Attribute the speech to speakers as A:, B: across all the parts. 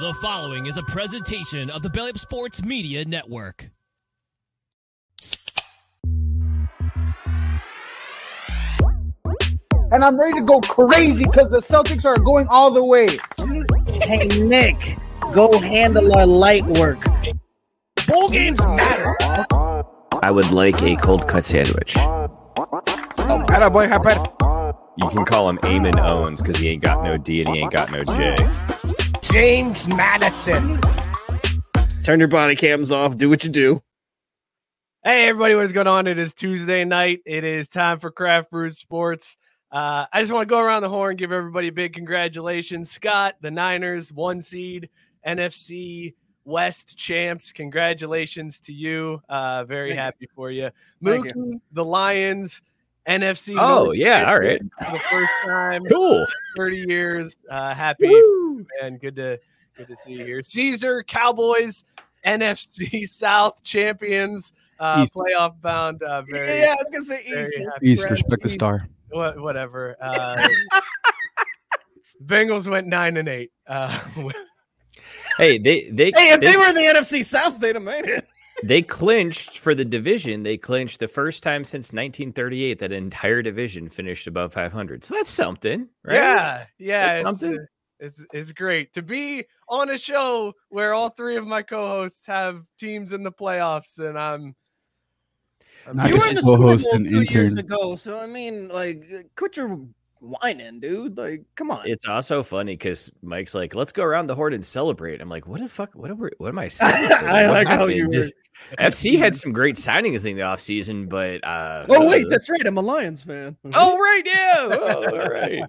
A: The following is a presentation of the Belly Up Sports Media Network.
B: and I'm ready to go crazy because the Celtics are going all the way.
C: Hey Nick, go handle our light work.
B: Bowl games matter.
D: I would like a cold cut sandwich.
E: Atta boy, happen.
D: You can call him Eamon Owens because he ain't got no D and he ain't got no J.
B: James Madison.
E: Turn your body cams off. Do what you do.
F: Hey everybody, what is going on? It is Tuesday night. It is time for Craft Brewed Sports. Uh, I just want to go around the horn, give everybody a big congratulations. Scott, the Niners, one seed, NFC West champs. Congratulations to you. Uh, very
B: Thank you.
F: happy for you.
B: Thank
F: Mookie, the Lions, NFC.
D: Oh,
F: North
D: yeah, all right.
F: champion For the first time in
D: Cool.
F: 30 years. Uh, happy and good to good to see you here. Caesar, Cowboys, NFC South champions, uh,
G: East.
F: playoff bound. Uh, very,
E: Yeah, I was gonna say
F: very
E: East.
F: happy.
G: East,
F: Brad,
G: respect the
F: East,
G: star.
F: wha- whatever. Uh, Bengals went nine and eight. Uh,
D: Hey, they they
E: Hey, if
D: they,
E: they were in the NFC South, they'd have made it.
D: they clinched for the division. They clinched the first time since 1938 that an entire division finished above 500. So that's something, right?
F: Yeah, yeah,
D: That's
F: it's, uh,
D: something.
F: it's it's great to be on a show where all three of my co-hosts have teams in the playoffs, and I'm. I'm
G: Nice.
E: You were in the
G: We'll
E: Super Bowl
G: host an
E: two years
G: intern.
E: ago, so I mean, like, quit your whining, dude. Like, come on.
D: It's also funny because Mike's like, "Let's go around the horn and celebrate." I'm like, "What the fuck? What am we, What am I?" celebrating?
E: I
D: What
E: like how
D: happened?
E: you were.
D: Just- FC had some great signings in the offseason, but uh,
E: Oh wait,
D: uh,
E: that's right. I'm a Lions fan.
F: oh right, yeah.
D: oh, all right.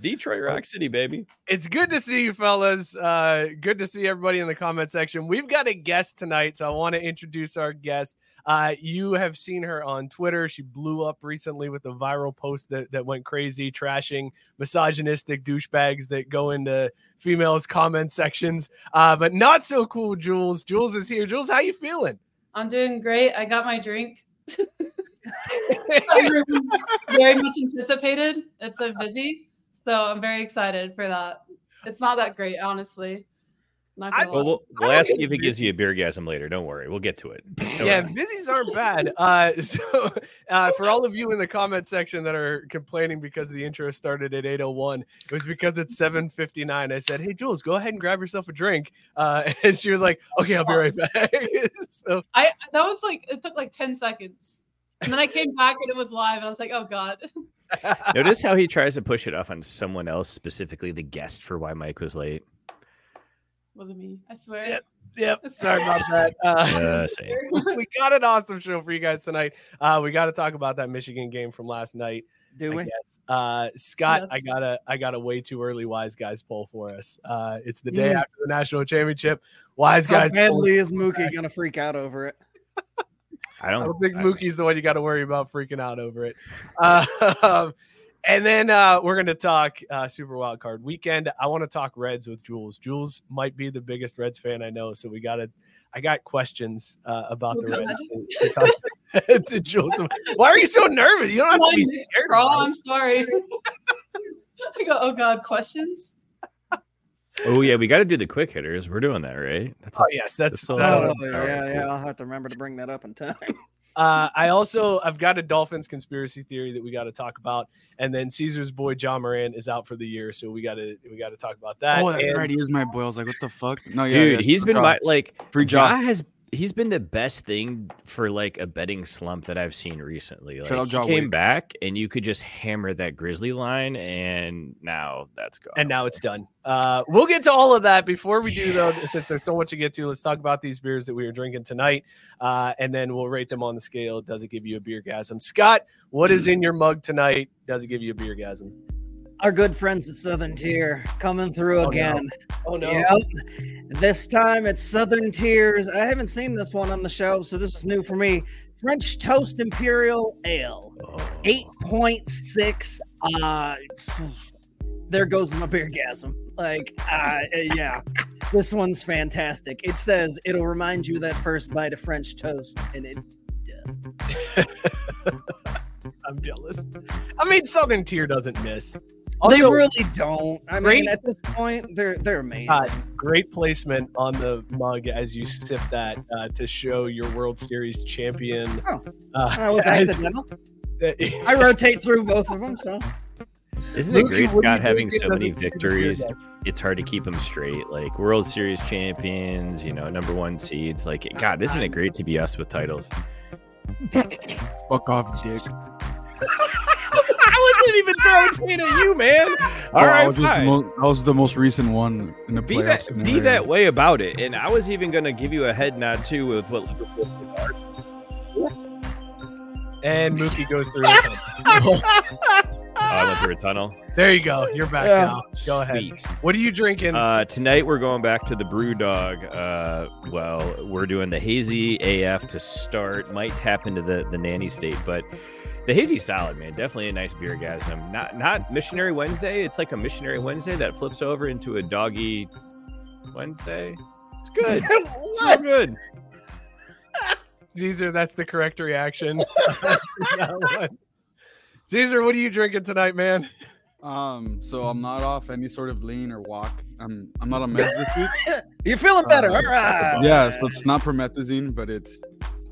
D: Detroit Rock City, baby.
F: it's good to see you fellas uh good to see everybody in the comment section we've got a guest tonight so i want to introduce our guest uh you have seen her on twitter she blew up recently with a viral post that, that went crazy trashing misogynistic douchebags that go into females comment sections uh but not so cool jules jules is here jules how you feeling
H: I'm doing great. I got my drink. I really very much anticipated. It's so busy. So I'm very excited for that. It's not that great, honestly. Not gonna
D: Well,
H: lie.
D: we'll, we'll ask you if it gives you a beer gasm later. Don't worry, we'll get to it. Don't
F: yeah
D: worry.
F: busies aren't bad uh so uh for all of you in the comment section that are complaining because the intro started at 801 it was because it's 759 i said hey jules go ahead and grab yourself a drink uh and she was like okay i'll be right back so
H: I that was like it took like 10 seconds. And then I came back and it was live and I was like, oh God.
D: Notice how he tries to push it off on someone else, specifically the guest for why Mike was late.
H: wasn't me. I swear.
F: Yeah. yep sorry about that uh
D: Uh, same.
F: we got an awesome show for you guys tonight uh we got to talk about that michigan game from last night
B: Do
F: I guess. Uh, Scott, I
H: Yes.
F: got a I got a way too early wise guys poll for us. Uh, it's the day after the national championship. Wise
B: How
F: guys. poll.
B: badly is Mookie gonna freak out over it?
D: I
F: I
D: don't,
F: don't think
D: I-
F: Mookie's the one you got to worry about freaking out over it. Uh, and then uh, we're going to talk uh, Super Wild Card Weekend. I want to talk Reds with Jules. Jules might be the biggest Reds fan I know, so we got to. I got questions uh, about the
H: Okay.
F: Reds to, to talk to Jules. Why are you so nervous? You don't have to be
H: Nick
F: scared.
H: Crawl,
F: about it.
H: I'm sorry. I go, oh God, questions?
D: Oh yeah, we got to do the quick hitters. We're doing that, right? That's
F: Oh, yes, that's-
D: a lot
F: that-
D: of
E: yeah,
D: power.
E: yeah. I'll have to remember to bring that up in time.
F: Uh, I also I've got a Dolphins conspiracy theory that we got to talk about, and then Caesar's boy John Moran is out for the year, so we got to we got to talk about that.
G: oh, that
F: And-
G: already is my boy. I was like, what the fuck? No, yeah,
D: Dude,
G: yeah,
D: he's
G: no
D: been my,
G: problem.
D: like
G: free
D: Ja
G: job.
D: has he's been the best thing for like a betting slump that I've seen recently. Like,
G: Shout out
D: he
G: Ja
D: came
G: Wick.
D: back and you could just hammer that Grizzly line, and now that's gone.
F: and now it's done. Uh, we'll get to all of that before we do though. If there's so much to get to, let's talk about these beers that we are drinking tonight, uh, and then we'll rate them on the scale. Does it give you a beer gasm? Scott, what is in your mug tonight? Does it give you a beer gasm?
C: Our good friends at Southern Tier coming through
F: no.
C: again.
F: Oh no!
C: Yep. This time it's Southern Tears. I haven't seen this one on the show, so this is new for me. French Toast Imperial Ale, 8.6. Uh, there goes my beer gasm. Like, uh, yeah, this one's fantastic. It says it'll remind you that first bite of French toast, and it
F: I'm jealous. I mean, Southern Tier doesn't miss.
C: they
F: Also,
C: really don't. I
F: Great-
C: mean, at this point, they're they're amazing.
F: Scott, great placement on the mug as you sip that uh, to show your World Series champion.
C: Oh.
F: uh,
C: I was
F: as-
C: accidental. I rotate through both of them, so
D: Isn't it great
F: Mookie, what do you
D: Scott having
F: think
D: so
F: of
D: many
F: the-
D: victories? It's hard to keep them straight. Like World Series champions, you know, number one seeds. Like, God, isn't it great to be us with titles?
G: Fuck off, dick.
D: I wasn't even throwing shade at you, man.
G: Bro,
D: All
G: I
D: right,
G: was just
D: fine.
G: mo- that was the most recent one in the
D: be
G: playoff
D: that be
G: scenario.
D: that way about it. And I was even gonna give you a head nod too with what
F: And Mookie goes through. his head.
D: Oh,
H: Ah!
D: I went through a tunnel.
F: there you go. You're back
C: Yeah.
F: now. Go ahead.
D: Sweet.
F: What are you drinking?
D: Uh, tonight we're going back to the brew dog. Uh, well, we're doing the hazy AF to start. Might tap into the the nanny state, but the hazy solid man, definitely a nice beer gasm. Not not missionary Wednesday. It's like a missionary Wednesday that flips over into a doggy Wednesday. It's good. It's real
C: What?
D: good.
F: Caesar, that's the correct reaction. That one. Caesar, what are you drinking tonight, man?
G: Um, so I'm not off any sort of lean or walk. I'm I'm not on meds this week.
C: you're feeling better.
F: Uh,
C: All right.
G: yes, but it's not promethazine, but it's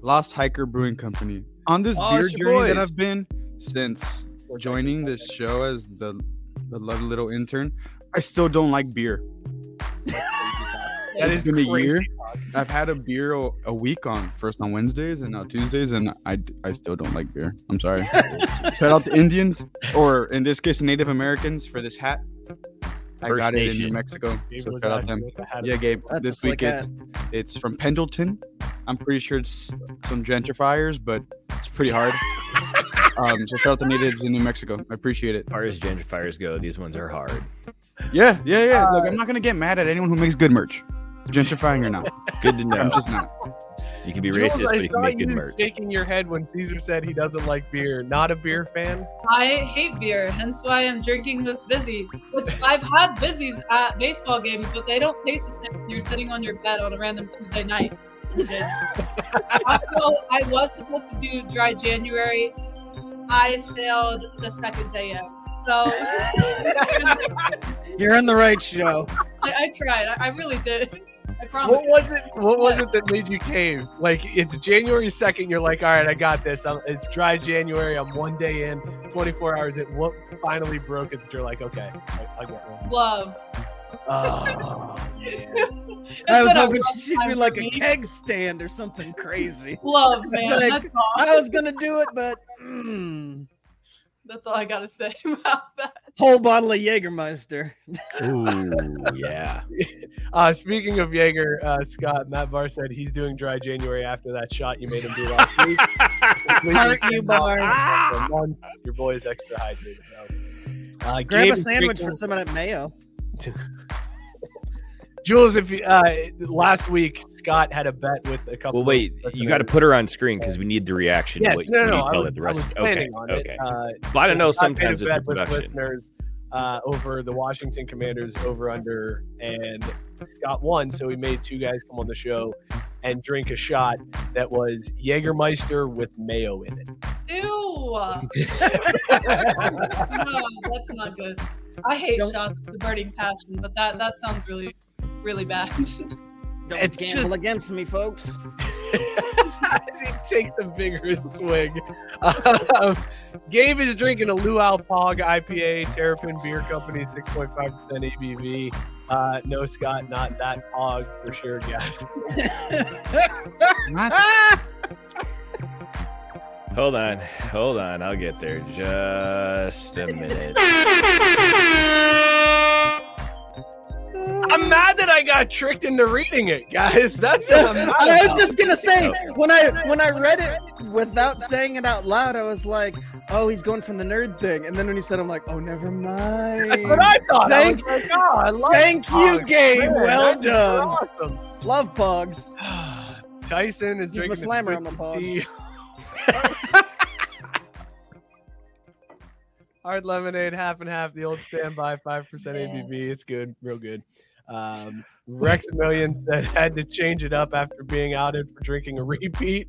G: Lost Hiker Brewing Company. On this
D: Oh,
G: beer
D: it's your
G: journey that
D: boys.
G: I've been since joining this show as the the lo- little intern, I still don't like beer.
F: That
G: it's
F: is
G: been a
F: crazy.
G: year. I've had a beer a, a week on first on Wednesdays and now
C: Mm-hmm.
G: Tuesdays, and I, I still don't like beer. I'm sorry. Shout out to Indians or in this case Native Americans for this hat. I
D: First
G: got it in
D: Nation.
G: New Mexico.
F: Gabe
G: So
F: was
G: shout out
F: not
G: them.
F: sure what the hat
G: Yeah, Gabe.
C: That's a
G: this
C: slick
G: week it's it's from Pendleton. I'm pretty sure it's some gentrifiers, but it's pretty hard. um, so shout out to natives in New Mexico. I appreciate it.
D: As far as gentrifiers go, these ones are hard.
G: Yeah, yeah, yeah. Look, I'm not gonna get mad at anyone who makes good merch, gentrifying or not.
D: Good to know.
G: I'm just not.
D: You can be
F: Jules,
D: racist,
F: I
D: but you
F: saw
D: can make good
F: you
D: merch.
F: shaking your head when Caesar said he doesn't like beer. Not a beer fan.
H: I hate beer, hence why I'm drinking this busy. Which I've had busies at baseball games, but they don't taste the same when you're sitting on your bed on a random Tuesday night. also, I was supposed to do dry January. I failed the second day in. So I,
C: You're in the right show.
H: I tried. I, I really did. I promise.
F: What was it? What was it that made you cave? Like it's January second. You're like, all right, I got this. I'm, it's dry January. I'm one day in, 24 hours in. What finally broke it? That you're like, okay, I, I get one.
H: Love.
F: Oh, man.
C: I was
H: That's what
C: hoping
H: want
C: she'd be
H: for
C: like a
H: me.
C: keg stand or something crazy.
H: Love,
C: It's
H: man.
C: like-
H: that's, all,
C: I was gonna do it, but mm,
H: that's all I gotta say about that.
C: whole bottle of Jägermeister.
D: Ooh, yeah.
F: Uh, speaking of Jaeger, uh, Scott Matt Barr said he's doing dry January after that shot you made him do last week. Please
C: Heart
F: keep
C: you,
F: him out
C: Barr.
F: for a month. Your boy is extra hydrated. Bro. Uh,
C: Grab
F: Gabe
C: a
F: is
C: sandwich
F: drinking-
C: for some of that mayo.
F: Jules, if you, uh, last week Scott had a bet with a couple.
D: Well, wait,
F: of
D: you got to put her on screen because we need the reaction.
F: Yes,
D: to what,
F: no,
D: what
F: no,
D: you
F: I
D: call
F: was,
D: it, the
F: I was
D: rest. Okay,
F: planning on
D: okay.
F: it. Uh,
D: Well, I
F: so
D: don't know.
F: Scott made
D: Sometimes
F: a
D: it's a
F: bet with
D: production.
F: listeners uh, over the Washington Commanders over under, and Scott won, so he made two guys come on the show and drink a shot that was Jägermeister with mayo in it.
H: Ew. no, that's not good. I hate shots with a burning passion, but that that sounds really, really bad.
C: Don't gamble against me, folks.
F: as he takes a vigorous swig. Um, Gabe is drinking a Luau Pog IPA, Terrapin Beer Company, 6.5% ABV. Uh, no, Scott, not that Pog for sure, guys.
D: Hold on, hold on. I'll get there. Just a minute.
F: I'm mad that I got tricked into reading it, guys. That's what I'm mad
C: I was
F: about.
C: just gonna say when I when I read it without saying it out loud, I was like, "Oh, he's going from the nerd thing," and then when he said, it, "I'm like, oh, never mind."
F: That's what I thought. I was
C: Thank,
F: like, oh, I love
C: thank you,
F: Pogs.
C: Gabe.
F: Man,
C: well
F: that's
C: done.
F: Awesome.
C: Love pogs.
F: Tyson is
C: He's my
F: drinking a
C: slammer on the
F: sweet
C: pods.
F: tea. Hard lemonade, half and half. The old standby, five percent ABV. It's good, real good. Um, Rex Million said had to change it up after being outed for drinking a repeat.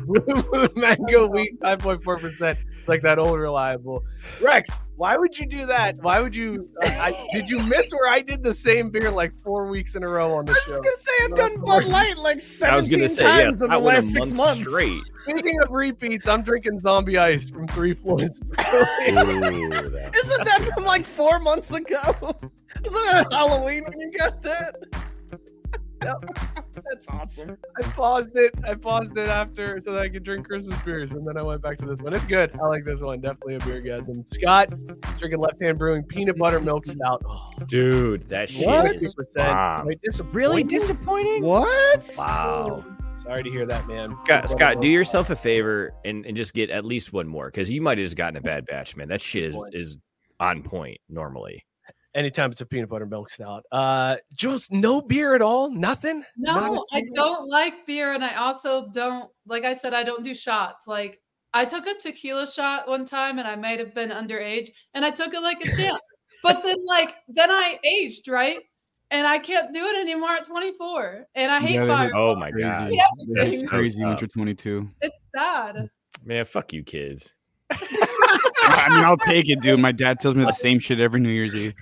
F: Blue Moon Mango Wheat, five point four percent. It's like that old reliable. Rex, why would you do that? Why would you? uh, I, did you miss where I did the same beer like four weeks in a row on
C: I
F: the
C: was
F: show?
C: just gonna say I've done Bud Light like
D: I was
C: seventeen
D: gonna
C: times
D: say yes.
C: in
D: I
C: the
D: went
C: last
D: a
C: six
D: month
C: months.
D: straight.
F: Speaking of repeats, I'm drinking Zombie Ice from Three Floyds.
D: Ooh, that-
C: Isn't that from like four months ago? Isn't that Halloween when you got that? That's awesome.
F: I paused it. I paused it after so that I could drink Christmas beers, and then I went back to this one. It's good. I like this one. Definitely a beer gasm. Scott is drinking Left Hand Brewing Peanut Butter Milk Stout. Oh,
D: Dude, that shit
C: What?
D: is
F: 50%.
D: bomb.
F: Wait, disappointing? Really disappointing?
C: What?
D: Wow.
F: Sorry to hear that, man.
D: Scott, Scott, do yourself a favor and, and just get at least one more because you might have just gotten a bad batch, man. That shit is, is on point normally.
F: anytime it's a peanut butter milk stout. Uh, Jules, no beer at all. Nothing. Not a
H: No, I
F: single-
H: don't like beer, and I also don't like I said I don't do shots. Like I took a tequila shot one time, and I might have been underage, and I took it like a champ. but then, like then I aged right, and I can't do it anymore at 24, and I hate
G: Yeah, they
H: fire.
G: hit-
D: Oh my god,
G: Crazy.
H: Yeah,
G: That's
D: so
G: crazy
D: tough.
G: when you're 22.
H: It's sad.
D: man! Fuck you, kids.
G: I mean, I'll take it, dude. My dad tells me the same shit every New Year's Eve.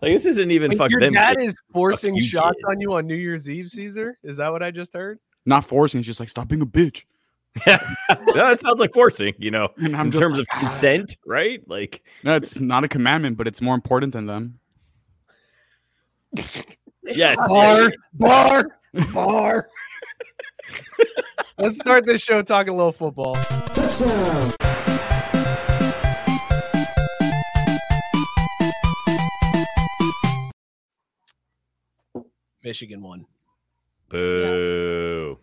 D: Like this isn't even
F: Wait,
D: fuck
F: your
D: them.
F: dad
D: kids.
F: is forcing
D: you
F: shots
D: kids.
F: on you on New Year's Eve, Caesar. Is that what I just heard?
G: Not forcing. It's just like, stop being a bitch.
D: no, it sounds like forcing. You know,
G: And I'm
D: in
G: just
D: terms
G: like,
D: of
G: "Ah."
D: consent, right? Like,
G: No, it's not a commandment, but it's more important than them.
D: yeah, it's-
C: Bar, bar, bar.
F: Let's start this show talking a little football. Michigan won.
D: boo.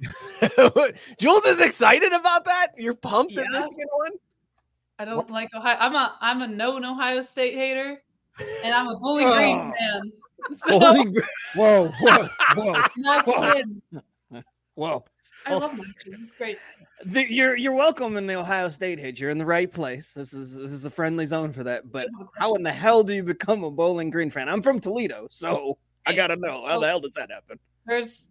F: Jules is excited about that. You're pumped that
H: Yeah.
F: Michigan won.
H: I don't like Ohio. I'm a I'm a known Ohio State hater, and I'm a Bully Green fan. So
C: Holy, gr- whoa, whoa, whoa,
H: my
C: whoa.
H: kid,
C: whoa.
H: I love my kid. It's great.
C: The, you're you're welcome in the Ohio State hit. You're in the right place. This is this is a friendly zone for that. But how in the hell do you become a Bowling Green fan? I'm from Toledo, so I gotta know how the hell does that happen.
H: There's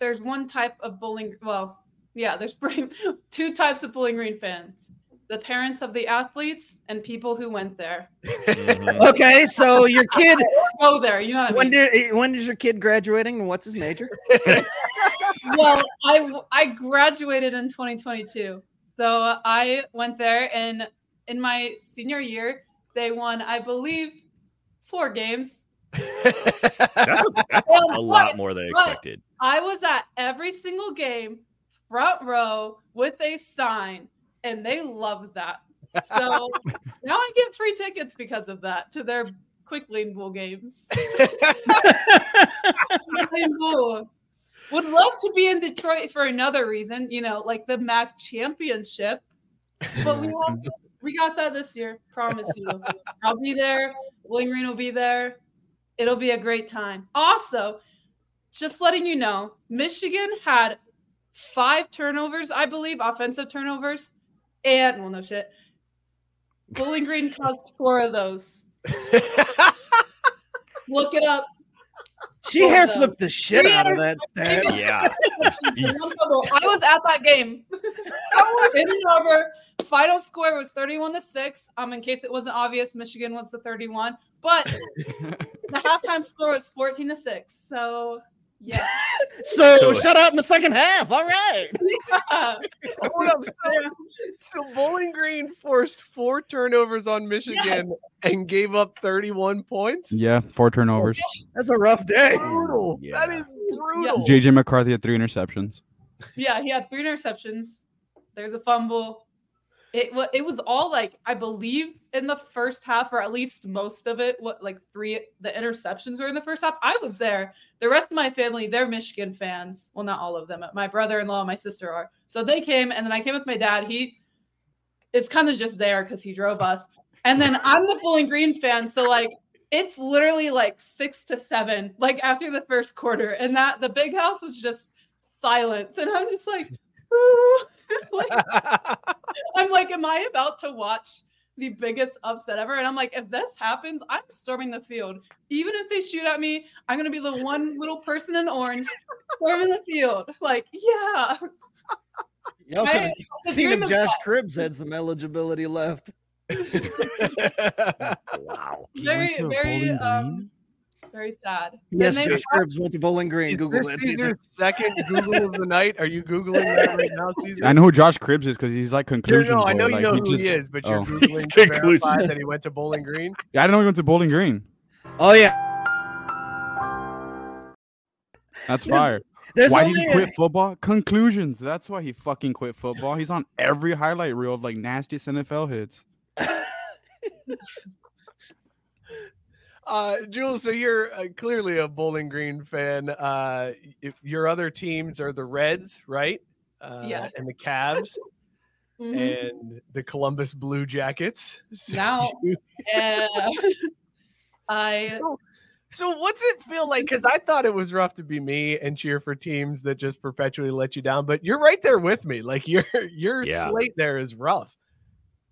H: there's one type of bowling. Well, yeah, there's pretty- two types of Bowling Green fans: the parents of the athletes and people who went there.
D: Mhm.
C: Okay, so your kid.
H: Go there, you know. What I
C: When
H: mean?
C: did when is your kid graduating and what's his major?
H: well, I I graduated in 2022, so I went there, and in my senior year, they won, I believe, four games.
D: That's a, that's
H: Well,
D: a
H: what-
D: lot more than I
H: what?
D: expected.
H: I was at every single game, front row with a sign, and they loved that. So now I get free tickets because of that to their quick lane bowl games. Quick Lane Bowl. Would love to be in Detroit for another reason, you know, like the MAC championship. But we won't- we got that this year, promise you. I'll be there. William Green will be there. It'll be a great time. Also, just letting you know, Michigan had five turnovers, I believe, offensive turnovers, and well, no shit. Bowling Green caused four of those. Look it up.
C: She hair flipped the shit out of that stat.
D: Yeah,
H: I was at that game. I was in Ann Arbor The final score was 31 to 6. Um, in case it wasn't obvious, Michigan was the 31, but the halftime score was 14 to 6. So yeah.
C: So, so shut up in the second half. All right.
H: Yeah.
F: Hold up. So, so Bowling Green forced four turnovers on Michigan
H: Yes.
F: and gave up 31 points.
G: Yeah, four turnovers.
C: That's a rough day.
F: Brutal. That
D: Yeah.
F: is brutal.
G: JJ McCarthy had three interceptions.
H: yeah, he had three interceptions. There's a fumble. It was it was all like I believe in the first half, or at least most of it. What like three the interceptions were in the first half. I was there. The rest of my family, they're Michigan fans. Well, not all of them. My brother-in-law, and my sister are. So they came, and then I came with my dad. He is kind of just there because he drove us. And then I'm the Bowling Green fan, so like it's literally like six to seven, like after the first quarter, and that the big house was just silence, and I'm just like, "Ooh." Like, I'm like, am I about to watch the biggest upset ever? And I'm like, if this happens, I'm storming the field. Even if they shoot at me, I'm gonna be the one little person in orange storming the field. Like, yeah,
C: Y'all should have
H: the
C: seen
H: dream
C: if
H: of
C: Josh Cribs had some eligibility left.
D: wow.
H: very, very, um, very sad. Then
C: Yes,
H: they-
C: Josh Cribs went to Bowling Green.
F: Is
C: Google
F: this
C: that
F: Caesar's
C: season.
F: second Google of the night? Are you Googling that right now, Caesar?
G: I know who Josh Cribs is because he's like
F: You're-
G: conclusion.
F: no, I
G: boy.
F: know you
G: Like,
F: know
G: he
F: who
G: just-
F: he is, but you're
G: oh.
F: Googling to
D: Conclusion.
F: verify that he went to Bowling Green.
G: I didn't know he went to Bowling Green.
C: Oh yeah,
G: That's
C: Yes.
G: fire.
C: there's
G: why did
C: only
G: he quit football? Conclusions. That's why he fucking quit football. He's on every highlight reel of like nastiest NFL hits.
F: Uh, Jules, so you're uh, clearly a Bowling Green fan. Uh, if your other teams are the Reds, right? Uh,
H: Yeah.
F: And the Cavs
H: Mhm.
F: and the Columbus Blue Jackets. So
H: Now-
F: you-
H: Yeah. I
F: so what's it feel like? Because I thought it was rough to be me and cheer for teams that just perpetually let you down, but you're right there with me. Like your your
D: Yeah.
F: slate there is rough.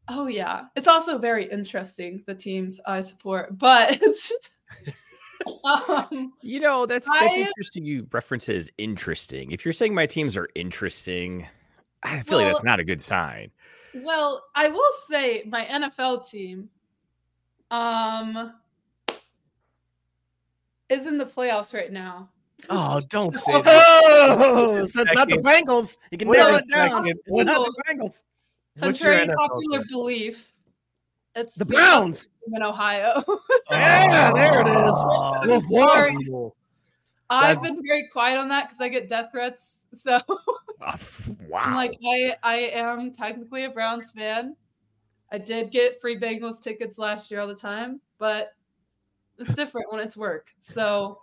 H: oh yeah, it's also very interesting the teams I support, but um,
D: You know, that's that's
H: I-
D: interesting. You reference it as interesting. If you're saying my teams are interesting, I feel like that's
H: Well-
D: not a good sign.
H: Well, I will say my NFL team um is in the playoffs right now.
F: Oh, don't say that.
C: Oh, so it's not the Bengals. You can
F: Wait
C: narrow
F: a
C: it down.
F: second.
C: It's not
H: What's-
C: the Bengals.
F: What's your
H: Contrary to
F: NFL
H: popular
F: team?
H: belief, it's
C: The Browns.
H: team in Ohio.
C: Yeah, there it is.
F: Oh,
C: Woof,
H: sorry.
F: woof.
H: I've been very quiet on that because I get death threats. So
D: Ah, f-
H: I'm
D: wow.
H: like I I am technically a Browns fan. I did get free Bengals tickets last year all the time, but it's different when it's work. So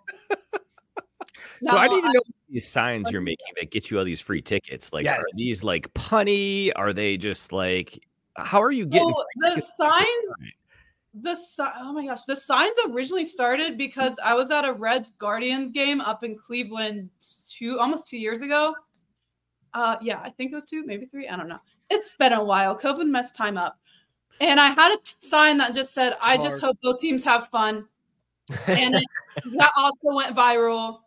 D: so I
H: Now,
D: need to know these signs you're making that get you all these free tickets. Like,
F: Yes.
D: are these like punny? Are they just like? How are you getting?
H: So
D: free
H: the
D: tickets to this
H: signs, the si- oh my gosh, the signs originally started because I was at a Reds Guardians game up in Cleveland two almost two years ago. Uh, yeah, I think it was two, maybe three. I don't know. It's been a while. COVID messed time up, and I had a t- sign that just said, "I just hope both teams have fun," and it, that also went viral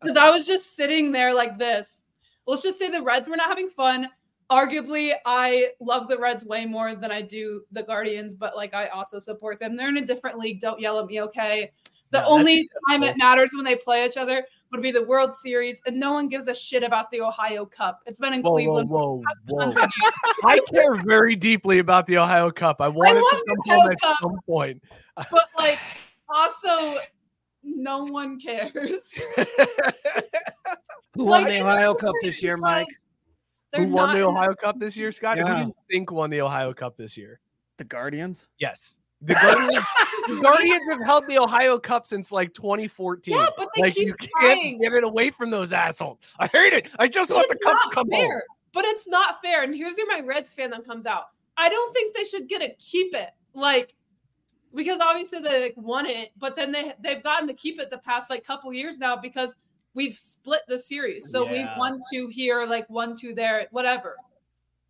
H: because I was just sitting there like this. Let's just say the Reds were not having fun arguably I love the Reds way more than I do the Guardians, but like I also support them. They're in a different league. Don't yell at me, okay?
F: No,
H: The
F: that's
H: only time
F: acceptable.
H: it matters when they play each other would be the World Series, and no one gives a shit about the Ohio Cup. It's been in
F: Whoa, whoa,
H: Cleveland.
F: whoa,
H: for
F: whoa.
H: 100 years.
F: I care very deeply about the Ohio Cup. I want it
H: love
F: to
H: the
F: come home
H: Ohio
F: at
H: Cup.
F: some point.
H: But like also no one cares.
C: Who won
H: Like,
C: the Ohio Cup this year, Mike?
H: They're
F: Who won
H: not
F: the
H: in-
F: Ohio Cup this year, Scott? Who do
C: Yeah.
F: you think won the Ohio Cup this year?
C: The Guardians.
F: Yes. The Guardians, the Guardians have held the Ohio Cup since like 2014.
H: Yeah, but they
F: like
H: keep
F: you can't
H: trying.
F: give it away from those assholes. I hate it. I just want the
H: It's
F: cup
H: not
F: to come
H: fair.
F: home.
H: But it's not fair. And here's where my Reds fandom comes out. I don't think they should get to keep it. Like, because obviously they like, won it, but then they they've gotten to keep it the past like couple years now because we've split the series. So
F: Yeah.
H: we've won two here, like one two there, whatever,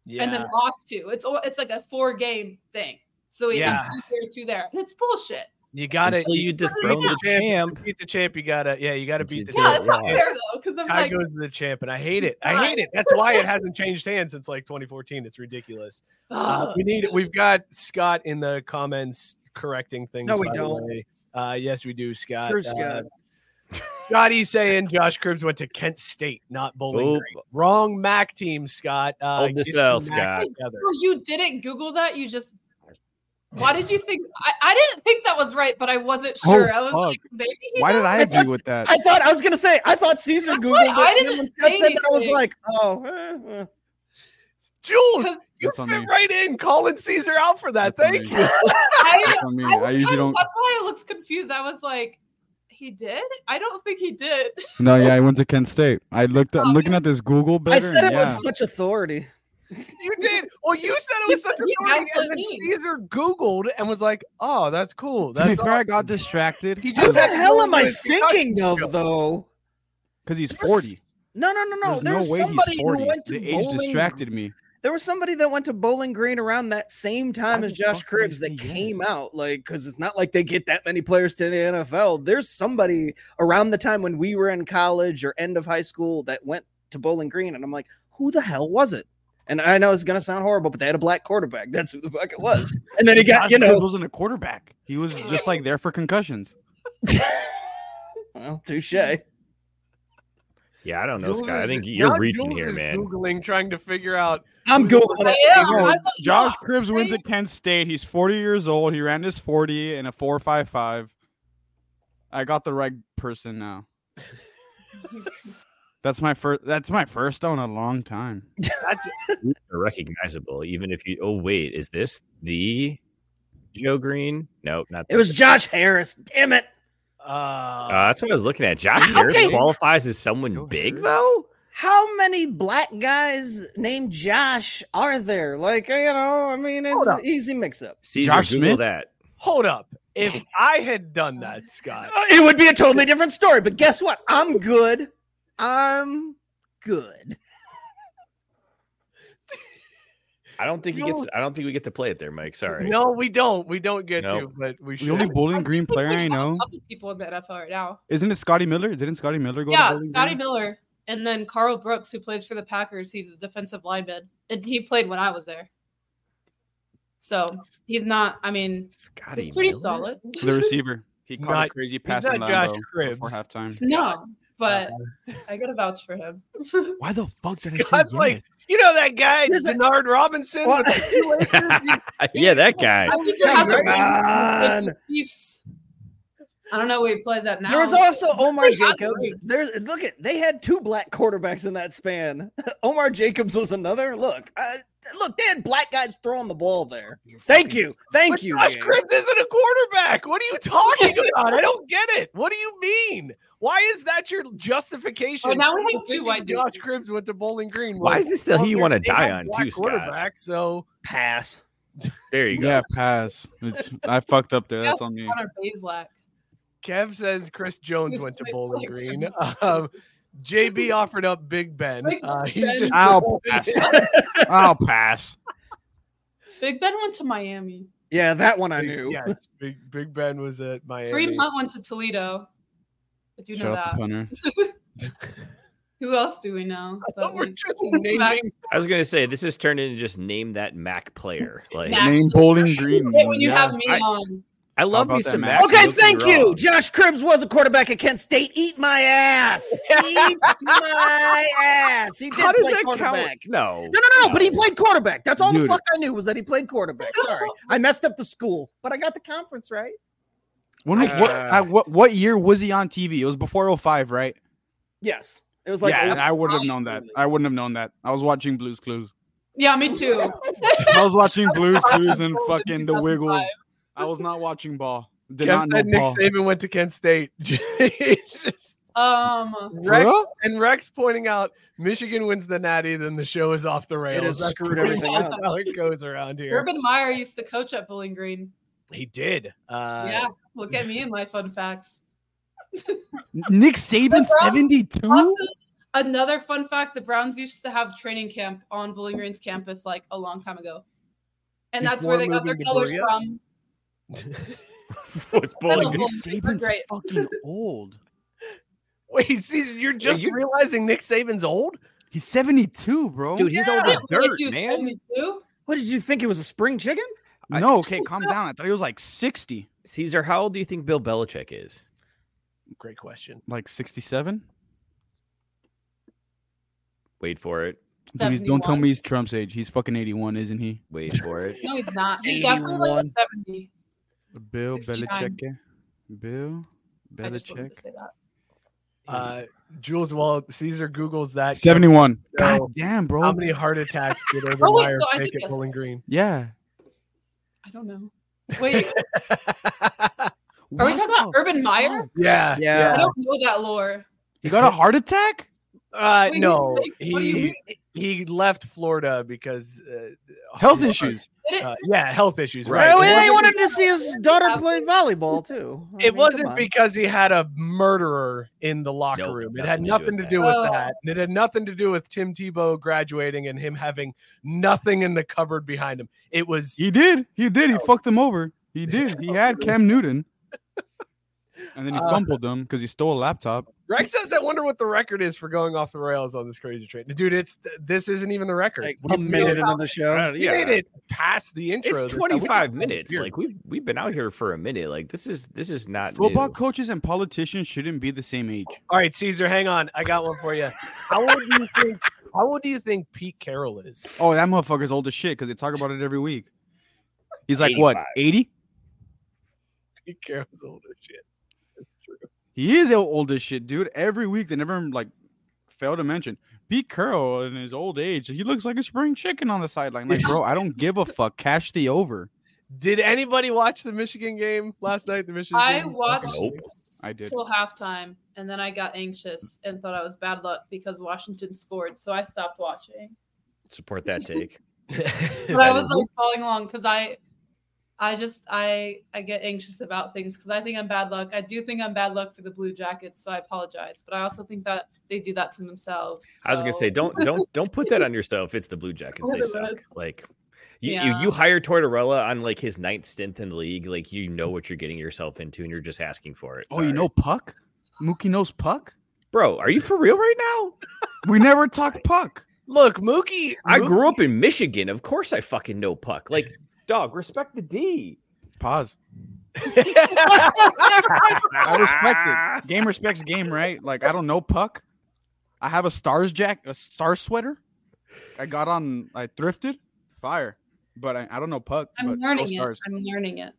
F: Yeah.
H: and then lost two. It's all it's like a four game thing. So we
F: Yeah.
H: have two here, two there, and it's bullshit.
F: You got to
D: Until you dethrone the champ.
F: Beat the champ. You gotta. Yeah, you got to beat the
H: Yeah, that's
F: champ.
H: not fair though, because I'm
F: Tie
H: like,
F: goes to the champ, and I hate it. I hate it. That's why it hasn't changed hands since like 2014. It's ridiculous. Uh,
H: ugh.
F: we need. We've got Scott in the comments correcting things.
C: No, we
F: by the
C: don't.
F: way. Uh, yes, we do, Scott.
C: Screw
F: Uh,
C: Scott.
F: Scotty's saying Josh Cribbs went to Kent State, not Bowling
D: Oh.
F: Green. Wrong MAC team, Scott. Uh,
D: Hold this
F: get the
D: L,
F: MAC
D: Scott.
F: together.
H: Oh, you didn't Google that. You just. Why did you think? I, I didn't think that was right, but I wasn't
G: Oh,
H: sure. I was
G: fuck.
H: like, maybe. he
G: Why did
H: knows.
G: I
C: It's
G: agree
C: not-
G: with that?
C: I thought I was gonna say. I thought Caesar
H: That's
C: googled
H: right, I
C: it. and
H: didn't
C: when Scott
H: say
C: said that, I was
H: anything.
C: like, oh. eh, eh.
F: Jules, you
G: That's on
F: fit
G: me.
F: right in. Colin Caesar out for that.
G: That's on
F: Thank
G: me.
F: you.
H: I,
G: That's on me.
H: I was
G: I usually
H: kind of-
G: don't.
H: That's why I looked confused. I was like, he did? I don't think he did.
G: No, yeah, I went to Kent State. I looked. I'm looking at this Google better.
C: I said it
G: and yeah.
C: with such authority.
F: You did. Well, you said it was such a
H: You
F: authority,
H: gaslit
F: and then
H: me.
F: Caesar Googled and was like, "Oh, that's cool."
G: To
F: That's
G: be fair, I
F: awesome."
G: got distracted.
F: He
C: What
F: just
C: the
F: had
C: hell am
F: Google
C: I
F: it because-
C: thinking of though?
G: because he's
C: There was-
G: 40.
C: No, no, no,
G: There's
C: no. there was
G: no way
C: somebody
G: he's 40.
C: who went to
G: the age
C: bowling.
G: distracted me.
C: There was somebody that went to Bowling Green around that same time
G: Why
C: as
G: the
C: Josh
G: fuck would I
C: Cribbs that
G: say yes?
C: came out. Like, because it's not like they get that many players to the NFL. There's somebody around the time when we were in college or end of high school that went to Bowling Green, and I'm like, who the hell was it? And I know it's gonna sound horrible, but they had a black quarterback. That's who the fuck it was. And then he got, you
G: Josh Jacobs
C: know,
G: wasn't a quarterback. He was just like there for concussions.
C: well, touche. Well,
D: Yeah, I don't know,
F: Jules
D: Scott. I
F: is-
D: think
F: now
D: you're reaching
F: Jules
D: here,
F: is
D: man.
F: Googling, trying to figure out.
C: I'm googling
H: I
C: it.
H: am.
G: Bro,
H: I thought you
G: Josh
H: were.
G: Cribbs went to Kent State. He's 40 years old. He ran his 40 in a 4.55. I got the right person now. that's my first. That's my first stone in a long time.
D: They're recognizable, even if you. Oh wait, is this the Joe Green? No, not.
C: It was Josh Harris. Damn it.
D: Uh,
F: Uh,
D: that's what I was looking at. Josh Harris
C: Okay.
D: qualifies as someone
G: Joe
D: big,
G: Harris?
D: though.
C: How many black guys named Josh are there? Like, you know, I mean, it's
F: Hold
C: an
F: up.
C: easy mix up.
D: Caesar,
G: Josh
D: Google
G: Smith?
D: that.
F: hold up. If I had done that, Scott,
C: Uh, it would be a totally different story. But guess what? I'm good. I'm good.
D: I don't think he
F: No.
D: gets. I don't think we get to play it there, Mike. Sorry.
F: no, we don't. We don't get to,
D: Nope.
F: but we should.
G: The only Bowling Green player I know
H: couple people in the NFL right now.
G: isn't it Scotty Miller? Didn't Scotty Miller go? to
H: Yeah,
G: Bowling
H: Scotty
G: Green?
H: Miller, and then Carl Brooks, who plays for the Packers. He's a defensive lineman, and he played when I was there. So he's not. I mean,
D: Scotty.
H: he's pretty
D: Miller?
H: solid.
G: The receiver. He
F: He's
G: caught
F: not-
G: a crazy pass in
F: not Josh
G: Lambeau
F: Cribbs.
G: before halftime.
H: No, but I gotta vouch for him.
G: Why the fuck
F: Scott's like, you know that guy,
C: There's a-
F: Denard Robinson.
C: Well-
F: with the two acres? You-
D: yeah, that guy.
H: I think he has a
C: Come
H: ring.
C: on.
H: If he keeps- I don't know where he plays at now.
C: There was also Omar
H: Pretty awesome
C: Jacobs.
H: league.
C: There's look at they had two black quarterbacks in that span. Omar Jacobs was another. Look, I, look, they had black guys throwing the ball there. Thank you, thank
F: But
C: you.
F: Josh
C: man.
F: Cribbs isn't a quarterback. What are you talking about? I don't get it. What do you mean? Why is that your justification?
H: Oh, now we
F: for
H: have two
F: thinking
H: white
F: Josh
H: dudes.
F: Cribbs went to Bowling Green.
D: Why
F: was,
D: is this the
F: well,
D: hill you
F: they're-
D: wanna
F: they
D: die
F: have
D: on
F: black
D: too, Scott?
F: quarterback, So
C: Pass.
D: There you go.
G: Yeah, pass. It's, I fucked up there.
H: Yeah.
G: That's on me.
H: Connor Bazelak.
F: Kev says Chris Jones
H: This
F: went
H: is
F: to
H: my
F: Bowling
H: point.
F: Green. Um, JB offered up Big Ben.
H: Big
F: Uh, he's
H: Ben.
F: just
G: I'll pass. I'll pass.
H: Big Ben went to Miami.
C: Yeah, that one I
F: Big-
C: knew.
F: Yes, Big, Big Ben was at Miami.
H: Kareem Hunt went to Toledo. I do know
G: Shut up,
H: that.
G: punter.
H: Who else do we know? that
F: We're
H: we-
F: just naming-
D: I was gonna say this has turned into just name that Mac player. Like
H: Mac.
G: Name
H: Actually,
G: Bowling Green.
H: Hey, when you
G: yeah.
H: have me
D: I-
H: on,
D: I love
G: about
D: me
G: that,
D: some
G: Mac?
D: Mac.
C: Okay,
D: don't get me
C: thank you.
D: wrong.
C: Josh Cribbs was a quarterback at Kent State. Eat my ass. Eat my ass. He did
D: How does
C: play
D: that count?
C: quarterback.
D: No.
C: No, no, no, but he played quarterback. That's all the
G: Dude.
C: fuck I knew was that he played quarterback. Sorry. I messed up the school, but I got the conference right.
G: When,
D: Uh,
G: what, I, what what year was he on TV? It was before 05, right?
C: Yes. It was like
G: yeah,
C: oh,
G: and I wouldn't have known that. I wouldn't have known that. I was watching Blues Clues.
H: yeah, me too.
G: I was watching Blues Clues and
H: Bowling
G: fucking The
H: 2005.
G: Wiggles. I was not watching ball. Did
F: Kev
G: not know
F: said Nick
G: ball.
F: Saban went to Kent State. It's just
H: Um,
G: For
F: Rex
G: real?
F: And Rex pointing out Michigan wins the natty, then the show is off the rails.
C: has
F: That's
C: screwed
F: pretty
C: everything
F: much
C: up.
F: How it goes around here.
H: Urban Meyer used to coach at Bowling Green.
F: He did. Uh,
H: yeah, look at me and my fun facts.
G: Nick Saban,
H: Remember?
G: 72?
H: Also, another fun fact: the Browns used to have training camp on Bowling Green's campus like a long time ago, and that's where they
F: Before
H: got their
F: moving to
H: colors
F: Berea?
H: from.
D: What's bowling?
H: Nick Saban's Great.
E: fucking old.
F: Wait, Caesar, you're just
D: you-
F: realizing Nick Saban's old?
E: He's 72, bro.
D: Dude, he's old
H: Yeah,
D: as dirt,
H: he's
D: man.
H: 72.
C: What did you think it was a spring chicken?
E: no, okay, calm down. I thought he was like 60.
D: Caesar, how old do you think Bill Belichick is?
F: Great question.
E: Like 67?
D: Wait for it.
G: Dude, he's- don't tell
H: 71.
G: me he's Trump's age. He's fucking 81, isn't he?
D: Wait for it.
H: No, he's not. He's definitely like 70.
G: Bill
H: 69.
G: Belichick. Bill
H: I just wanted to
G: Belichick.
H: say that.
F: Uh, Jules, while Caesar Googles that,
G: 71.
F: No.
G: God damn, bro.
H: Um,
F: how many heart attacks did Urban
H: Oh, wait,
F: Meyer
H: so I
F: take
H: did
F: at
H: guess
F: Bowling
H: that.
F: Green?
G: Yeah.
H: I don't know. Wait, are we talking about Urban Meyer?
F: yeah.
H: I
C: Yeah.
H: don't know that lore.
E: You got a heart attack?
F: Uh,
H: Wait, he's
F: no,
H: like- what do you
F: he he left Florida because uh,
G: Health issues.
F: Uh, yeah, health issues.
D: Right.
F: Right.
C: Well,
H: It
C: and they
H: wasn't
C: wanted to see his daughter play volleyball too. I mean,
F: It
C: come
F: wasn't
C: on.
F: because he had a murderer in the locker
D: Nope,
F: room. It had nothing to do
H: that.
F: with
H: Oh.
F: that. And It had nothing to do with Tim Tebow graduating and him having nothing in the cupboard behind him. It was Oh.
G: He did. He did. He fucked them over. He did. He had Cam Newton. And then he
F: Uh,
G: fumbled them because he stole a laptop.
F: Greg says, "I wonder what the record is for going off the rails on this crazy train, dude." It's this isn't even the record.
C: like
F: We
C: a minute into the show.
D: Uh,
F: we made it past the intro.
D: It's
F: this time. We
D: 25
F: did-
D: minutes. Like we've we've been out here for a minute. Like this is this is not
G: Football
D: new.
G: coaches and politicians shouldn't be the same age.
F: all right, Caesar, hang on. I got one for you. How old do you think? How old do you think Pete Carroll is?
G: Oh, that motherfucker's old as shit because they talk about it every week. He's like, what, 80?
F: Pete Carroll's old as shit. That's true.
G: He is o- old as shit, dude. Every week they never like fail to mention Pete Carroll in his old age. He looks like a spring chicken on the sideline. Like, bro, I don't give a fuck. Cash the over.
F: Did anybody watch the Michigan game last night? The Michigan.
H: I
F: game?
H: watched
D: Nope.
G: I did.
H: till halftime, and then I got anxious and thought I was bad luck because Washington scored, so I stopped watching.
D: Support that take.
H: But I
D: That
H: was
D: is-
H: like following along because I, I just I I get anxious about things because I think I'm bad luck. I do think I'm bad luck for the Blue Jackets, so I apologize. But I also think that they do that to themselves.
D: I was gonna
H: so-
D: say, don't don't don't put that on yourself. It's the Blue Jackets. They
H: Whatever.
D: suck. Like you, you
H: Yeah.
D: you hire Tortorella on like his ninth stint in the league. Like you know what you're getting yourself into, and you're just asking for it.
G: Oh, you
D: Sorry.
G: know Puck? Mookie knows Puck?
D: bro, are you for real right now?
G: We never talk Puck.
F: Look, Mookie.
D: I grew up in Michigan. Of course, I fucking know puck. Like dog, respect the D.
G: Pause.
D: I
G: I respect it. Game respects game, right? Like, I don't know Puck. I have a stars jack, a star sweater. I got on, I thrifted. Fire. But I, I don't know Puck.
H: I'm
G: but
H: learning
G: go
H: it.
G: stars.
H: I'm learning it.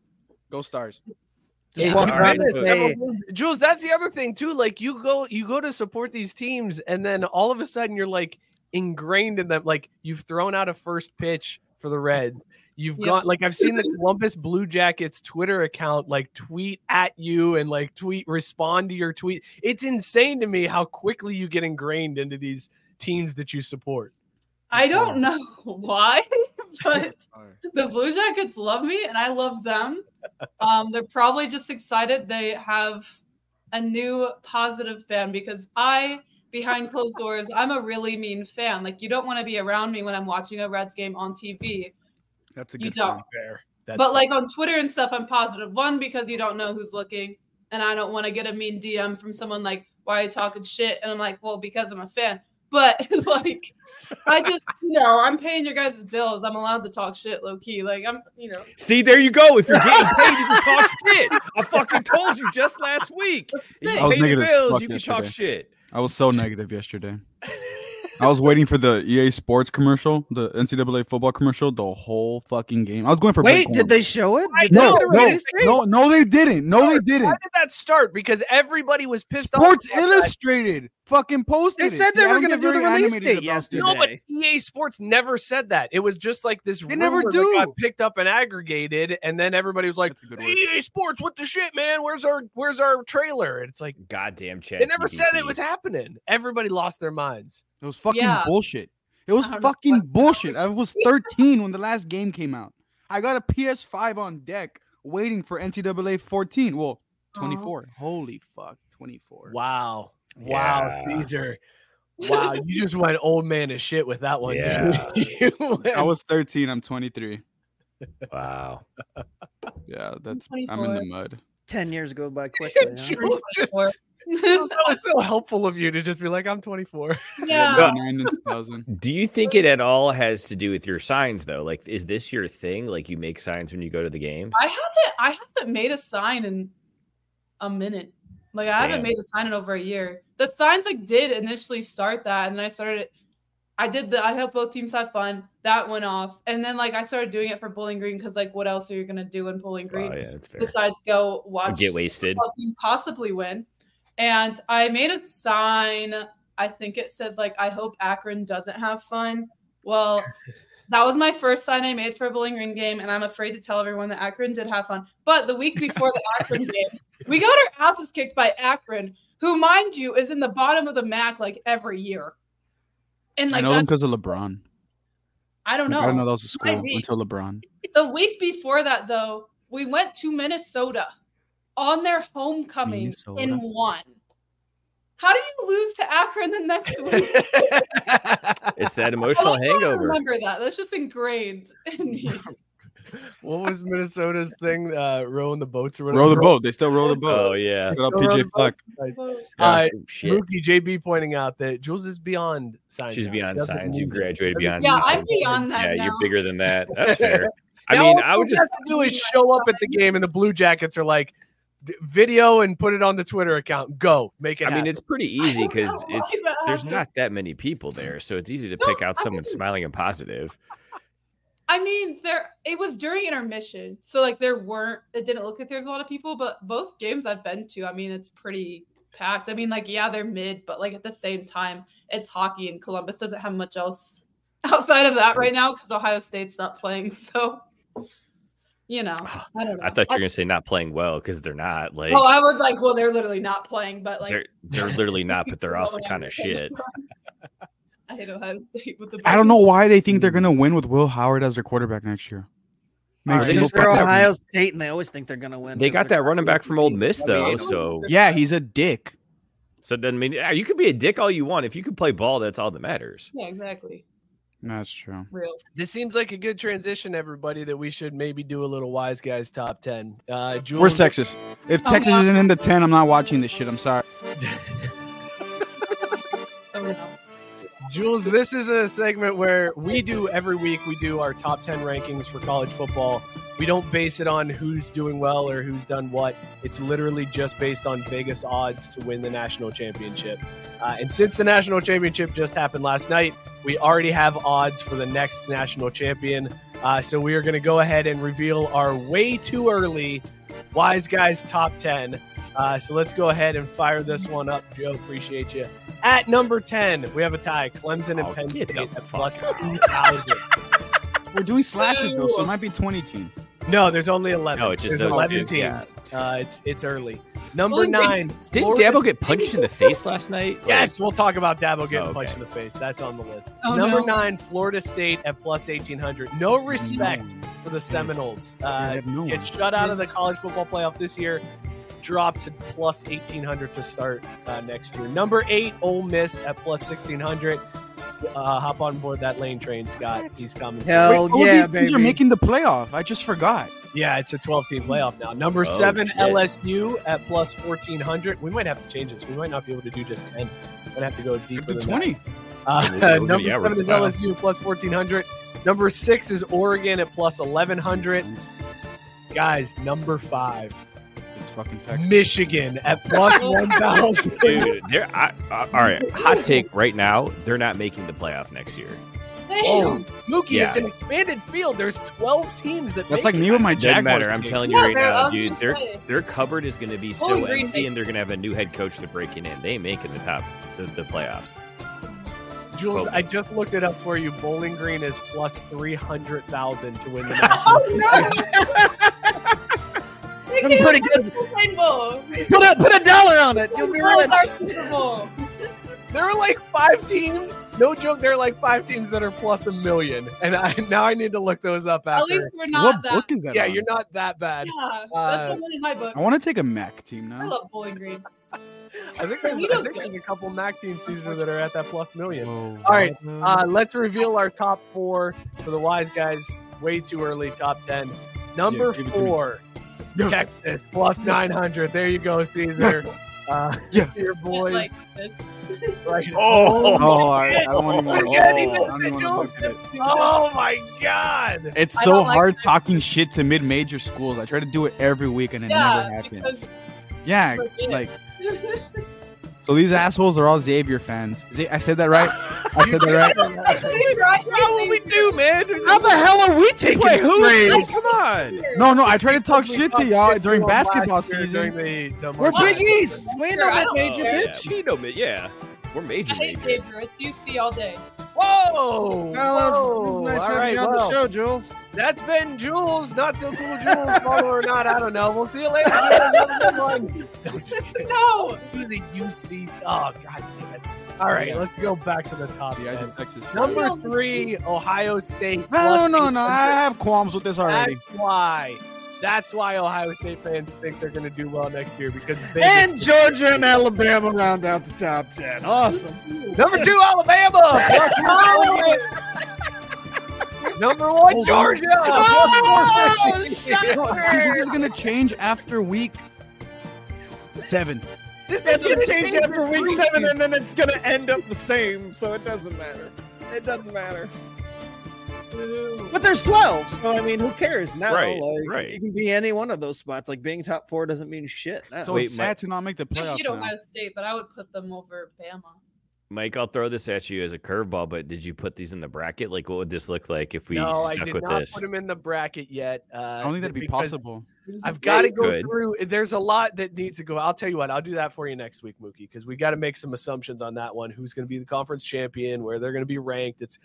G: Go stars.
C: Just
D: Yeah,
C: walk
D: all
C: around
D: right,
C: and
D: so-
C: say,
F: Jules, that's the other thing too. Like you go, you go to support these teams, and then all of a sudden you're like ingrained in them. Like you've thrown out a first pitch for the Reds. You've
H: Yep.
F: gone like I've seen the Columbus Blue Jackets Twitter account like tweet at you and like tweet respond to your tweet. It's insane to me how quickly you get ingrained into these teams that you support.
H: I don't know why, but the Blue Jackets love me and I love them. Um, they're probably just excited they have a new positive fan because I, behind closed doors, I'm a really mean fan. Like, you don't want to be around me when I'm watching a Reds game on TV.
G: That's a
H: You
G: good one.
H: don't.
F: Fair. That's
H: But, like, on Twitter and stuff, I'm positive one because you don't know who's looking. And I don't want to get a mean DM from someone like, why are you talking shit? And I'm like, well, because I'm a fan. But, like, I just, you know, I'm paying your guys' bills. I'm allowed to talk shit low key. Like, I'm, you know.
D: See, there you go. If you're getting paid, you can talk shit. I fucking told you just last week. You
H: I
D: pay
G: was
D: your
G: negative as
D: bills,
G: fuck
D: you can talk shit.
G: I was so negative yesterday. I was waiting for the EA Sports commercial, the NCAA football commercial, the whole fucking game. I was going for
C: "Wait,
G: Blake
C: did
G: Bortles.
C: they show it? Did
G: No,
C: they-
G: no, no, no, they didn't. No, they
F: Why
G: didn't.
F: did that start? Because everybody was pissed
G: Sports
F: off. about that.
G: Illustrated fucking posted.
C: They
G: it.
C: said they
G: Yeah, I
C: were
G: don't
C: gonna
G: get
C: do the
G: very
C: release
G: animated
C: date
G: about
C: yesterday.
F: No, but EA Sports never said that. It was just like this
G: They never
F: rumor
G: do.
F: that got picked up and aggregated, and then everybody was like,
G: That's a good word.
F: "EA Sports, what the shit, man? Where's our where's our trailer?" And it's like
D: Goddamn chat.
F: they never said it
D: GPT.
F: was happening. Everybody lost their minds.
G: It was fucking
H: Yeah.
G: bullshit. It was
H: I don't know
G: fucking
H: what-
G: bullshit. I was 13 when the last game came out. I got a PS5 on deck waiting for NCAA 14. Well, 24. Holy fuck, 24.
F: Wow, wow,
D: Yeah.
F: Caesar. Wow, you just went old man as shit with that one.
D: Yeah.
F: You went-
G: I was 13. I'm 23.
D: Wow.
G: Yeah, that's. I'm in the
H: 24.
G: mud.
C: Ten years go by quickly. huh?
F: Jules just, that was so helpful of you to just be like, I'm 24.
H: yeah.
D: No.
G: Nine and thousand.
D: Do you think it at all has to do with your signs though? Like, is this your thing? Like, you make signs when you go to the games?
H: I haven't I haven't made a sign in a minute. Like I
D: Damn.
H: haven't made a sign in over a year. The signs like did initially start that, and then I started. I did the I hope both teams have fun. That went off, and then like I started doing it for Bowling Green because like what else are you gonna do in Bowling
D: Oh,
H: Green
D: yeah, it's fair.
H: besides go watch
D: Get wasted.
H: fucking possibly win. And I made a sign. I think it said like, "I hope Akron doesn't have fun." Well, that was my first sign I made for a Bowling Green game, and I'm afraid to tell everyone that Akron did have fun. But the week before the Akron game, we got our asses kicked by Akron, who, mind you, is in the bottom of the MAC like every year. And
G: I
H: like
G: know them
H: that's,
G: because of LeBron.
H: I don't
G: Like,
H: know.
G: I don't know that was a
H: Might
G: school
H: be.
G: until LeBron.
H: The week before that, though, we went to Minnesota on their homecoming
G: Minnesota.
H: and won. How do you lose to Akron the next week?
D: It's that
H: I
D: emotional
H: like how I
D: hangover.
H: remember that. That's just ingrained in me.
F: What was Minnesota's thing? Uh, rowing the boats or whatever?
G: Roll the boat. They still roll the boat.
D: Oh yeah.
G: Shout out
F: Still row
G: PJ
F: the
G: Fleck.
F: boats tonight.
D: Yeah, Oh,
F: Uh,
D: shit.
F: Mookie JB pointing out that Jules is beyond signs.
D: She's
F: now.
D: beyond
F: Doesn't
D: signs. You
F: need it.
D: graduated beyond.
H: Yeah, I'm
D: signs.
H: beyond that
D: Yeah,
H: now.
D: you're bigger than that. That's fair. I
F: Now
D: mean,
F: all
D: I was
F: Jules
D: just
F: has to do is show up at the game, and the Blue Jackets are like, "D- video and put it on the Twitter account. Go make it.
D: I mean, it's pretty easy
H: I don't
D: because
H: know why
D: it's
H: that
D: there's
H: happened.
D: not that many people there, so it's easy to
H: No,
D: pick out
H: I
D: someone
H: didn't-
D: smiling and positive.
H: I mean, there it was during intermission, so like there weren't. It didn't look like there's a lot of people, but both games I've been to, I mean, it's pretty packed. I mean, like yeah, they're mid, but like at the same time, it's hockey, and Columbus doesn't have much else outside of that right now because Ohio State's not playing. So, you know, I don't know.
D: I thought you were gonna say not playing well because they're not. Like
H: oh, I was like, well, they're literally not playing, but like
D: they're they're literally not, but they're also kind of shit.
H: I hate Ohio State with the.
G: I don't know why they think
D: Hmm.
G: they're gonna win with Will Howard as their quarterback next year. Makes
D: They
G: no
D: just
C: They're
G: fucking
C: Ohio State, and they always think they're gonna win.
D: They
C: 'cause
D: got
C: they're
D: that running back from Old Miss though,
C: Yeah.
D: so
G: Yeah, he's a dick.
D: so it doesn't mean yeah, you could be a dick all you want if you could play ball. That's all that matters.
H: Yeah, exactly.
G: That's true.
H: Real.
F: This seems like a good transition, everybody. That we should maybe do a little wise guys top ten. Uh, Jules,
G: Where's Texas? If
H: Oh,
G: Texas
H: no.
G: isn't in the ten, I'm not watching this shit. I'm sorry.
H: Oh, no.
F: Jules, this is a segment where we do every week. We do our top ten rankings for college football. We don't base it on who's doing well or who's done what. It's literally just based on Vegas odds to win the national championship. Uh, and since the national championship just happened last night, we already have odds for the next national champion. Uh, so we are going to go ahead and reveal our way too early wise guys top ten. Uh, so let's go ahead and fire this one up, Joe. Appreciate you. At number 10, we have a tie Clemson and
D: Oh,
F: Penn
D: get
F: State
D: the fuck
F: at plus
D: out.
F: 2,000.
G: We're doing slashes though, so it might be 2010.
F: no, there's only 11.
D: No, it's just
F: there's
D: those
F: 11
D: two, yeah.
F: teams. Uh, it's, it's early. Number
H: Only-
F: nine.
D: Didn't
F: Florida
D: Dabo get punched in the face last night? Like,
F: Yes, we'll talk about Dabo getting
D: Oh, okay.
F: punched in the face. That's on the list.
H: Oh,
F: Number
H: no.
F: nine, Florida State at plus 1,800. No
D: Mm-hmm.
F: respect for the Seminoles.
G: I
F: Uh,
G: have no
F: get
G: one.
F: shut out of the college football playoff this year, dropped to plus 1,800 to start uh, next year. Number eight, Ole Miss at plus 1,600. Uh, hop on board that lane train, Scott. He's coming.
C: Hell
G: Wait, all
C: yeah,
G: these teams
C: baby.
G: are making the playoff. I just forgot.
F: Yeah, it's a 12 team playoff now. Number
D: Oh,
F: seven,
D: shit.
F: LSU at plus 1,400. We might have to change this. We might not be able to do just 10. We're going to have to go
G: Get
F: deeper
G: the
F: than that.
G: 20.
D: Yeah,
F: Uh,
D: we're-
F: number
D: yeah, we're-
F: seven is
D: wow.
F: LSU plus 1400. Number six is Oregon at plus 1100. Guys, number five,
G: It's fucking Texas.
F: Michigan at plus 1000.
D: Dude, they're I, I, all right. Hot take right now: they're not making the playoff next year. Oh.
H: Damn.
F: Mookie,
D: Yeah.
F: it's an expanded field. There's 12 teams that
G: That's
F: make
G: like me with my
D: Doesn't
G: Jaguars.
D: matter. I'm
G: team.
D: telling you
H: Yeah,
D: right
H: they're- I
D: now,
H: was
D: dude.
H: gonna
D: Their
H: say.
D: their cupboard is going to be so
H: Bowling Green
D: empty,
H: takes-
D: and they're going to have a new head coach to break it in. They make in the top the, the playoffs.
F: it. Jules,
D: Oh.
F: I just looked it up for you. Bowling Green is plus 300,000 to win the
H: Oh,
F: national.
H: no.
C: I'm pretty good.
H: Rainbow.
C: Put a put a dollar on it. You'll
H: Oh,
C: be rich.
F: there are like five teams. No joke, there are like five teams that are plus a million. And I now I need to look those up after.
H: At least we're
G: What
H: not that.
G: book is that?
F: yeah,
G: on?
F: you're not that bad.
H: Yeah,
F: Uh,
H: that's the one in my book.
G: I want to take a Mac team
H: I
G: now.
H: love Bowling Green.
F: I think, there's, I
H: Toledo's
F: think
H: good.
F: there's a couple Mac teams season that are at that plus million.
G: All
F: uh, right, Uh, let's reveal our top four for the Wise Guys way too early. Top ten, number four, Texas plus nine hundred. There you go, Caesar. Uh,
G: Yeah.
F: your boys.
H: Like this.
F: Like,
D: Oh,
G: Oh, I, I don't want to
F: Look at him,
G: even. Oh, I don't even wanna look at it.
F: oh my God!
G: It's
H: I
G: so
H: don't like
G: hard
H: it.
G: talking shit to mid-major schools. I try to do it every week and it
H: yeah,
G: never happens.
H: because
G: yeah,
H: forget.
G: like so these assholes are all Xavier fans. Z- I said that right. I said that right.
F: How will we do, man?
C: How the hell are we taking
D: Wait,
C: this
D: who
C: grade?
D: is? Come on.
G: No, no, I try to talk shit to y'all during
F: Last
G: basketball
F: year,
G: season.
F: during the- the
C: We're
F: March
C: Big
F: season.
C: East. We ain't no
H: I
C: that
H: don't
C: major
H: care.
C: bitch.
D: Yeah. We know, but yeah, we're major.
H: I hate
D: major.
H: Xavier. It's UFC all day.
F: Whoa!
C: Well, it's,
F: Whoa.
C: nice
F: All
C: having
F: right,
C: you on
F: well,
C: the show, Jules.
F: That's been Jules, not so cool Jules, follow or not, I don't know. We'll see you later. Have a good one. No, I'm just kidding.
H: No.
F: Do the UC. Oh, god damn it. All right, let's go back to the top.
G: The guys in
F: then.
G: Texas.
F: Number three, Ohio State.
G: No, no,
F: plus
G: no, no. I
F: 800.
G: have qualms with this already.
F: That's why. That's why Ohio State fans think they're going to do well next year because they
C: And Georgia and Alabama round out the top ten. Awesome.
F: Number two, Alabama. Plus 400. Number one, Georgia.
G: Oh!
F: Plus 450.
G: No, this is gonna change after week seven.
F: This
C: It's
F: is
C: gonna
F: gonna
C: change after week seven, and then it's gonna end up the same. So it doesn't matter. It doesn't matter. But there's twelve, so I mean, who cares now?
D: Right,
C: like,
D: right.
C: You can be any one of those spots. Like being top four doesn't mean shit. Now.
G: So
D: Wait,
G: it's
D: my-
G: sad to not make the
H: I
G: playoffs.
H: hate
G: Now.
H: Ohio State, but I would put them over Bama.
D: Mike, I'll throw this at you as a curveball, but did you put these in the bracket? Like, what would this look like if we
F: no, I
D: stuck
F: did
D: with
F: not
D: this?
F: put him in the bracket yet. Uh,
G: I don't think that'd be
F: because
G: possible.
F: I've got to
D: you
F: go
D: could.
F: through. eh, There's a lot that needs to go. I'll tell you what. I'll do that for you next week, Mookie, because we got to make some assumptions on that one. Who's going to be the conference champion? Where they're going to be ranked? It's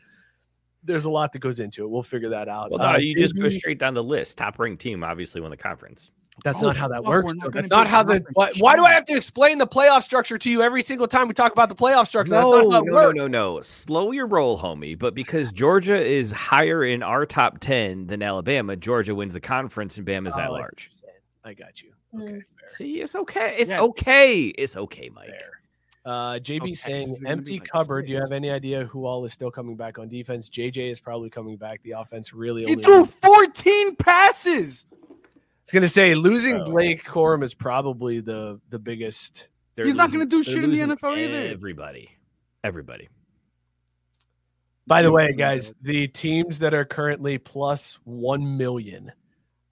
F: there's a lot that goes into it. We'll figure that out.
D: Well,
F: Uh,
D: no, you just go
F: maybe-
D: straight down the list. Top ranked team obviously won the conference.
F: That's
G: Oh,
F: not how that
G: fuck,
F: works.
G: we're not
F: though.
G: gonna
F: That's
G: be
F: not
G: a
F: how the. Why,
G: conference
F: why do I
G: champ.
F: have to explain the playoff structure to you every single time we talk about the playoff structure? That's
D: No,
F: not how
D: no,
F: it
D: no,
F: works.
D: no, no. Slow your roll, homie. But because Georgia is higher in our top ten than Alabama, Georgia wins the conference and Bama's
F: Oh, I see
D: at
F: what
D: large.
F: you're saying. I got you.
H: Mm.
F: Okay, fair.
D: See, it's okay. It's
G: Yeah.
D: okay. It's okay, Mike.
F: Fair. Uh, JB
G: Oh,
F: saying
G: Texas is gonna be
F: empty
G: like this
F: cupboard. Do you
G: big.
F: have any idea who all is still coming back on defense? JJ is probably coming back. The offense really.
G: He
F: only-
G: threw 14 passes.
F: It's gonna say losing
D: Oh.
F: Blake Corum is probably the the biggest.
D: They're
G: He's not
D: losing-
G: gonna do
D: they're
G: shit in the
D: losing
G: NFL either.
D: Everybody, everybody.
F: By the way, guys, the teams that are currently plus one million.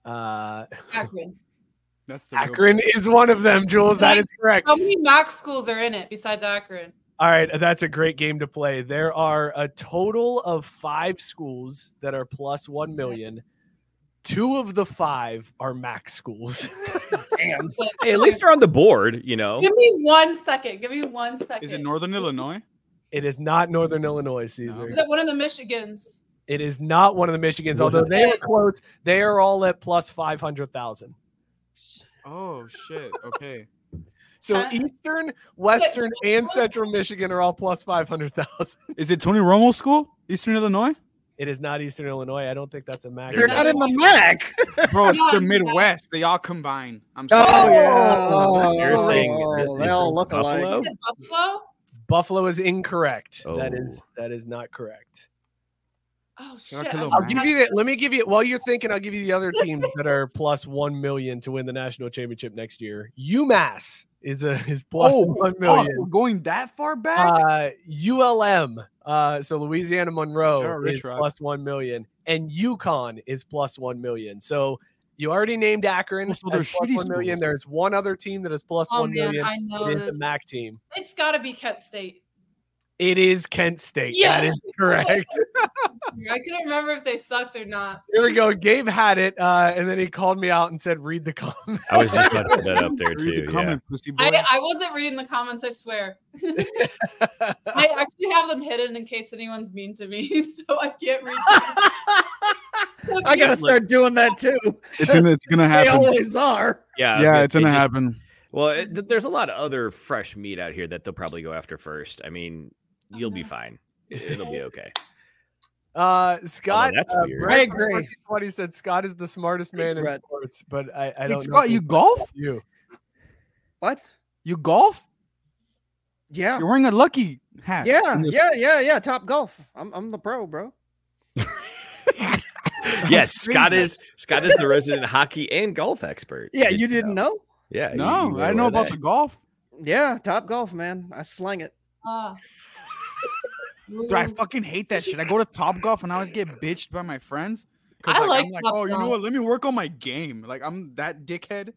F: Uh,
G: Oh,
H: Akron.
G: That's the
F: Akron is one of them, Jules. That is correct.
H: How many MAC schools are in it besides Akron?
F: All right, that's a great game to play. There are a total of five schools that are plus one million. Two of the five are max schools.
C: Damn.
D: Hey, at least they're on the board. You know,
H: Give me one second. Give me one second.
G: Is it Northern Illinois?
F: It is not Northern
C: Mm-hmm.
F: Illinois, Caesar.
H: Is that one of the Michigans?
F: It is not one of the Michigans, although they are close. They are all at plus 500,000.
G: Oh shit. Okay.
F: So
H: Huh?
F: Eastern, Western, and Central Michigan are all plus 500,000.
G: Is it Tony Romo School, Eastern Illinois?
F: It is not Eastern Illinois. I don't think that's a max.
C: They're not in the MAC.
G: Bro, it's
H: Yeah.
G: the Midwest. They all combine. I'm sorry.
C: Oh yeah.
F: Oh,
D: they're saying
C: oh,
D: this
C: they
D: is
C: all look alike.
D: Buffalo?
H: Is it Buffalo?
F: Buffalo is incorrect. That is
D: Oh.
F: that is not correct.
H: Oh shit!
G: Shout out to
H: I'm
G: Lil
H: sorry.
F: I'll give you that. Let me give you while you're thinking, I'll give you the other teams that are plus one million to win the national championship next year. UMass is a is plus
G: Oh,
F: one
G: Fuck,
F: million.
G: we're going that far back?
F: uh, ULM, uh, so Louisiana
G: Shout out
F: Monroe
G: Rich
F: is
G: Rod.
F: plus one million, and Yukon is plus one million. So you already named Akron.
G: Oh, so they're
F: as plus
G: shitty
F: one million.
G: schools.
F: There's one other team that is plus
H: Oh
F: one
H: man,
F: million.
H: I know
F: It is a
H: this.
F: MAC team.
H: It's got to be Kent State.
F: It is Kent State. That
H: Yes.
F: is correct.
H: I couldn't remember if they sucked or not.
F: Here we go. Gabe had it, uh, and then he called me out and said, "Read the comment."
D: I was just about to put that up there
G: Read
D: too.
G: the
D: Yeah.
G: comment, pussy boy.
H: I, I wasn't reading the comments. I swear. I actually have them hidden in case anyone's mean to me, so I can't read. them.
C: I gotta start doing that too.
G: it's, in, it's gonna
C: They
G: happen.
C: always are.
D: Yeah, I was
G: Yeah,
D: gonna
G: it's gonna
D: say, just-
G: happen.
D: Well, it, th- there's a lot of other fresh meat out here that they'll probably go after first. I mean,
H: Oh,
D: you'll be
H: no.
D: fine. It'll be okay.
F: Uh,
G: Oh,
F: Scott,
D: that's
F: uh,
D: weird.
F: Brett
C: I agree.
F: from 20 said Scott is the smartest man in
C: Brett.
F: sports, but I, I
G: Wait,
F: don't know.
G: Scott,
F: if
G: you
F: it's
G: golf?
F: You.
C: What?
G: You golf?
C: Yeah.
G: You're wearing a lucky hat.
C: Yeah,
G: And the-
C: yeah, yeah, yeah. Top golf. I'm I'm the pro, bro.
D: yes, Scott is Scott is the resident hockey and golf expert.
C: Yeah, you didn't know?
D: Yeah. you- you
G: No,
D: were
G: I know
D: aware of
G: about
D: that.
G: the golf.
C: Yeah, top golf, man. I slang it.
H: Ah.
G: Dude, I fucking hate that shit. I go to Top Golf and I always get bitched by my friends. Cause
H: I
G: like,
H: like
G: I'm like,
H: Top
G: oh, you know
H: Golf.
G: what? Let me work on my game. Like I'm that dickhead.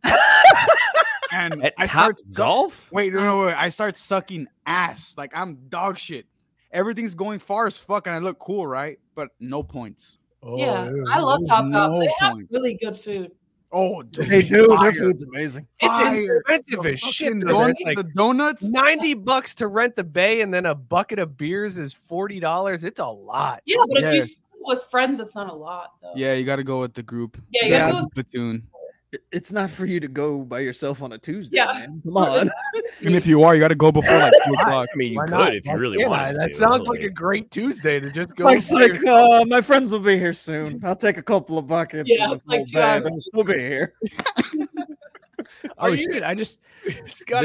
G: and
D: At
G: I
D: top
G: start suck-
D: golf?
G: Wait, no, no, wait. I start sucking ass. Like I'm dog shit. Everything's going far as fuck, and I look cool, right? But no points.
H: yeah,
F: Oh,
H: I love Top Golf.
G: Oh, no
H: they have
G: point.
H: really good food.
G: Oh, dude,
C: They do.
G: fire.
C: Their food's amazing.
F: It's
G: Fire.
F: expensive
G: The
F: as shit.
G: fucking
F: though.
G: donuts,
F: It's like
G: the donuts.
F: 90 bucks to rent the bay and then a bucket of beers is $40. It's a lot.
H: Yeah, but if you
G: Yeah.
H: sit with friends, it's not a lot though.
G: Yeah, you got to go with the group.
H: Yeah, you
C: gotta
G: The
H: go
G: platoon.
C: It- It's not for you to go by yourself on a Tuesday,
H: Yeah.
C: man. Come on.
G: And if you are, you got to go before like two o'clock.
D: I mean, you
F: Why
D: could
F: not?
D: if
F: Why
D: you really
F: can't I?
D: wanted
F: That
D: to,
F: sounds
D: really.
F: like a great Tuesday to just go.
C: Mike's
F: with your-
C: like, uh, my friends will be here soon. I'll take a couple of buckets.
H: Yeah,
C: and
H: it's like two
C: bag.
H: hours.
C: We'll be here.
D: Oh,
F: Are you-
D: shit.
F: I just Scott,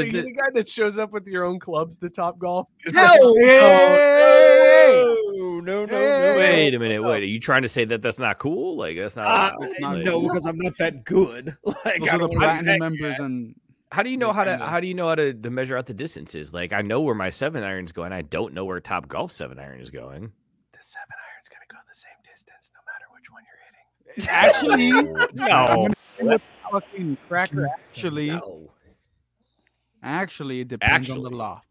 D: The-
F: are you
D: the-
F: the guy that shows up with your own clubs to Top Golf? Oh,
C: Hell
G: Hey!
C: no, no, no,
G: Hey!
D: Wait a minute. Wait, are you trying to say that that's not cool? Like that's not.
C: Uh,
D: allowed?
G: not
D: Like,
C: no, because I'm not that good. Like,
G: Those
C: I
G: are the
C: don't wanna be that
G: platinum members, and
D: How do you know
G: Like,
D: how to?
G: kind of.
D: How do you know how to, to measure out the distances? Like I know where my seven iron's going. I don't know where Top Golf seven iron is going.
F: The seven iron's gonna go the same distance no matter which one you're hitting.
G: actually,
D: No,
G: fucking cracker. Actually,
D: no.
G: actually, it depends on
D: Actually.
G: the loft.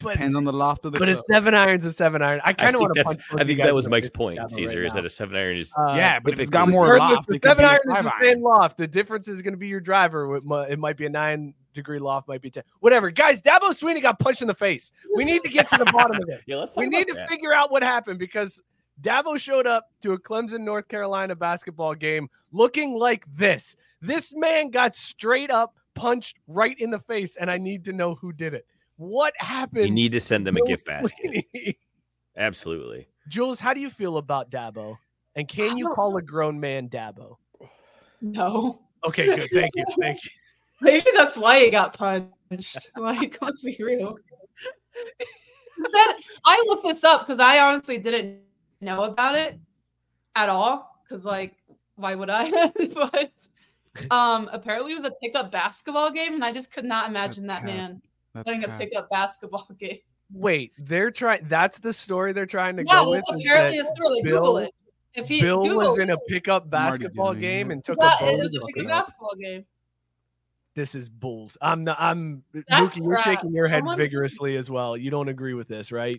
F: But
G: Depends on the loft of the.
F: but a
G: club.
F: seven iron's a seven iron. I
D: I
F: kind
D: think,
F: of want to
D: that's,
F: punch. both
D: I
F: you
D: think
F: guys
D: that
F: in
D: was
F: the
D: Mike's
F: face
D: point,
F: down the
D: Caesar,
F: right
D: is that
F: now.
D: a seven iron is
F: Uh,
G: yeah, but if it's got
D: typically-
G: more
F: Regardless,
G: loft,
F: the
G: it could be
F: seven
G: a
F: iron is
G: five
F: the
G: iron.
F: same loft. The difference is going to be your driver. It mi- It might be a nine degree loft, might be ten. Whatever, guys. Dabo Sweeney got punched in the face. We need to get to the bottom of this.
D: Yeah, let's
F: We need to figure out what happened because Dabo showed up to a Clemson, North Carolina basketball game looking like this. This man got straight up punched right in the face, and I need to know who did it. What happened?
D: You need to send them a
F: Dabo
D: gift basket.
F: Sweeney?
D: Absolutely.
F: Jules, how do you feel about Dabo? And
H: I
F: can you
H: don't
F: call a grown man Dabo?
H: No.
F: Okay, good. Thank you. Thank you.
H: Maybe that's why he got punched. Like, let's be real. He said I looked this up because I honestly didn't know about it at all. Because like, why would I? but um, apparently it was a pickup basketball game, and I just could not imagine that
G: cap.
H: man
G: That's
H: playing a
G: cap.
H: pickup basketball game.
F: Wait, they're trying. That's the story they're trying to
H: Yeah,
F: go with.
H: that's
F: is
H: apparently a
F: that
H: story. Like,
F: Bill-
H: Google it. If he
F: Bill
H: Google
F: was
H: it.
F: in a pickup
G: already
F: basketball
G: doing
F: game
G: that.
F: and took
H: yeah,
F: a
H: it
F: bone.
H: was a
F: to
H: pickup
F: the face.
H: basketball game.
F: This is bulls. I'm not. I'm
H: That's
F: Mookie, You're
H: crap.
F: shaking your head
H: Someone-
F: vigorously as well. You don't agree with this, right?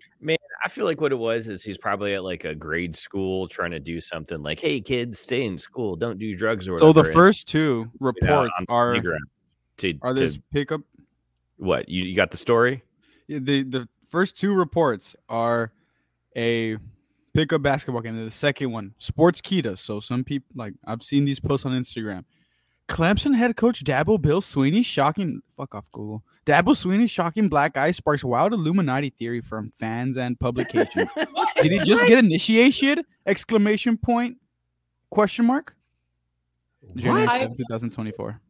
D: I feel like what it was is he's probably at like a grade school trying to do something like, "Hey kids, stay in school, don't do drugs or
G: So
D: whatever."
G: the
D: and
G: first two
D: get out
G: reports
D: on the
G: are
D: playground to,
G: are
D: to-
G: this pickup.
D: what you, you got the story?
G: yeah, The the first two reports are a pickup basketball game. and The second one, sports ketas. So some people like I've seen these posts on Instagram. Clemson head coach Dabo Bill Sweeney shocking fuck off Google. Dabo Sweeney shocking black eye sparks wild Illuminati theory from fans and publications. Did he just get initiated? Exclamation point question mark. January
H: What?
G: 7th, 2024.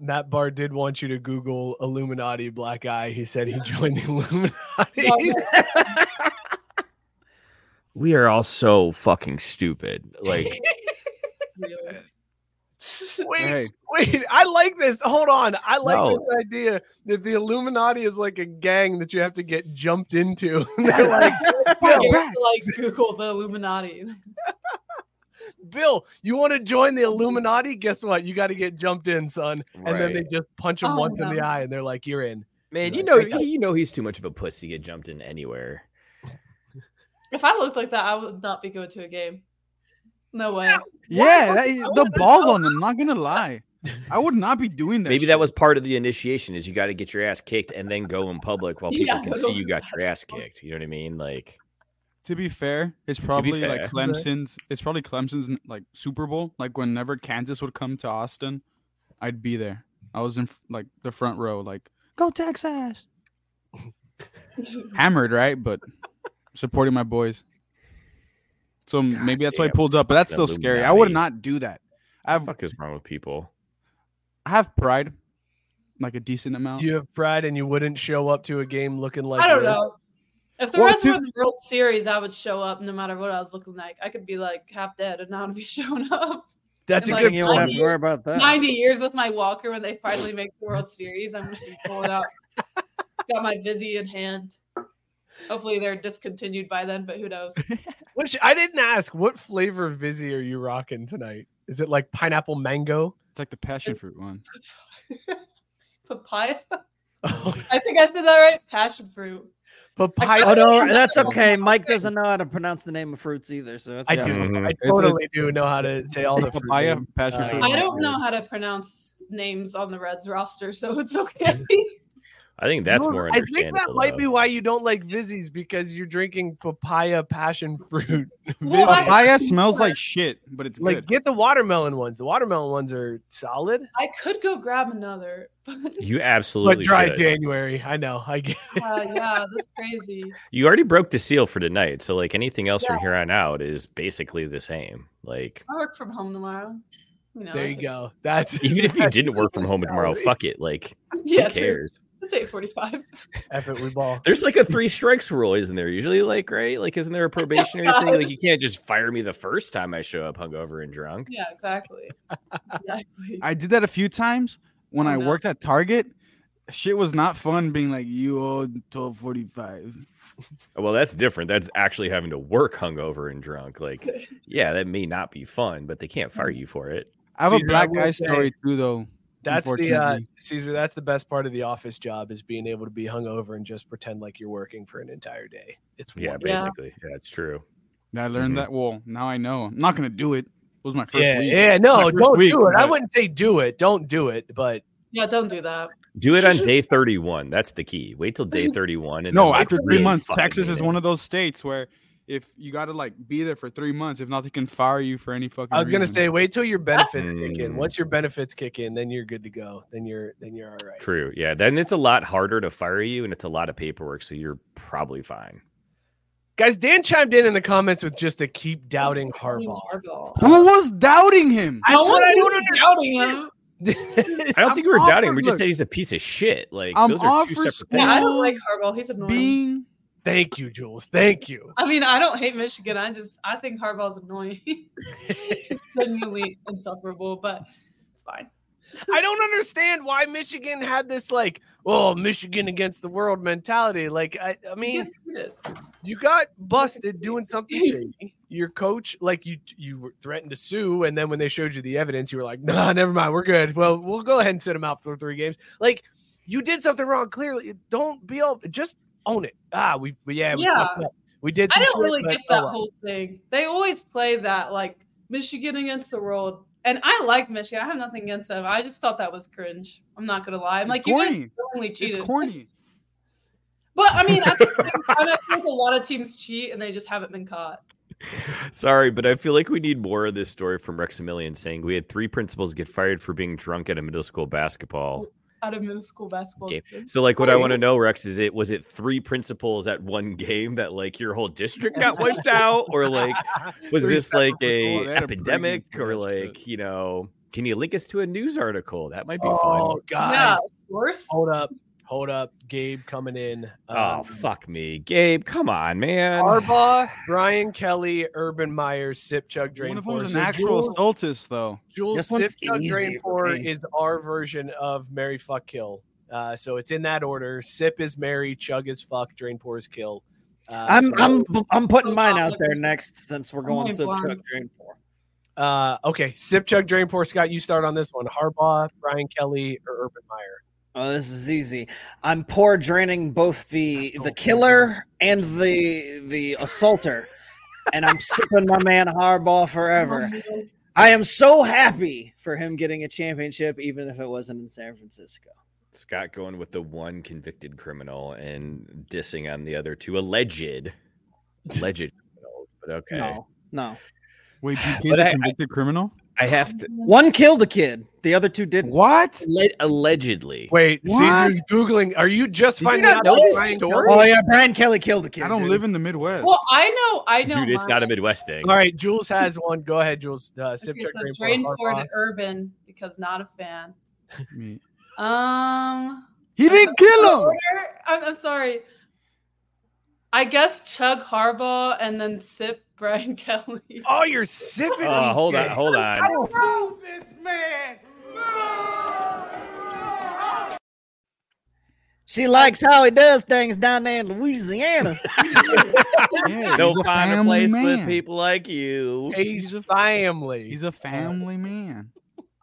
F: Matt Barr did want you to Google Illuminati black eye. He said he joined the Illuminati.
D: We are all so fucking stupid. Like
H: Really.
F: Wait,
G: Hey.
F: wait. I like this. Hold on. I like
D: No.
F: this idea that the Illuminati is like a gang that you have to get jumped into. And they're like,
H: Yeah, you have to, like Google the Illuminati.
F: Bill, you want to join the Illuminati? Guess what? You got to get jumped in, son. And then they just punch him
H: Oh,
F: once in the
H: no.
F: eye and they're like, you're in.
D: man,
F: Yeah,
D: you know
F: I got-
D: you know he's too much of a puss to get jumped in anywhere.
H: If I looked like that, I would not be going to a game. No way.
G: Yeah, that, the balls on them. Not gonna lie, I would not be doing that.
D: Maybe that
G: shit.
D: was part of the initiation is you got to get your ass kicked and then go in public while people
H: Yeah,
D: can
H: go
D: see
H: to
D: you
H: the
D: got your ass
H: bathroom.
D: kicked. You know what I mean? Like
G: To be fair, it's probably
D: fair.
G: like Clemson's. It's probably Clemson's like Super Bowl. Like whenever Kansas would come to Austin, I'd be there. I was in f- like the front row. Like go Texas, hammered right, but supporting my boys. So m- maybe that's why I
D: Goddamn
G: pulled up. But that's
D: fucking
G: still scary. I would
D: Illuminati.
G: not do that. I have
D: fuck is wrong with people?
G: I have pride, like a decent amount.
D: Oh.
F: You have pride and you wouldn't show up to a game looking like
H: I don't
F: this?
H: know. If the
G: Well,
H: Reds
G: to-
H: were in the World Series, I would show up no matter what I was looking like. I could be like half dead and not be showing up.
D: That's
H: In,
D: a
H: like,
D: good
C: You don't have
D: point.
C: to worry about that.
H: 90 years with my walker when they finally make the World Series. I'm just gonna pull it out. Got my Vizzy in hand. Hopefully they're discontinued by then, but who knows?
F: Which I didn't ask. What flavor Vizzy are you rocking tonight? Is it like pineapple mango?
G: It's like the passion
H: It's-
G: fruit one.
H: Papaya.
F: Oh,
H: I think I said that right. Passion fruit.
F: papaya.
C: Oh no, that's okay. Mike doesn't know how to pronounce the name of fruits either, so that's
F: I do.
C: yeah.
D: Mhm.
F: I
G: a-
F: totally do know how to say all the fruit
G: Papaya
F: names.
G: passion
F: Uh,
G: fruit.
H: I
G: one's
H: don't
G: weird.
H: know how to pronounce names on the Reds roster, so it's okay.
D: I think that's
F: No,
D: more
F: I think
D: understandable.
F: that might
D: though.
F: be why you don't like Vizzies because you're drinking papaya passion fruit.
H: Well,
F: Vizzy.
H: I-
G: Papaya smells like shit, but it's
F: like
G: good.
F: get the watermelon ones. The watermelon ones are solid,
H: I could go grab another, but
D: You absolutely
F: but dry
D: should.
F: January. I know. I get.
H: uh, yeah, that's crazy.
D: You already broke the seal for tonight, so like anything else from
H: Yeah.
D: here on out is basically the same. Like
H: I work from home tomorrow. You know,
F: There
H: I
F: you
H: could-
F: go. That's
D: even if you didn't work from home tomorrow,
F: Salary.
D: fuck it. Like
H: Yeah,
D: who
H: true.
D: cares?
H: It's eight forty-five.
F: effort we ball.
D: There's like a three strikes rule, isn't there? Usually, like right, like isn't there a probationary thing? Like you can't just fire me the first time I show up hungover and drunk.
H: Yeah, exactly. Exactly.
G: I did that a few times when
H: Oh,
G: I
H: no.
G: worked at Target. Shit was not fun being like you owe twelve forty five.
D: Well, that's different. That's actually having to work hungover and drunk. Like, yeah, that may not be fun, but they can't fire you for it.
G: I have
F: See,
G: a
F: I
G: black
F: will
G: guy
F: say-
G: story too, though.
F: That's the uh,
G: unfortunately.
F: Caesar. That's the best part of the office job is being able to be hungover and just pretend like you're working for an entire day. It's
D: Yeah,
F: wonderful.
H: Yeah.
D: basically. Yeah, it's true.
G: I learned
D: Mhm.
G: that. Well, now I know. I'm not gonna do it. It was my first
F: Mm-hmm. yeah,
G: week. My
F: yeah, no,
G: first
F: don't
G: week,
F: do it. I
G: but-
F: wouldn't say do it. Don't do it. But
H: Yeah, don't do that.
D: Do it on day 31. That's the key. Wait till day 31. And
G: No,
D: then, like,
G: after three
D: really
G: months,
D: fucking
G: Texas
D: hate
G: is
D: it.
G: one of those states where if you gotta like be there for three months, if not, they can fire you for any fucking.
F: I was gonna
G: reason.
F: say, wait till your benefits kick in.
D: Mm.
F: Once your benefits kick in, then you're good to go. Then you're then you're all right.
D: True. Yeah. Then it's a lot harder to fire you and it's a lot of paperwork. So you're probably fine.
F: Guys, Dan chimed in in the comments with just a keep doubting Harbaugh.
H: Harbaugh.
G: who was doubting him?
H: No
F: That's what
H: one
F: I
H: was
F: don't
H: doubting him.
F: understand.
D: I don't
G: I'm
D: think we were doubting. him. We
G: offered-
D: just
G: look,
D: said he's a piece of shit. Like,
G: I'm
D: those are two
G: offered
D: separate
H: Yeah, I don't
G: Schools
H: like Harbaugh. He's annoying.
G: Being
F: Thank you, Jules. Thank you.
H: I mean, I don't hate Michigan. I just I think Harbaugh's annoying. He's genuinely insufferable, but it's fine.
F: I don't understand why Michigan had this like, oh, Michigan against the world mentality. Like, I, I
H: He
F: mean,
H: gets treated.
F: you got busted doing something shady. Your coach, like you, you were threatened to sue, and then when they showed you the evidence, you were like, "Nah, never mind, we're good. Well, we'll go ahead and sit him out for three games." Like, you did something wrong. Clearly, don't be all just own it. Ah, we, we- yeah, we, fucked up. we did.
H: I
F: some
H: don't
F: shit,
H: really
F: but
H: get
F: oh
H: that
F: well."
H: whole thing. They always play that like Michigan against the world. And I like Michigan. I have nothing against them. I just thought that was cringe. I'm not gonna lie. I'm like,
G: it's
H: you
G: corny.
H: guys only cheated.
G: It's corny.
H: But I mean, at the same time, I feel like a lot of teams cheat and they just haven't been caught.
D: Sorry, but I feel like we need more of this story from Rexamillion saying we had three principals get fired for being drunk at a middle school basketball.
H: Out of middle school basketball.
D: Game.
H: games.
D: So, like, what I want to know, Rex, is it was it three principals at one game that like your whole district got wiped out, or like was
G: Three
D: this like
G: separate people,
D: a
G: they had a
D: epidemic,
G: briefing for
D: or
G: that shit.
D: like you know, can you link us to a news article? That might be
F: Oh,
D: fun.
F: guys,
H: Yeah, source.
F: hold up, hold up, Gabe coming in.
D: Oh
F: Um,
D: fuck me, Gabe! Come on, man.
F: Harbaugh, Brian Kelly, Urban Meyer, Sip Chug Drain.
G: One of
F: Four.
G: them's
F: So
G: an actual
F: Jules,
G: Stultis, though.
F: Jules
C: This
F: Sip
C: one's
F: Chug
C: easy
F: Drain
C: for
F: Four
C: me.
F: is our version of Mary Fuck Kill. Uh, so it's in that order. Sip is Mary, Chug is Fuck, Drain Pour is Kill. Uh,
C: I'm
F: so-
C: I'm I'm putting mine out
H: Looking-
C: there next since we're
H: my
C: going sub
H: God.
C: truck drain four.
F: uh, okay. Sip Chug Drain Pour. Scott, you start on this one. Harbaugh, Brian Kelly, or Urban Meyer.
C: Oh, this is easy. I'm poor draining both the
F: Assault.
C: the killer and the the assaulter, and I'm sipping my man Harbaugh forever. I am so happy for him getting a championship, even if it wasn't in San Francisco.
D: Scott going with the one convicted criminal and dissing on the other two alleged, alleged criminals. But okay,
C: No, no.
G: Wait,
D: But
G: DK's
D: I-
G: a
D: I-
G: convicted criminal?
D: I have to
C: One killed a kid. The other two didn't.
G: What?
D: le- allegedly.
F: Wait,
G: What?
F: Caesar's Googling. Are you
D: Does
F: just
D: he
F: finding
D: not
F: out
D: know
F: about
D: this
F: Brian
D: story?
F: Kelly?
C: Oh yeah, Brian Kelly killed a kid.
G: I don't
C: dude.
G: live in the Midwest.
H: Well, I know, I know.
D: Dude, it's
H: mine.
D: not a Midwest thing.
F: All right, Jules has one. Go ahead, Jules. Uh, sip
H: Okay,
F: check
H: so
F: drain
H: drain
F: pour,
H: four
F: Harbaugh.
H: to urban because not a fan.
G: Me.
H: Um,
G: He didn't kill him.
H: order- I'm, I'm sorry. I guess chug Harbaugh and then sip Brian Kelly.
F: Oh, you're sipping.
D: Oh, hold on, hold on.
B: Move this man.
C: She likes how he does things down there in Louisiana.
G: Yeah,
D: They'll
G: he's a
D: find a
G: family
D: place with
G: man.
D: people like you.
F: He's family.
G: He's a family man.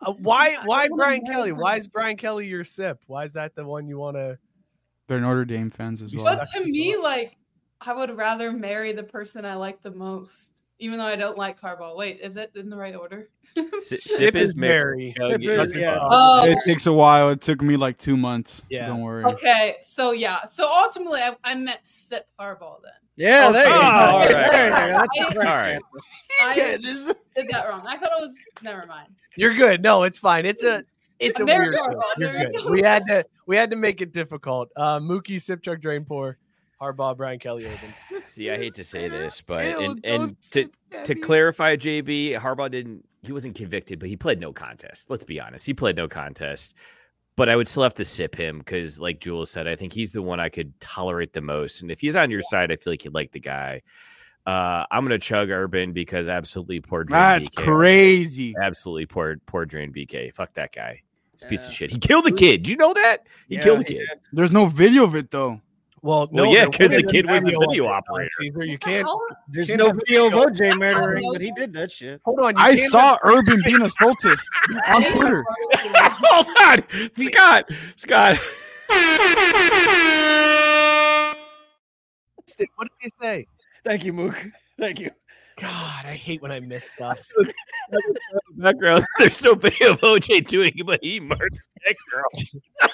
F: Uh, why? Why Brian Kelly? Why is Brian Kelly your sip? Why is that the one you want to?
G: They're Notre Dame fans as well.
H: But to me, like, I would rather marry the person I like the most, even though I don't like Harbaugh. Wait, is it in the right order?
D: Si- sip is married.
F: Mary.
C: Sip is- yeah.
H: Oh,
G: It takes a while. It took me like two months.
F: Yeah.
G: Don't worry.
H: okay. So yeah. So ultimately, I, I meant sip Harbaugh then.
C: yeah, there you go.
D: Oh, all right.
C: There you go. That's the
D: All right.
C: correct
H: I did that wrong. I thought it was. Never mind.
F: You're good. No, it's fine. It's a it's a
H: Mary
F: weird.
H: Harbaugh,
F: twist. You're
H: there you
F: good.
H: go.
F: We had to we had to make it difficult. Uh, Mookie, sip truck, drain pour, Harbaugh, Brian Kelly, Open.
D: See, I hate to say this, but and, and to to clarify, JB Harbaugh didn't. He wasn't convicted, but he pled no contest. Let's be honest, he pled no contest. But I would still have to sip him because, like Jules said, I think he's the one I could tolerate the most. And if he's on your side, I feel like you'd like the guy. Uh, I'm gonna chug Urban because absolutely poor. Drain
G: That's
D: BK.
G: crazy.
D: Absolutely poor, poor Drain BK. Fuck that guy. He's a piece of
C: Yeah.
D: shit. He killed the kid. Did you know that? He
C: Yeah,
D: killed the
C: he
D: kid.
G: There's no video of it though.
F: Well,
D: Well,
F: no,
D: yeah,
F: there
D: 'cause the
F: wasn't
D: kid was the
F: of
D: video
F: it, Don
D: operator.
F: Caesar. You
H: What the
F: can't
H: hell?
C: There's
F: Can't
C: no
F: have
C: video of
F: video.
C: OJ murdering, but he did that shit.
F: hold on. you
G: I
F: can't
G: saw Urban being assaulted on Twitter.
D: Hold on, Scott. Scott.
F: have missed it. What did they say?
C: Thank you, Mook. Thank you.
F: God, I hate when I miss stuff.
D: background. There's no video of OJ doing it, but he murdered that girl.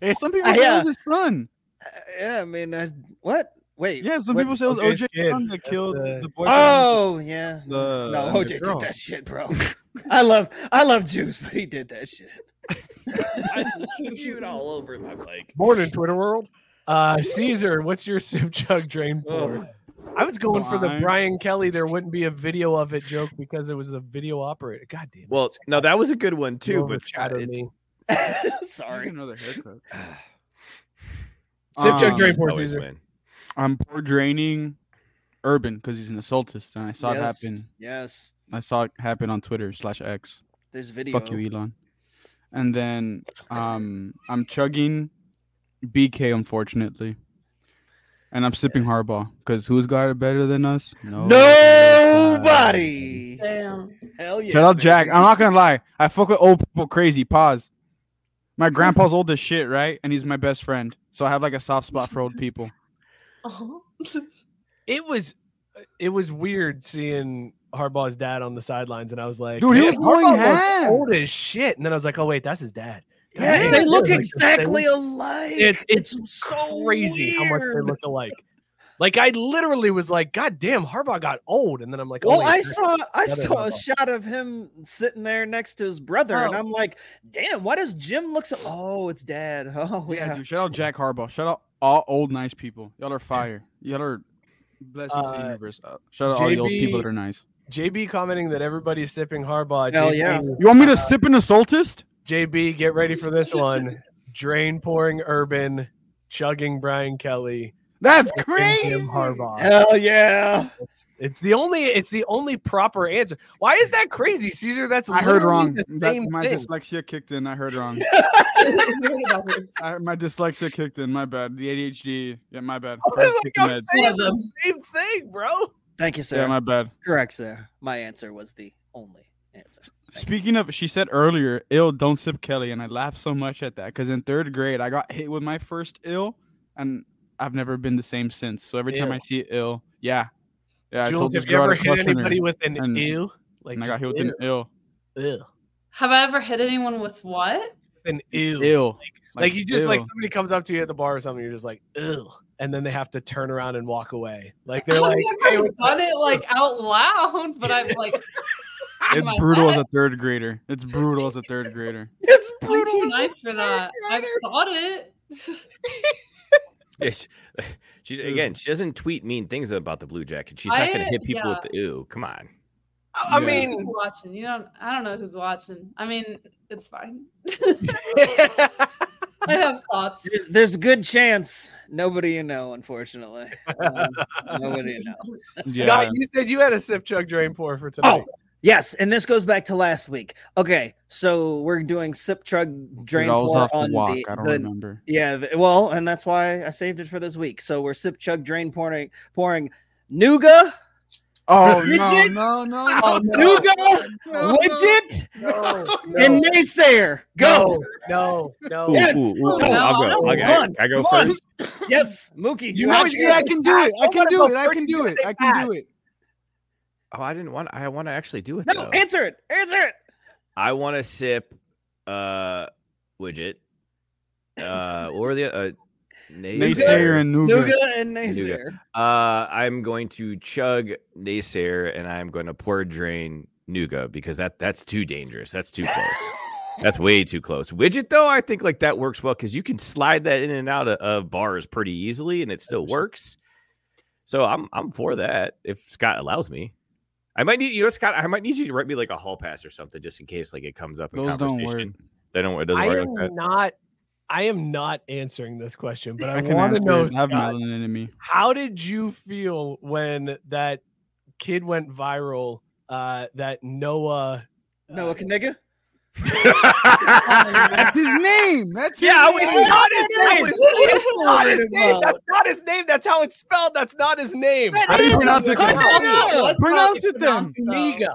G: Hey, Eh, some people
C: Uh,
G: say
C: yeah.
G: it was his son.
C: Uh, yeah, I mean, uh, what? Wait.
G: Yeah, some
C: what-
G: people say it was
F: OJ's
G: OJ
F: kid.
G: son that
F: That's,
G: killed
F: uh,
G: the boy.
C: Oh yeah.
G: the, uh,
C: No,
G: the
C: OJ
G: girl.
C: did that shit, bro. I love I love Jews, but he did that shit.
D: Shoot all over my bike.
F: Born in Twitter world. Uh, Caesar, what's your sip chug drain
D: oh,
F: for? I was going for the
G: Fine.
F: Brian Kelly. There wouldn't be a video of it joke because it was a video operator. God damn. it.
D: Well, no, that was a good one
F: You
D: too, but Scott,
F: overshadowed
D: it's-
F: me.
G: Sorry.
C: Sorry.
G: Another haircut.
F: Sip chug
G: Um,
F: drain pour,
D: always
F: Caesar.
D: win.
G: I'm poor draining Urban because he's an assaultist, and I saw
C: yes.
G: it happen.
C: Yes.
G: I saw it happen on Twitter slash X.
C: There's video.
G: Fuck you, Elon. And then um, I'm chugging BK, unfortunately. And I'm sipping Harbaugh because who's got it better than us? No.
C: Nobody.
H: Damn.
C: Hell yeah.
G: Shout out
C: baby.
G: Jack. I'm not gonna lie. I fuck with old people crazy. Pause. My grandpa's old as shit, right? And he's my best friend, so I have like a soft spot for old people.
H: Oh.
F: It was, it was weird seeing Harbaugh's dad on the sidelines, and I was Oh, like,
G: Dude, he
F: "Man,
G: was going
F: Harbaugh looks
G: ham."
F: old as shit. And then I was like, "Oh wait, that's his dad." God
C: Yeah,
F: damn,
C: they
F: it
C: look
F: is like the
C: exactly
F: same.
C: alike.
F: It's it's,
C: so
F: crazy how much they
C: weird.
F: look alike. Like I literally was like, "God damn, Harbaugh got old," and then I'm like, "Oh
C: Well,
F: wait,
C: I
F: that's-
C: saw I
F: Another
C: saw a
F: level.
C: shot of him sitting there next to his brother, and
H: Oh.
C: I'm like, damn, why does Jim look so? Oh, it's Dad. Oh
G: Yeah,
C: yeah.
G: dude. Shout out Jack Harbaugh. Shout out all old nice people. Y'all are fire. Y'all are blessings to
F: Uh,
G: the universe. Uh, Shout out all the old people
F: JB
G: that are nice.
F: JB commenting that everybody's sipping Harbaugh.
C: Hell
F: JB,
C: yeah.
G: You want me to sip an assaultist?
F: JB, get ready for this one. Drain pouring Urban, chugging Brian Kelly,
G: That's
F: and
G: crazy.
F: Jim Harbaugh.
C: Hell yeah.
F: It's, it's the only it's the only proper answer. Why is that crazy, Caesar? That's
G: I heard
F: literally
G: wrong.
F: The
G: That-
F: same
G: my
F: thing.
G: dyslexia kicked in. I heard wrong.
H: That's
G: I, my dyslexia kicked in. My bad. The ADHD. Yeah, my bad.
F: I was like,
G: Taking
F: "Oh, I'm
G: meds.
F: saying the same thing, bro.
C: Thank you, sir.
G: Yeah, my bad.
C: Correct, sir. My answer was the only answer.
G: Speaking of, she said earlier, ill, don't sip Kelly. And I laughed so much at that because in third grade, I got hit with my first ill and I've never been the same since. So every time
F: Ew.
G: I see ill, yeah. Yeah, I
F: Jules,
G: told this
F: have you
G: girl
F: ever
G: to
F: hit
G: crush on her.
F: anybody with an
G: and-
F: ew? Like
G: and I got
F: just
G: hit with an ill.
F: ew.
H: Have I ever hit anyone with what?
F: An ew.
G: Ill.
F: Like, you just like
G: ill.
F: somebody comes up to you at the bar or something, you're just like, ew. And then they have to turn around and walk away. Like they're
H: I've
F: like, hey,
H: never
F: what's up?
H: done it like out loud, but I'm like, "Oh
G: It's
H: my
G: brutal as
H: butt.
G: a third grader. It's brutal as a third grader.
C: It's
H: I'm too nice for that. I've thought it.
D: Yeah, she, she-
G: Ugh.
D: again, she doesn't tweet mean things about the Blue Jackets. She's not going to
H: I-
D: hit people
H: yeah.
D: with the ooh. Come on.
F: I
G: Yeah.
F: mean,
H: Who's watching? You don't. I don't know who's watching. I mean, it's fine. I have thoughts.
C: There's, there's a good chance nobody you know, unfortunately. Um, nobody you know.
F: Scott, you said you had a sip, chug, drain, pour for tonight.
G: Oh.
C: Yes, and this goes back to last week. Okay, so we're doing sip chug drain
G: Dude, I was
C: pour
G: off the
C: on
G: walk.
C: the,
G: I don't
C: the-
G: remember.
C: yeah. The, well, and that's why I saved it for this week. So we're sip chug drain pouring pouring nougat,
G: Oh
C: Richard?
G: no, no, no, Oh, no,
C: nougat,
G: no,
C: widget,
G: no, no.
C: and naysayer. Go.
F: No, Oh, no.
D: Ooh,
C: Yes.
D: ooh, ooh, ooh,
H: No,
D: I'll
H: I
D: go.
H: don't
D: I'll go.
C: want-
D: I go
C: come on.
D: first.
C: Yes, Mookie.
G: You
C: got
G: know, yeah, I can do it. I can do it. I can do it. I can do it.
D: Oh, I didn't want. I want to actually do it.
C: No,
D: though.
C: answer it. Answer it.
D: I want to sip uh widget. Uh what were the uh naysayer.
G: Naysayer and nougat.
C: Nougat and naysayer.
D: Uh I'm going to chug naysayer and I'm going to pour drain nougat because that that's too dangerous. That's too close. That's way too close. Widget though, I think like that works well because you can slide that in and out of, of bars pretty easily and it still works. So I'm I'm for that if Scott allows me. I might need you know Scott, I might need you to write me like a hall pass or something just in case like it comes up in
G: Those don't
D: conversation.
G: work.
D: They don't. It doesn't
F: I
D: work
F: am
D: like that.
F: not. I am not answering this question, but I,
G: I can
F: want to
G: answer
F: know,
G: it. I have
F: Scott,
G: melanin in me.
F: how did you feel when that kid went viral? Uh, that Noah. uh,
C: Noah Kaniga.
G: That's his name. That's his
F: Yeah,
G: name.
F: wait, not his name.
C: is-
F: It's not
C: what
F: his
C: it's
F: name.
C: about.
F: That's not his name. That's how it's spelled. That's not his name.
G: How do you pronounce it?
C: What's
G: Kyle?
C: up?
G: Pronounce it then.
F: Kaniga.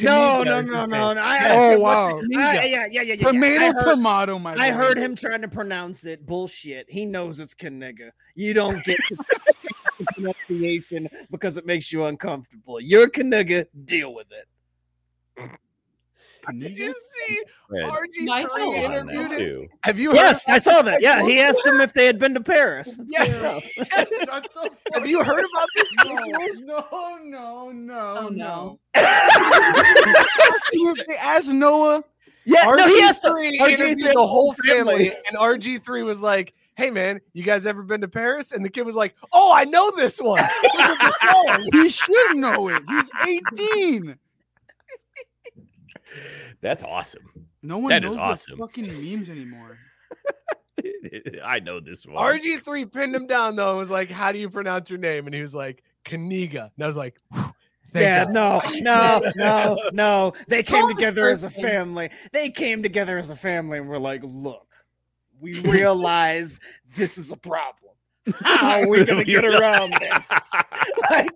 C: No, no, no,
F: Kaniga is his name.
C: no, no. I,
F: Yes.
G: Oh
C: I,
G: wow.
C: I, yeah, yeah, yeah, yeah, yeah. I
G: Tomato,
C: heard,
G: tomato. My.
C: I
G: lord.
C: heard him trying to pronounce it. Bullshit. He knows it's Kaniga. You don't get the pronunciation because it makes you uncomfortable. You're Kaniga. Deal with it.
F: Did you see
D: Red.
H: Michael.
D: Come on
F: RG3
H: He
D: now,
F: interviewed him?
D: too.
F: Have you heard
C: Yes, I saw that. Yeah, he asked him if they had been to Paris. That's
F: Yes.
C: good stuff.
F: Yes. Have you heard about this? Nicholas?
G: No, no, no.
H: Oh, no.
G: they asked Noah.
C: Yeah, no, he asked him.
F: RG3
C: RG3
F: interviewed the whole family, and RG3 was like, "Hey, man, you guys ever been to Paris?" And the kid was like, "Oh, I know this one."
G: He should know it. He's 18.
D: That's awesome.
G: No one
D: That
G: knows
D: is
G: the
D: awesome.
G: fucking memes anymore.
D: I know this one.
F: RG3 pinned him down though and was like, "How do you pronounce your name?" And he was like, "Kaniga." And I was like, "Whew, thank
C: yeah,
F: God."
C: no, no, no, no. They came
H: Call the
C: together as a
H: person.
C: family. They came together as a family and were like, look, we realize this is a problem. How are we gonna get around this? Like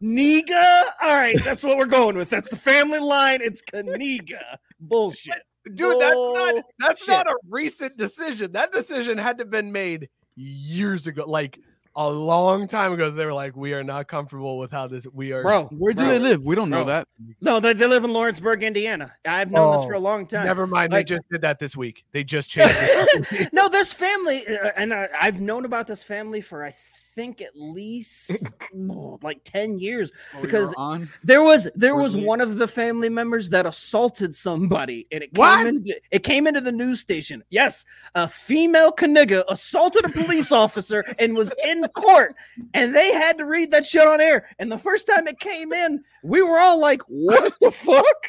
C: Niga? All right, that's what we're going with. That's the family line. It's Kaniga. Bullshit.
F: dude, that's not that's
C: Bullshit.
F: not a recent decision. That decision had to have been made years ago, like a long time ago. They were like, "We are not comfortable with how this. We are
C: Bro,
G: Where do
C: bro.
G: they live? We don't know
C: Bro.
G: that.
C: No, they, they live in Lawrenceburg, Indiana. I've known this
F: Oh,
C: for a long time.
F: Never mind.
C: Like-
F: they just did that this week. They just changed. it.
C: no, this family, uh, and I, I've known about this family for I think at least oh, like ten years.
G: Oh, we
C: Because-
G: were on.
C: There was there
G: Were
C: was
G: you-
C: one of the family members that assaulted somebody, and it came
G: What?
C: Into, it came into the news station. Yes, a female Kaniga assaulted a police officer and was in court, and they had to read that shit on air. And the first time it came in, we were all like, "What the fuck?"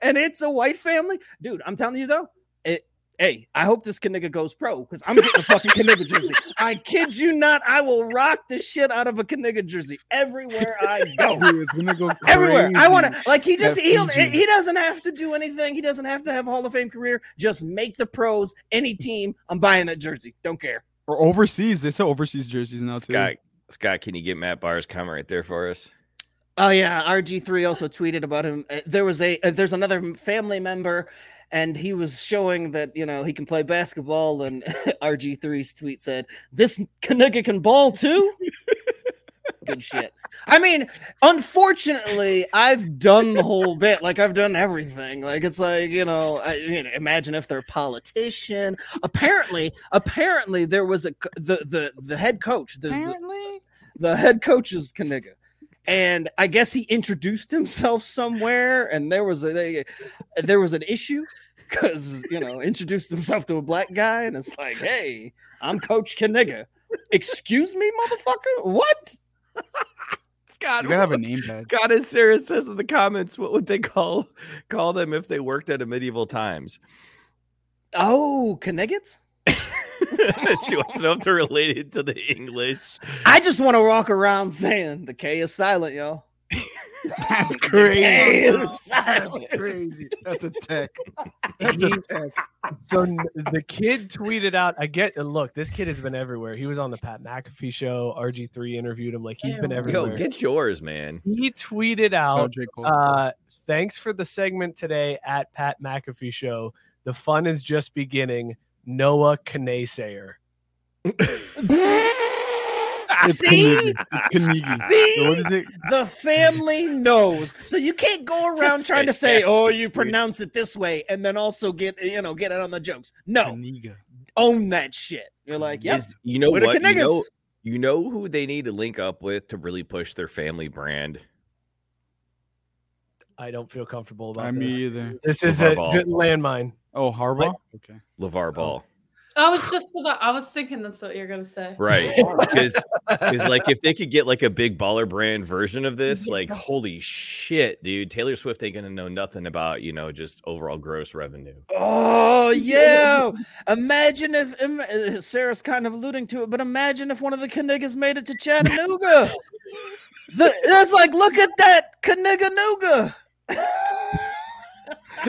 C: And it's a white family, dude. I'm telling you though, it. Hey, I hope this Kaniga goes pro because I'm getting a fucking Kaniga jersey. I kid you not, I will rock the shit out of a Kaniga jersey everywhere I go
G: Dude, it's gonna go
C: everywhere. I want
G: crazy.
C: to like he just
G: That
C: he
G: Fiji.
C: he doesn't have to do anything. He doesn't have to have a Hall of Fame career. Just make the pros. Any team, I'm buying that jersey. Don't care.
G: Or overseas. They sell overseas jerseys now too.
D: Scott, Scott, can you get Matt Barr's comment right there for us?
C: Oh yeah, RG3 also tweeted about him. Uh, There was a uh, there's another m- family member and he was showing that, you know, he can play basketball and RG3's tweet said, "This Kanuga can ball too." Good shit. I mean, unfortunately, I've done the whole bit. Like I've done everything. Like it's like, you know, I, you know, imagine if they're a politician. Apparently, apparently there was a c- the the the head coach, there's the the head coach is Kaniga. And I guess he introduced himself somewhere, and there was a they, there was an issue because you know introduced himself to a black guy, and it's like, hey, I'm Coach Kaniga. Excuse me, motherfucker. What?
G: You
D: Scott,
G: gotta have a name tag.
D: Scott and Sarah says in the comments, what would they call call them if they worked at a medieval times?
C: Oh, Kanigats?
D: she wants to know if they're related to the English.
C: I just want to walk around saying the K is silent, y'all.
I: That's crazy.
C: Yes.
I: That's crazy. That's a tech. That's a tech.
F: so n- the kid tweeted out, I get look, this kid has been everywhere. He was on the Pat McAfee show, RG3 interviewed him, like he's been everywhere.
D: Yo, get yours, man.
F: he tweeted
I: Oh,
F: out,
I: J. Cole.
F: uh, thanks for the segment today at Pat McAfee show. The fun is just beginning. Noah Knesayer.
C: See?
G: It's Kanigi.
C: See?
G: What is it?
C: The family knows. So you can't go around trying to say, oh, you pronounce it this way, and then also get you know, get it on the jokes. No,
G: Kaniga.
C: own that shit. You're like, yes,
D: Is- you know
C: With a
D: what? You
C: Knigas.
D: know, you know who they need to link up with to really push their family brand?
F: I don't feel comfortable about
G: I'm me
F: this.
G: either.
F: This is a
D: Harbaugh.
F: d- landmine.
G: Oh, Harbaugh. Okay.
D: LeVar Ball.
H: I was just about, I was thinking that's what you're gonna say.
D: Right. Because like if they could get like a big baller brand version of this, like holy shit, dude. Taylor Swift ain't gonna know nothing about, you know, just overall gross revenue.
C: Oh yeah! imagine if im- uh, Sarah's kind of alluding to it, but imagine if one of the Kanigas made it to Chattanooga. The- that's like, look at that Kaniganuga. we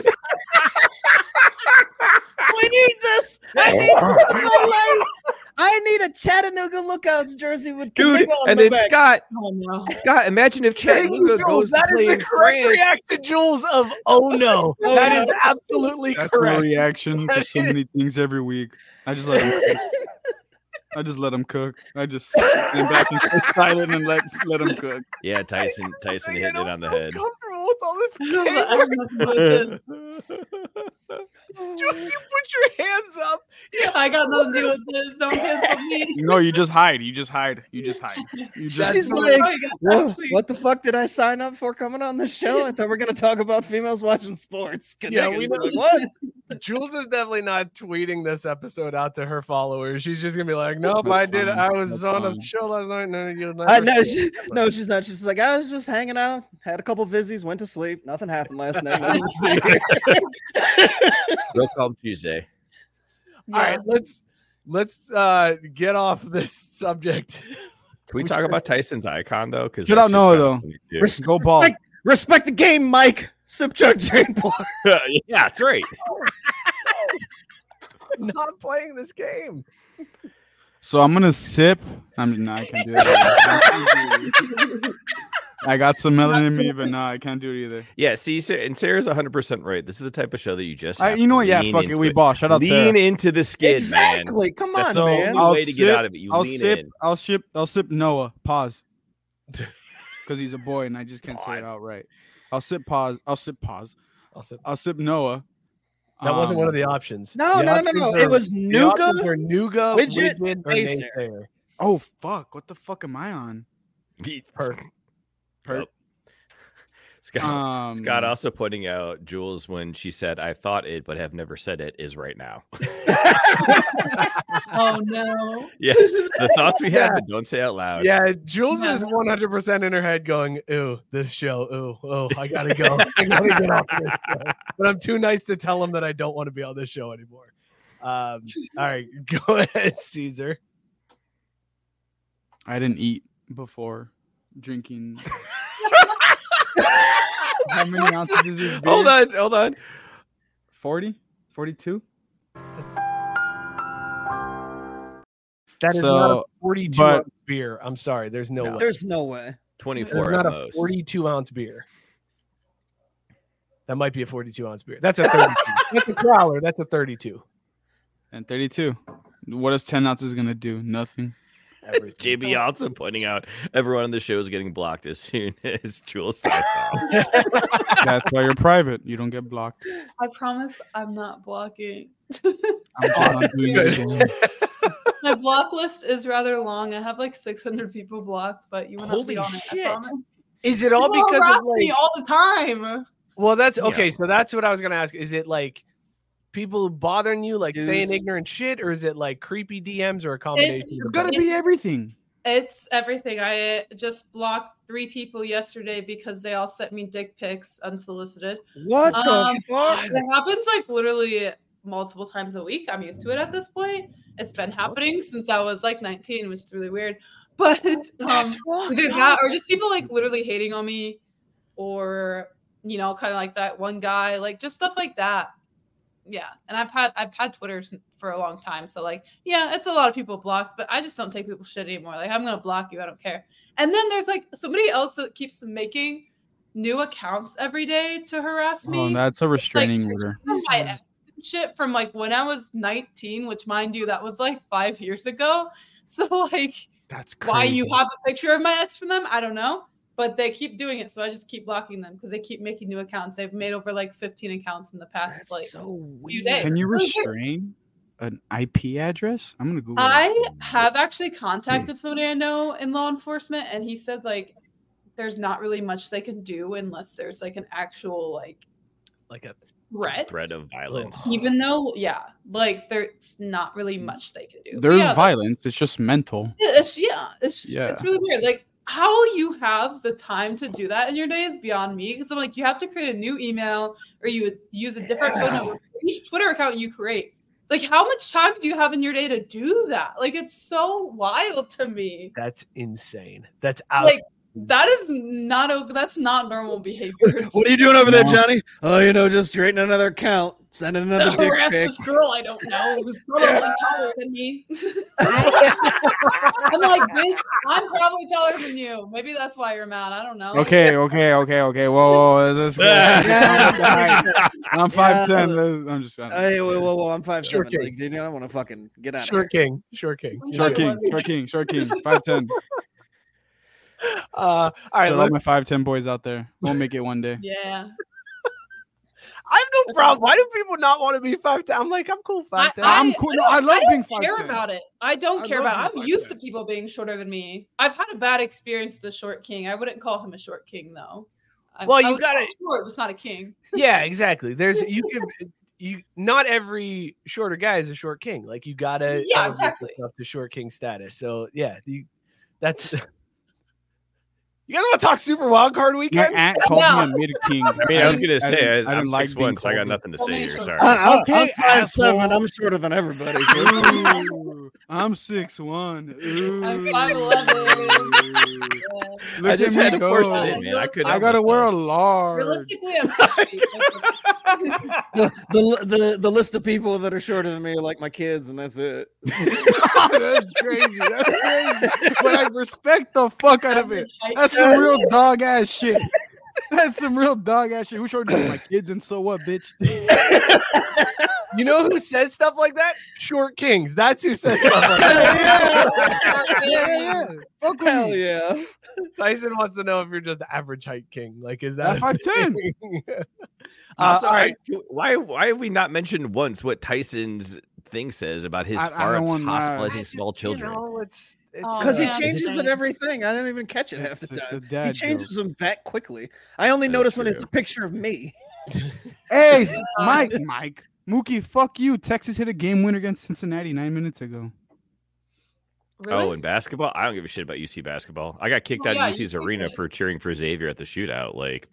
C: need this. I need this in my life. I need a Chattanooga Lookouts jersey with Kaniga
D: Dude,
C: on
D: and
C: the
D: then
C: back.
D: Scott,
H: Oh no.
D: Scott, imagine if Chattanooga goes to
F: that is
D: play
F: the
D: in
F: correct
D: France.
F: reaction, Jules, of oh no. that is absolutely
G: That's my
F: correct.
G: reaction to so many things every week. I just let him. cook. I just let him cook. I just stand back and stay silent and let let him cook.
D: Yeah, Tyson, Tyson
F: I
D: hitting it
F: don't
D: on the
F: feel
D: head.
F: comfortable with all this
H: I don't know- I don't know about this.
F: Jules, you put your hands up.
H: I got nothing to do with this. Don't cancel me.
G: No, you just hide. You just hide. You just hide. You just.
C: She's
H: Oh,
C: like,
H: my God,
C: Whoa,
H: actually-
C: what the fuck did I sign up for coming on this show? I thought we are gonna talk about females watching sports.
F: Yeah, we
C: Kanigas,
F: know-
C: like, what?
F: Jules is definitely not tweeting this episode out to her followers. She's just gonna be like, "Nope, I did. I
G: fine.
F: was
G: That's
F: on a
G: fine."
F: show last night. No, you
C: I Uh, no, she, no, she's not. She's like, I was just hanging out, had a couple fizzies, went to sleep. Nothing happened last night. Nothing to see.
D: Real Calm Tuesday.
F: All right, let's let's uh get off this subject.
D: Can we talk about Tyson's icon though? Because
G: Should I know, though? Go ball.
C: Like- Respect the game, Mike. Subject Jane Paul.
D: yeah, that's right.
F: Not playing this game.
G: So I'm gonna sip. I'm nah, I can't do it. I got some melanin in me, but no, I can't do it either.
D: Yeah, see, Sa- and Sarah's 100% right. This is the type of show that you just.
G: I,
D: have
G: you know
D: to
G: what? Yeah,
D: lean
G: fuck it.
D: into
G: We ball. Shout out
D: lean
G: Sarah.
D: into the skid. Man.
C: Exactly. Come on,
D: That's the
C: man.
D: only
G: I'll
D: way to get
G: sip-
D: out of it. You
G: I'll
D: lean
G: sip.
D: in.
G: I'll sip. I'll sip Noah. Pause. Because he's a boy, and I just can't say it
D: Pause.
G: outright. I'll sip. Pause. I'll sip. Pause.
F: Also,
G: I'll sip Noah.
F: that wasn't one of
G: Um,
F: the options.
C: No, no,
F: The
C: no,
F: options
C: no, no. It
F: are-
C: was
F: the
C: Nuka.
F: options are Nuga,
C: Widget,
F: widget, or
C: Naysayer.
F: Naysayer.
G: Oh fuck! What the fuck am I on?
F: Perfect.
G: Perp.
D: Scott,
G: Um,
D: Scott also pointing out Jules when she said, I thought it, but have never said it, is right now.
H: Oh no.
D: Yeah. the thoughts we have, but don't say out loud.
F: Yeah, Jules
H: No,
F: is
H: no.
F: 100% in her head going, ooh, this show, ooh, oh, I gotta go. I gotta get off this show. But I'm too nice to tell him that I don't want to be on this show anymore. Um, all right, go ahead, Caesar.
G: I didn't eat before drinking. How many ounces is this? Beer?
D: Hold on, hold on.
G: 40? 42?
F: That is not a
G: So,
F: 42
G: but-
F: ounce beer. I'm sorry, there's no, way.
C: There's no way.
D: 24
F: There's
D: at
F: not a
D: most.
F: 42 ounce beer. That might be a 42 ounce beer. That's a 32. That's a growler. That's a 32.
G: And 32. What is 10 ounces going to do? Nothing.
D: JB also pointing out everyone on the show is getting blocked as soon as Jules signs off.
G: That's why you're private. You don't get blocked.
H: I promise I'm not blocking.
G: I'm just not doing it again.
H: My block list is rather long. I have like 600 people blocked, but you want to
D: Holy
H: be on
D: shit.
H: it. I promise.
F: Is it all
H: People
F: because
H: harass
F: of like,
H: me all the time.
F: Well, that's
D: Yeah.
F: okay. So that's what I was gonna ask. Is it like people bothering you, like saying
C: Dudes.
F: ignorant shit, or is it like creepy DMs or a combination?
H: It's
F: of
G: It's got to
F: both?
G: be everything.
H: It's everything. I just blocked three people yesterday because they all sent me dick pics unsolicited.
C: What the
H: Um,
C: fuck?
H: It happens like literally multiple times a week. I'm used to it at this point. It's been happening since I was like 19, which is really weird. But um,
C: Oh,
H: either that or just people like literally hating on me or, you know, kind of like that one guy, like just stuff like that. Yeah. And I've had, I've had Twitter s- for a long time. So like, yeah, it's a lot of people blocked, but I just don't take people shit anymore. Like I'm going to block you. I don't care. And then there's like somebody else that keeps making new accounts every day to harass me
G: Oh, that's a restraining order.
H: from my ex and shit from like when I was 19, which mind you, that was like five years ago. So like
G: that's
H: why you have a picture of my ex from them, I don't know. But they keep doing it, so I just keep blocking them because they keep making new accounts. They've made over like 15 accounts in the past like
C: so
H: few
C: weird.
H: days.
G: Can you
H: It's really weird.
G: restrain an IP address? I'm gonna Google. it.
H: I have actually
C: Hmm.
H: contacted somebody I know in law enforcement, and he said like there's not really much they can do unless there's like an actual like
F: like a
H: threat.
D: Threat of violence.
H: Even though, yeah, like there's not really much they can do. But
G: There's
H: yeah, that's-
G: violence. It's just mental.
H: Yeah, it's, yeah, it's just,
G: Yeah.
H: it's really weird. Like how you have the time to do that in your day is beyond me. Because I'm like, you have to create a new email or you would use a different phone number for each Twitter account you create. Like how much time do you have in your day to do that? Like it's so wild to me.
F: That's insane. That's out.
H: Like that is not o- that's not normal behavior.
C: What are you doing over there, Johnny? Oh, you know, just creating another account, sending another dick
H: harass
C: pic.
H: this girl I don't know who's probably taller than me. I'm like, bitch, I'm probably taller than you. Maybe that's why you're mad. I don't know.
G: Okay, okay, okay, okay. Whoa, whoa, whoa let's go. I'm five ten. I'm just.
C: Hey, whoa, whoa, whoa! I'm five
F: Sure
C: seven.
F: case.
C: Like, dude, I don't want to fucking get out
F: Sure
C: of
F: king, sure king.
G: Short king, short king, short king. Five ten.
F: Uh, all right,
G: Shout out
F: let's,
G: my five ten boys out there. We'll make it one day.
H: Yeah.
F: I have no problem. Why do people not want to be five ten? I'm like, I'm cool
H: I,
F: five ten.
G: I'm cool. No, I love
H: don't
G: being
H: care
G: 5'10".
H: about it. I don't
G: I
H: care
G: love
H: about it.
G: being
H: I'm used to
G: 5'10".
H: people being shorter than me. I've had a bad experience with the short king. I wouldn't call him a short king though. I-
F: Well,
H: I
F: you
H: would call
F: gotta-
H: him Short, but it's not a king.
F: yeah, exactly. There's you can you not every shorter guy is a short king. Like you gotta
H: Yeah,
F: elevate
H: exactly.
F: yourself to short king status. So yeah, you, that's you guys want to talk super wild card
G: My
F: weekend?
G: aunt called
H: Yeah.
G: me a mid king.
D: I mean, I was gonna say I,
G: didn't-
D: I am
G: like
D: like six
G: being
D: one, so I got
G: called
D: nothing to
H: Oh my
D: say here.
H: God.
D: Sorry.
C: here. I,
G: Okay,
C: am 5 seven.
G: asshole.
C: I'm shorter than everybody.
G: Ooh, I'm six one. Mm.
H: I'm 5'11". Yeah.
G: Look
D: I just
G: at me
D: had to force
G: go.
D: it in, man. I couldn't.
G: I gotta
D: help
G: wear a
D: myself.
G: large.
H: Realistically, I'm six feet.
C: the, the the the list of people that are shorter than me are like my kids, and that's it.
G: That's crazy. That's crazy. But I respect the fuck out of it.
H: Average
G: That's
H: height.
G: some real dog ass shit. That's some real dog ass shit. Who showed you my kids and so what, bitch?
F: You know who says stuff like that? Short kings. That's who says stuff like that.
G: yeah,
H: Short
G: yeah,
H: king.
G: yeah. Fuck with
C: Hell
G: me.
C: yeah!
F: Tyson wants to know if you're just average height king. Like, is that
G: At five ten.
F: uh,
D: Also,
F: all right.
D: I- why why have we not mentioned once what Tyson's thing says about his
G: I- I don't
D: farts
G: wanna-
D: hospitalizing
F: I just,
D: small children?
F: You know, it's it's
H: Oh,
C: Because
H: yeah.
C: he changes at everything. I don't even catch it half the
G: It's- it's
C: time.
G: a dad
C: He
G: joke.
C: changes them that quickly. I only
D: That's
C: notice when
D: true.
C: it's a picture of me.
G: Hey, s- Mike, Mike, Mookie, fuck you. Texas hit a game winner against Cincinnati nine minutes ago.
H: Really?
D: Oh, in basketball, I don't give a shit about UC basketball. I got kicked
H: Oh,
D: out
H: yeah,
D: of UC's
H: UC
D: arena
H: did.
D: for cheering for Xavier at the shootout. Like,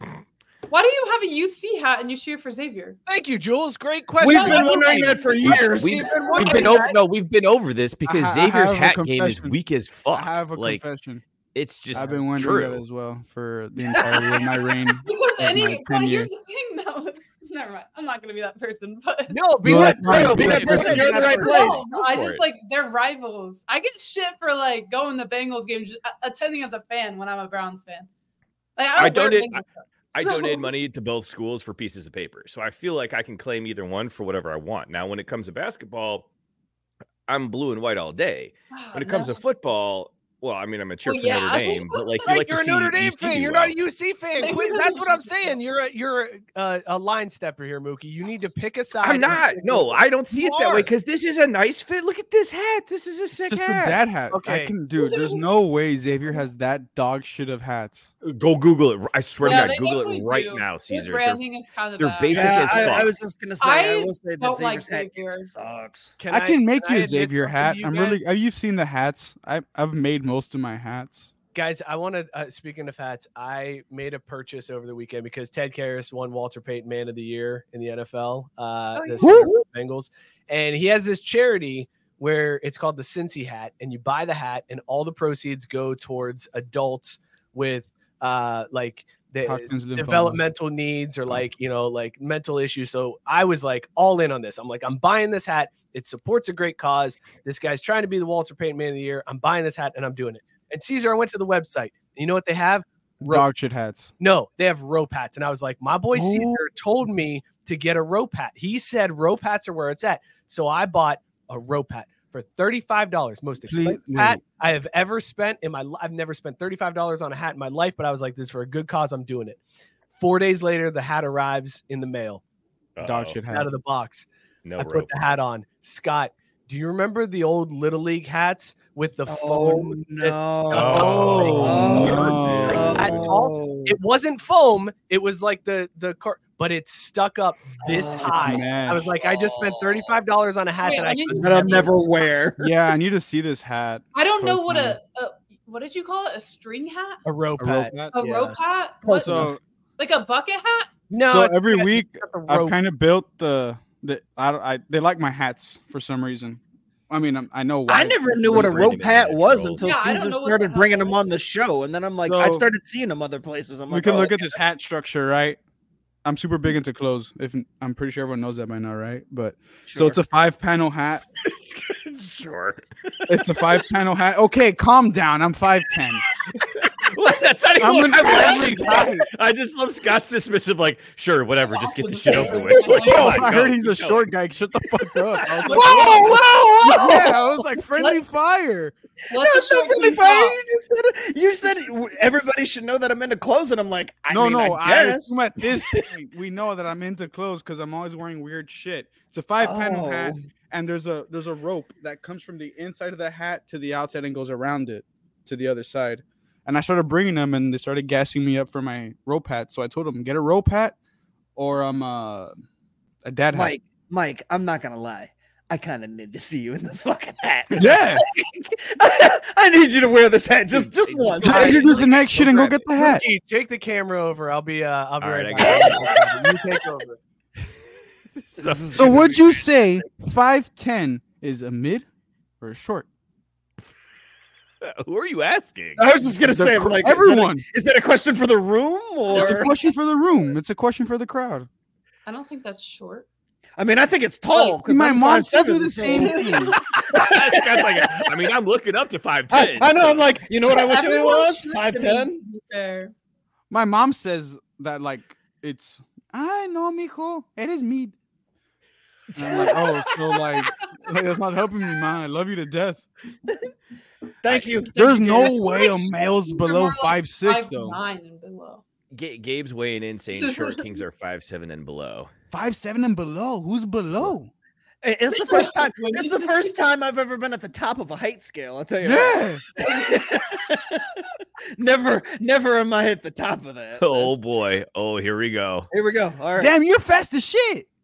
H: Why do you have a UC hat and you cheer for Xavier?
F: Thank you, Jules. Great question.
C: We've been wondering that for years.
D: we've, we've been over. No, we've been over this because
G: ha- I
D: Xavier's
G: have a
D: hat game is
G: confession.
D: weak as fuck.
G: I have a
D: like,
G: confession.
D: it's just
G: I've been wondering
D: true.
G: that as well for the entirety of my reign.
H: Because
G: Of
H: any
G: my
H: well,
G: tenure.
H: here's the thing though. It's, never mind. I'm not gonna be that person, but
F: No, be
G: No,
F: that,
G: that's fine.
F: no,
G: Be that person,
C: you're in the right
H: No,
C: place.
H: no,
D: Go
H: I
D: for
H: just
D: it.
H: like they're rivals. I get shit for like going to Bengals games, just a- attending as a fan when I'm a Browns fan. Like I
D: I
H: don't wear
D: donate-
H: Bengals stuff.
D: I
H: So-
D: donated money to both schools for pieces of paper. So I feel like I can claim either one for whatever I want. Now, when it comes to basketball, I'm blue and white all day.
H: Ah,
D: When it comes
H: no.
D: to football, well, I mean, I'm a cheer
H: Well,
D: for
H: yeah.
D: Notre Dame, but like, you
F: Right,
D: like
F: you're
D: to
F: a
D: see
F: Notre Dame
D: UC
F: fan.
D: do
F: you're
D: well.
F: not a UC fan.
H: Thank
F: Quit.
H: you.
F: That's what I'm saying. You're a you're a, uh, a line stepper here, Mookie. You need to pick a side.
D: I'm
F: and
D: not.
F: stick
D: No,
F: with
D: I don't see
F: You
D: it that way
F: are.
D: because this is a nice fit. Look at this hat. This is a sick
G: Just a
D: hat.
G: dad hat.
F: Okay.
G: I can do. There's no way Xavier has that dog shit of hats.
D: Go Google it. I swear
H: Yeah,
D: to
H: they
D: God, Google
H: definitely
D: it right
H: do.
D: now,
H: His
D: Caesar. They're-
H: branding is kind of
D: they're
H: bad.
D: basic
C: Yeah,
D: as
C: I, I
D: fuck.
C: was just gonna say. I,
H: I
C: will say that
H: don't like
C: Xavier's hat
H: Xavier.
C: sucks.
F: Can
G: I can make
F: I
G: you
F: admit
G: Xavier
F: something to
G: hat.
F: you
G: I'm
F: guys?
G: really. Have you seen the hats? I I've made most of my hats.
F: Guys, I want to. Uh, speaking of hats, I made a purchase over the weekend because Ted Karras won Walter Payton Man of the Year in the NFL, uh,
H: Oh,
F: the
H: yeah.
F: Cincinnati Bengals, and he has this charity where it's called the Cincy Hat, and you buy the hat, and all the proceeds go towards adults with uh, like the
G: Hodgkin's lymphoma.
F: developmental needs or like you know like mental issues. So I was like all in on this. I'm like I'm buying this hat. It supports a great cause. This guy's trying to be the Walter Payton Man of the Year. I'm buying this hat and I'm doing it. And Caesar, I went to the website. You know what they have?
G: Dog shit hats.
F: No, they have rope hats. And I was like, my boy
G: Oh.
F: Caesar told me to get a rope hat. He said rope hats are where it's at. So I bought a rope hat for $35. Most expensive
G: Please-
F: hat I have ever spent in my life. I've never spent $35 on a hat in my life, but I was like, this is for a good cause. I'm doing it. Four days later, the hat arrives in the mail
G: Dog shit hat.
F: out of the box.
D: uh, No
F: I
D: rope.
F: put the hat on. Scott, do you remember the old Little League hats with the
G: Oh.
F: foam?
C: no.
F: that's-
D: Oh,
G: no.
F: Hat tall? It wasn't foam. It was like the the car, but it stuck up this high. I was
G: smashed.
F: like, I just spent thirty five dollars on a hat
H: Wait,
F: that
H: I
F: I
H: didn't
F: couldn't
H: see
C: That I'll
F: sell.
C: never wear.
G: Yeah, I need to see this hat.
H: I don't know
G: Close
H: what
G: enough.
H: a, a what did you call it? A string hat?
F: a rope
G: A
F: hat.
G: rope hat.
H: A
F: Yeah.
H: rope hat?
C: Close
H: What-
G: So,
H: Like a bucket hat?
F: No,
G: so
F: it's
G: every
F: got-
G: week
F: it's got the
G: I've
F: rope.
G: kind of built the the I, don't- I they like my hats for some reason. I mean, I'm, I know why.
C: I never knew what a
D: Those
C: rope
D: rated
C: hat
D: natural.
C: was until
H: Yeah, I
C: Caesar
H: don't know what the
C: started
H: hell
C: bringing
H: that
C: them on the show, and then I'm like, I
G: So-
C: started seeing them other places. I'm
G: we
C: like,
G: can
C: oh,
G: look at
C: okay.
G: this hat structure, right? I'm super big into clothes. If I'm pretty sure everyone knows that by now, right? But so it's a five panel hat.
D: sure.
G: It's a five panel hat. Okay, calm down. I'm five ten.
D: What? That's not even
G: I'm
D: what
G: an
D: I'm
G: average
D: laughing
G: guy.
D: at. I just love Scott's dismissive, like, sure, whatever, just get the shit over with. Like,
G: Yo,
D: come on,
G: Oh, I
D: go,
G: heard he's a
D: keep
G: short guy. Shut the fuck up. I was like,
C: Whoa, whoa, whoa!
G: yeah, I was like friendly fire.
H: What's
C: That's
H: a
C: not
H: short
C: really
H: king
C: funny.
H: top?
C: You just said it. You said it. everybody should know that I'm into clothes, and I'm like, I
G: no,
C: mean,
G: no.
C: I
G: I
C: guess.
G: assume at this point we know that I'm into clothes because I'm always wearing weird shit. It's a five panel hat,
C: Oh.
G: and there's a there's a rope that comes from the inside of the hat to the outside and goes around it to the other side. And I started bringing them, and they started gassing me up for my rope hat. So I told them, get a rope hat, or I'm a, a dad hat.
C: Mike, Mike, I'm not gonna lie. I kind of need to see you in this fucking hat.
G: Yeah,
C: I need you to wear this hat just just once.
G: just introduce the next shit and go get the hat.
F: Ricky, take the camera over. I'll be uh, I'll be
D: All
F: right,
D: right, I
F: back. you take over.
D: going.
G: So would you say five ten is a mid or a short?
D: Who are you asking?
C: I was just gonna
G: The
C: say,
G: cr-
C: I'm like, is that a-
G: everyone.
C: Is that a question for the room,
G: It's a
C: or
G: question for the room. It's a question for the crowd.
H: I don't think that's short.
C: I mean, I think it's tall. 'cause
G: My
C: I'm
G: mom says me
C: 5'7",
G: the
C: so-
G: same thing.
D: Scott's like, I mean, I'm looking up to five
C: I,
D: ten.
C: I know. I'm like, you know what I wish it
H: Everyone
C: was?
H: should,
C: Five
H: I
C: ten.
H: mean, to be fair.
G: My mom says that like it's I know, mijo, it is me. And I'm like, oh, so like, like, that's not helping me, man. I love you to death.
C: Thank you.
G: There's
C: Thank you,
G: no
C: Gabe.
G: way a
H: Like,
G: male's
H: you're
G: below
H: more like
G: five six though.
H: Nine and below.
D: Ga- Gabe's weighing in saying short kings are five seven and below.
G: Five seven and below. Who's below?
C: It- It's the first time. It's the first time I've ever been at the top of a height scale. I'll tell you. that.
G: Yeah.
C: never, never am I at the top of that.
D: Oh
C: That's-
D: boy. Oh, here we go.
C: Here we go. All right.
G: Damn, you're fast as shit.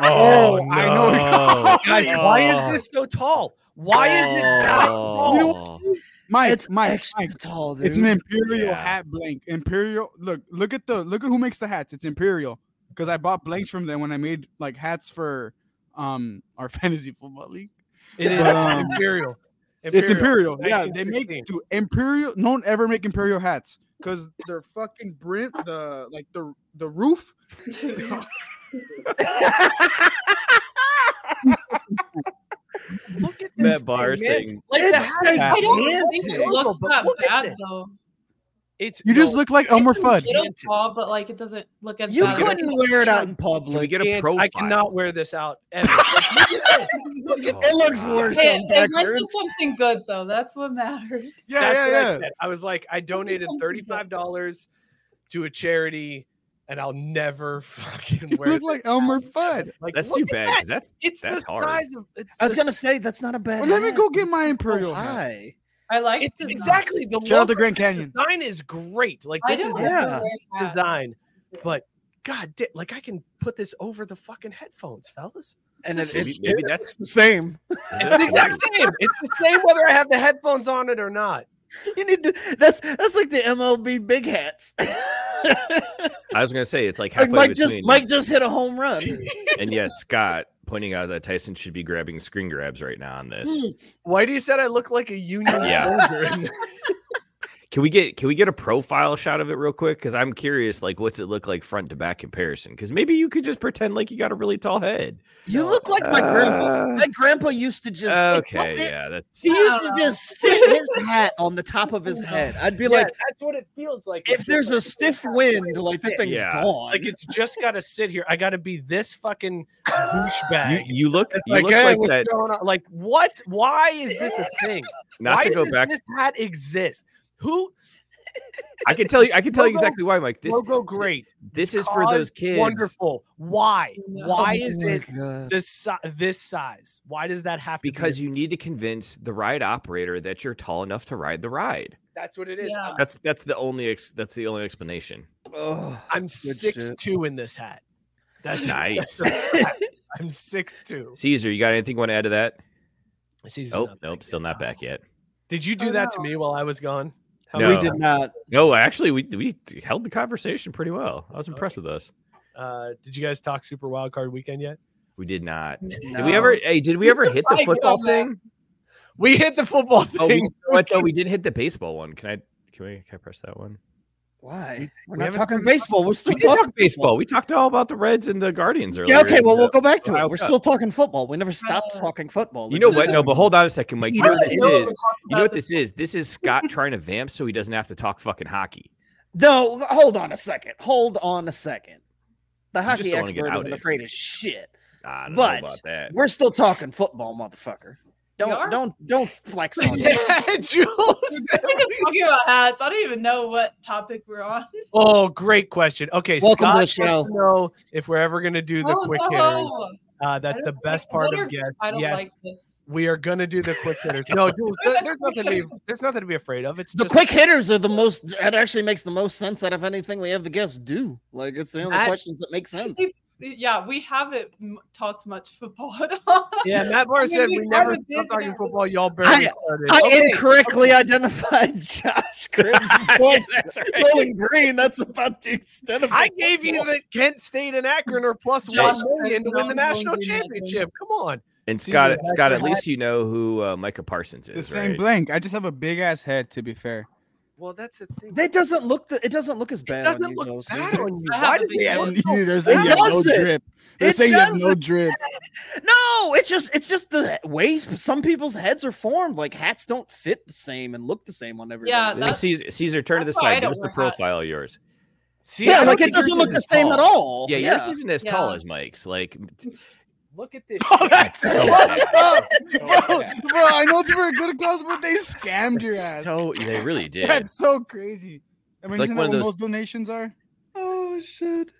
D: Oh,
G: I know where you're
D: no.
F: Guys, why is this so tall? Why is it
D: Oh.
F: that tall?
G: You know Mike,
C: it's my
G: Mike,
C: extra
G: Mike.
C: tall, dude.
G: It's an imperial
D: Yeah.
G: hat blank. Imperial. Look, look at the look at who makes the hats. It's imperial because I bought blanks from them when I made like hats for um our fantasy football league.
F: It is
G: Um,
F: imperial.
G: It's imperial. Yeah, they make
F: 1916.
G: do imperial. No one ever make imperial hats because their fucking brim, the like the the roof.
F: Look at this
D: Matt Barr
F: thing, man.
D: saying
F: Like the
C: It's
F: hat,
H: I don't think
C: gigantic.
H: it looks
F: But
H: that
F: look at
H: bad
F: this.
H: though.
F: it's
G: You just
F: no,
G: look like Elmer
H: It's a
G: Fudd.
H: little tall, but like it doesn't look as
C: You
H: bad.
C: couldn't wear it out in
D: Can we
C: public.
D: get a
F: can't-
D: profile?
F: I cannot wear this out ever. Like, look at this.
C: it looks worse on
H: Hey, it went to
C: backwards.
H: something good though. That's what matters.
G: Yeah,
F: That's what
G: yeah,
F: I
G: yeah.
F: said. I, was like, I donated
H: something
F: thirty-five dollars to a charity, and I'll never fucking
G: You
F: wear.
G: look like uh,
F: this
G: Elmer
F: out.
G: Fudd.
F: Like,
D: That's
F: look
D: too
F: at
D: bad.
F: that.
D: 'cause That's
F: It's
D: that's
F: the
D: hard.
F: size of. It's
C: I was
F: the-
C: gonna say that's not a bad.
G: Well, let me
C: hat.
G: go get my
C: Oh,
G: imperial hat.
C: hi.
H: I like
F: It's
H: design.
F: exactly the
G: Shout out to
F: logo.
G: Grand Canyon.
F: The Design is great. Like
H: I
F: this is
H: don't
F: the
C: Yeah.
H: like the
F: best
H: hat.
F: design, but god, da- like I can put this over the fucking headphones, fellas.
C: And it,
D: Maybe-
C: it-
D: maybe
C: it
D: that's-
C: looks the same.
F: It's the exact same. It's the same whether I have the headphones on it or not.
C: You need to. That's that's like the MLB big hats.
D: I was gonna say it's like
C: like
D: halfway
C: Mike
D: between.
C: just Mike just hit a home run.
D: and yes, Scott pointing out that Tyson should be grabbing screen grabs right now on this.
F: Mm. Whitey said I look like a union
D: Yeah.
F: soldier. in this.
D: Can we get can we get a profile shot of it real quick? Because I'm curious, like, what's it look like front to back comparison? Because maybe you could just pretend like you got a really tall head.
C: You look like my grandpa.
D: Uh,
C: My grandpa used to just
D: okay, yeah, that's
C: He used to just sit his hat on the top of his head. I'd be
F: Yeah,
C: like,
F: that's what it feels like.
C: if there's a stiff wind, like that thing's
D: Yeah.
C: gone.
F: like it's just got to sit here. I got to be this fucking douchebag.
D: you, you look
F: It's
D: you
F: like,
D: look
F: hey,
D: like
F: what's
D: that.
F: going on? Like, what? Why is this a thing?
D: Not
F: why
D: to go
F: does
D: back,
F: This hat exist. Who
D: I can tell you I can tell you
F: Logo-
D: exactly why, Mike. This
F: logo great?
D: this is for those
F: Cause
D: kids.
F: Wonderful. Why?
H: No.
F: Why
C: Oh
F: is it this si- this size? Why does that have to be
D: Because
F: this-
D: you need to convince the ride operator that you're tall enough to ride the ride.
F: That's what it is.
H: Uh, Yeah.
D: That's that's the only ex, that's the only explanation.
C: Ugh.
F: I'm
C: shit.
F: six two in this hat. That's
D: Nice.
F: I'm six two.
D: Caesar, you got anything you want to add to that? Oh, nope,
F: nope.
D: still not back yet.
F: Did you do
H: Oh,
F: that to
H: no.
F: me while I was gone? How
D: No.
C: we
F: many-
C: did not.
D: No, actually, we we held the conversation pretty well. I was impressed with us.
F: Uh, did you guys talk Super Wild Card Weekend yet?
D: We did not. Did
C: No.
D: we ever? Hey, did we
H: You
D: ever hit the
H: survived
D: football
H: on that.
D: thing?
F: We hit the football
D: Oh, we,
F: thing.
D: what though? We did hit the baseball one. Can I? Can we? Can I press that one?
C: Why? We're
F: we
C: not
F: haven't
C: talking
F: started-
C: baseball. We're
D: We
C: still
D: did
C: talking
D: talk baseball. We talked all about the Reds and the Guardians earlier.
C: Yeah, okay. Well, we'll go back to
D: Ohio
C: it. We're
D: Cup.
C: still talking football. We never
F: Uh,
C: stopped talking football.
D: You
C: It
D: know
C: just
D: what? No,
C: happened.
D: but hold on a second, Mike. You know what this
H: No one
D: is?
H: talks
D: You know
H: about
D: what this is? This is Scott trying to vamp so he doesn't have to talk fucking hockey.
C: No, hold on a second. Hold on a second. The
D: just
C: hockey
D: don't wanna get
C: expert isn't
D: outed.
C: afraid of shit.
D: I don't
C: But-
D: know about that.
C: We're still talking football, motherfucker.
H: are?
C: Don't don't don't flex on me.
F: yeah, Jules.
H: Talking about hats, I don't even know what topic we're on.
F: oh, great question. Okay,
C: Welcome to
F: Scott
C: the
F: wants
C: show.
F: to know if we're ever gonna do the
H: Oh,
F: quick hitters.
H: no.
F: Uh, that's
H: I
F: the
H: don't
F: best
H: like-
F: part
H: what
F: of
H: are-
F: guess.
H: I don't
F: yes,
H: like this.
F: we are gonna do the quick hitters. No, Jules, there- there's nothing to be there's nothing to be afraid of. It's
C: The
F: just
C: quick hitters are the most. That actually makes the most sense out of anything we have the guests do. Like it's the only
F: That-
C: questions that make sense.
H: It's, yeah, we haven't m- talked much football at all.
F: Yeah, Matt Barr
H: I mean,
F: said
H: we
F: we never
H: kinda did
F: stopped talking
H: that.
F: football. Y'all barely
C: I-
F: started.
C: I
F: Okay,
C: incorrectly identified Josh Cribbs as going Bowling Green. That's about the extent of.
F: I
C: the
F: gave you
C: football.
F: that Kent State and Akron are plus
H: Josh,
F: one million to
H: that's
F: win the
H: not going
F: national
H: to be happening.
F: championship. Come on.
D: And
F: Caesar,
D: Scott,
F: that's
D: Scott,
F: your
D: at least you know who uh, Micah Parsons
G: The
D: is,
G: same
D: right?
G: blank. I just have a big ass head. To be fair,
F: Well, that's the thing.
C: That doesn't look. The, it doesn't look as bad.
F: It
C: on
F: doesn't
C: you,
F: look
C: though,
F: bad
C: Caesar.
F: on you.
H: I
F: Why
H: have a
F: did
H: big
F: they
H: head.
F: have
G: they're saying you have no
C: doesn't.
G: drip. They're
C: It
G: saying you have no
C: doesn't.
G: drip.
C: No, it's just it's just the way some people's heads are formed. Like hats don't fit the same and look the same on everybody.
H: Yeah,
D: And Caesar, Caesar, turn to the
H: that's why I
D: side.
H: don't
D: What's the
H: wear hats.
D: profile of yours?
F: See,
C: yeah,
F: I
C: like
F: don't
C: it
F: think
C: doesn't
F: yours
C: look
F: is
C: the
F: as
C: same at
F: tall.
C: all.
D: Yeah, yours isn't as tall as Mike's. Like,
F: Look at this.
G: Oh, that's
D: so
G: bro, bro, I know it's for a good cause, but they scammed your ass.
D: so oh, they really did.
G: That's so crazy. I mean,
D: like
G: isn't
D: one
G: that
D: of
G: what most
D: those-
G: donations are?
C: Oh shit.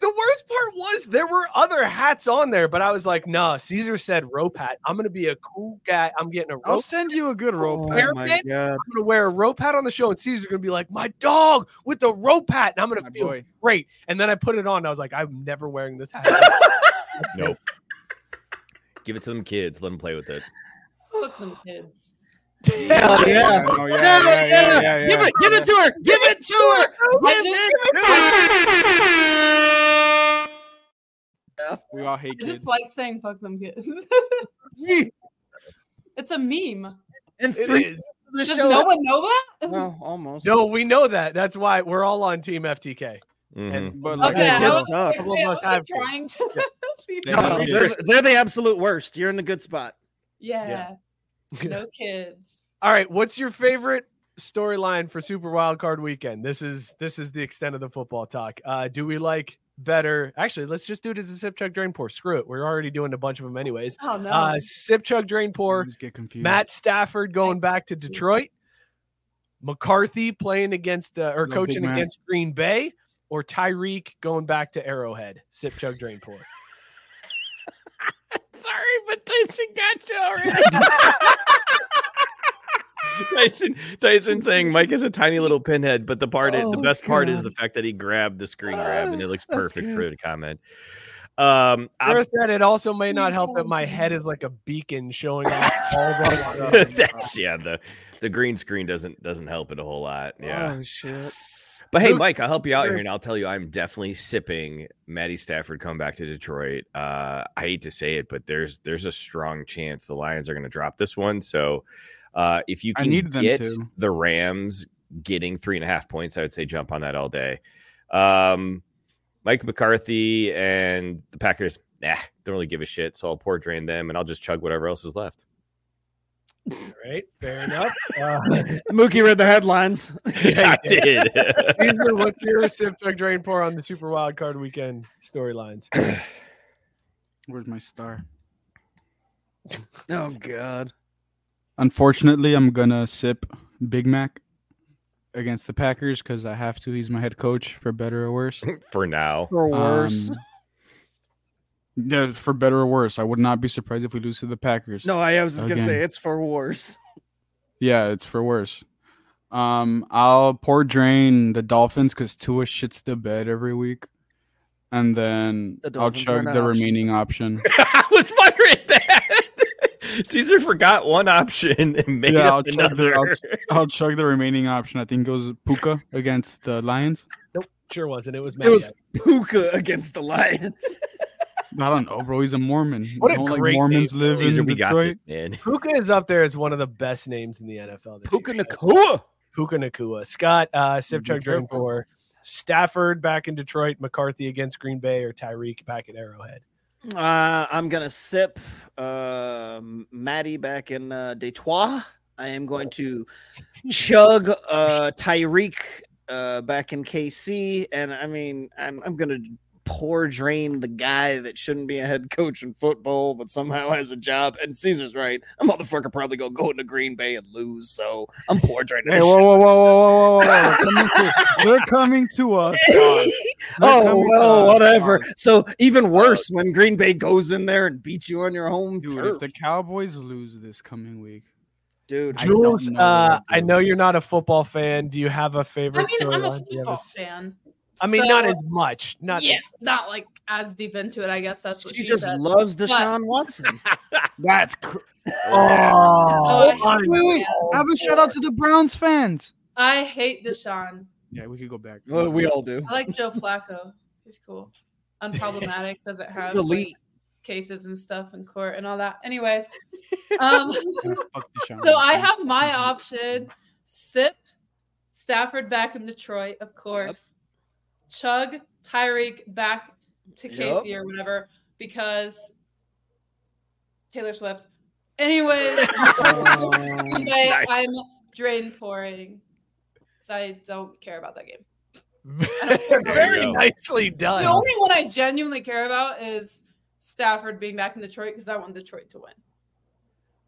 F: The worst part was there were other hats on there, but I was like, nah, Caesar said rope hat. I'm gonna be a cool guy. I'm getting a rope.
G: I'll send you a good rope.
F: Oh
G: hat.
F: my Hairpin?
G: god,
F: I'm gonna wear a rope hat on the show, and Caesar's gonna be like, "My dog with the rope hat," and I'm gonna
G: my
F: feel
G: boy.
F: great. And then I put it on, and I was like, "I'm never wearing this hat."
D: nope. Give it to them kids. Let them play with it.
H: Fuck them kids.
C: Hell yeah.
G: Oh, yeah,
C: Yeah,
G: yeah, yeah, yeah,
C: Give
G: yeah.
C: it, give it to her. Give it to her. Give it to her.
G: We all hate kids.
H: It's like saying "fuck them kids."
C: Yeah.
H: it's a meme.
C: And
F: it
C: three
F: is.
C: the
H: Does
C: show.
H: no one know that?
C: No, almost.
F: No, we know that. That's why we're all on Team FTK.
D: Mhm.
G: but
H: Okay,
G: like,
C: Yeah,
H: I
C: kids
H: was,
C: suck.
H: I
F: Couple of us
H: wasn't
F: have kids.
H: trying to. be
G: They
C: No,
G: have
F: No,
G: kids.
C: they're, they're the absolute worst. You're in a good spot.
H: Yeah. No kids.
F: All right, what's your favorite storyline for Super Wild Card Weekend? This is this is the extent of the football talk. Uh, do we like better? Actually, let's just do it as a sip check drain pour. Screw it. We're already doing a bunch of them anyways.
H: Oh no.
F: Uh, sip chug drain pour.
G: Just get confused.
F: Matt Stafford going back to Detroit, McCarthy playing against uh, or
G: Love Big
F: coaching
G: Mac.
F: against Green Bay, or Tyreek going back to Arrowhead. Sip, chug, drain, pour.
D: Sorry, but Tyson got you already. Tyson, Tyson saying Mike is a tiny little pinhead, but the part, the
C: Oh,
D: best part is
C: God.
D: the fact that he grabbed the screen grab and it looks
C: that's
D: perfect for the comment. Um, I'm-
F: Sarah said it also may not help that my head is like a beacon showing off all
G: Oh,
F: the
D: that's yeah. The the green screen doesn't doesn't help it a whole lot. Yeah.
C: Oh shit.
D: But hey, Mike, I'll help you out here, and I'll tell you, I'm definitely sipping Maddie Stafford come back to Detroit. Uh, I hate to say it, but there's there's a strong chance the Lions are going to drop this one. So uh, if you
G: I
D: can
G: need them
D: get
G: to.
D: the Rams getting three and a half points, I would say jump on that all day. Um, Mike McCarthy and the Packers, nah, don't really give a shit. So I'll pour drain them, and I'll just chug whatever else is left.
F: Right, fair enough. Uh,
C: Mookie read the headlines.
D: I did.
F: Caesar, what's your sip chug, drain pour on the Super Wild Card Weekend storylines?
G: Where's my star?
C: Oh god.
G: Unfortunately, I'm gonna sip Big Mac against the Packers because I have to. He's my head coach, for better or worse.
D: For now,
C: For worse.
G: Um, yeah, for better or worse. I would not be surprised if we lose to the Packers.
C: no, I was just gonna say
G: Again.
C: it's for worse.
G: Yeah, it's for worse. Um, I'll pour drain the Dolphins because Tua shits the bed every week, and then
C: The
G: I'll
C: Dolphins aren't
G: chug
C: an
G: the
C: option.
G: remaining option.
D: I was wondering that. Caesar forgot one option and made
G: yeah, I'll
D: up
G: chug, the,
D: another.
G: I'll, I'll chug the remaining option. I think it was Puka against the Lions.
F: Nope, sure wasn't. It was
C: It
F: Matt.
C: was Puka against the Lions.
G: I don't know, bro. He's a Mormon.
F: What a
G: Don't, like,
F: great
G: Mormons
F: name.
G: live
D: Caesar,
G: in
D: we got this,
G: Detroit.
D: man.
F: Puka is up there as one of the best names in the NFL this
C: Puka
F: year.
C: Nakua.
F: Puka Nakua. Scott, uh, Sip
G: Be
F: Chug Drain
G: careful.
F: Pour. Stafford back in Detroit. McCarthy against Green Bay or Tyreek back at Arrowhead.
C: Uh, I'm gonna sip uh, Maddie back in uh, Detroit. I am going to chug uh, Tyreek uh, back in KC, and I mean, I'm I'm gonna pour drain the guy that shouldn't be a head coach in football, but somehow has a job. And Caesar's right, a motherfucker probably gonna go into Green Bay and lose, so I'm pour draining.
G: Hey,
C: this
G: whoa,
C: shit.
G: whoa, whoa, whoa, whoa, whoa, whoa! They're coming to, they're coming to us. They're
C: Oh
G: coming to
C: well,
G: us.
C: whatever. So even worse when Green Bay goes in there and beats you on your home
G: Dude,
C: turf,
G: if the Cowboys lose this coming week,
C: dude.
G: I don't
F: Jules,
G: know what
F: uh,
G: I'd
F: I
G: do.
F: know you're not a football fan. Do you have a
H: I mean,
F: favorite
H: I'm a
F: storyline? Do you have
H: football
F: a s-
H: fan.
F: I mean,
H: so-
F: not as much. Not
H: yeah, not like as deep into it. I guess that's what
C: she
H: she,
C: just
H: said.
C: loves Deshaun Watson.
G: that's cr-
F: Oh,
H: Oh,
G: wait, wait. Have a shout out to the Browns fans.
H: I hate Deshaun.
G: Yeah, we could go back.
C: Well, we all do.
H: I like Joe Flacco. He's cool. Unproblematic. Doesn't have
C: He's elite.
H: like, cases and stuff in court and all that. Anyways, um,
G: Fuck Deshaun
H: so I
G: Watson.
H: have my option: sip Stafford back in Detroit, of course. Chug Tyreek back to
C: Yep.
H: Casey or whatever because Taylor Swift. Anyways, anyway,
D: Nice.
H: I'm drain pouring. 'cause I don't care about that game.
D: There
F: very
D: you go.
F: nicely done.
H: The only one I genuinely care about is Stafford being back in Detroit because I want Detroit to win.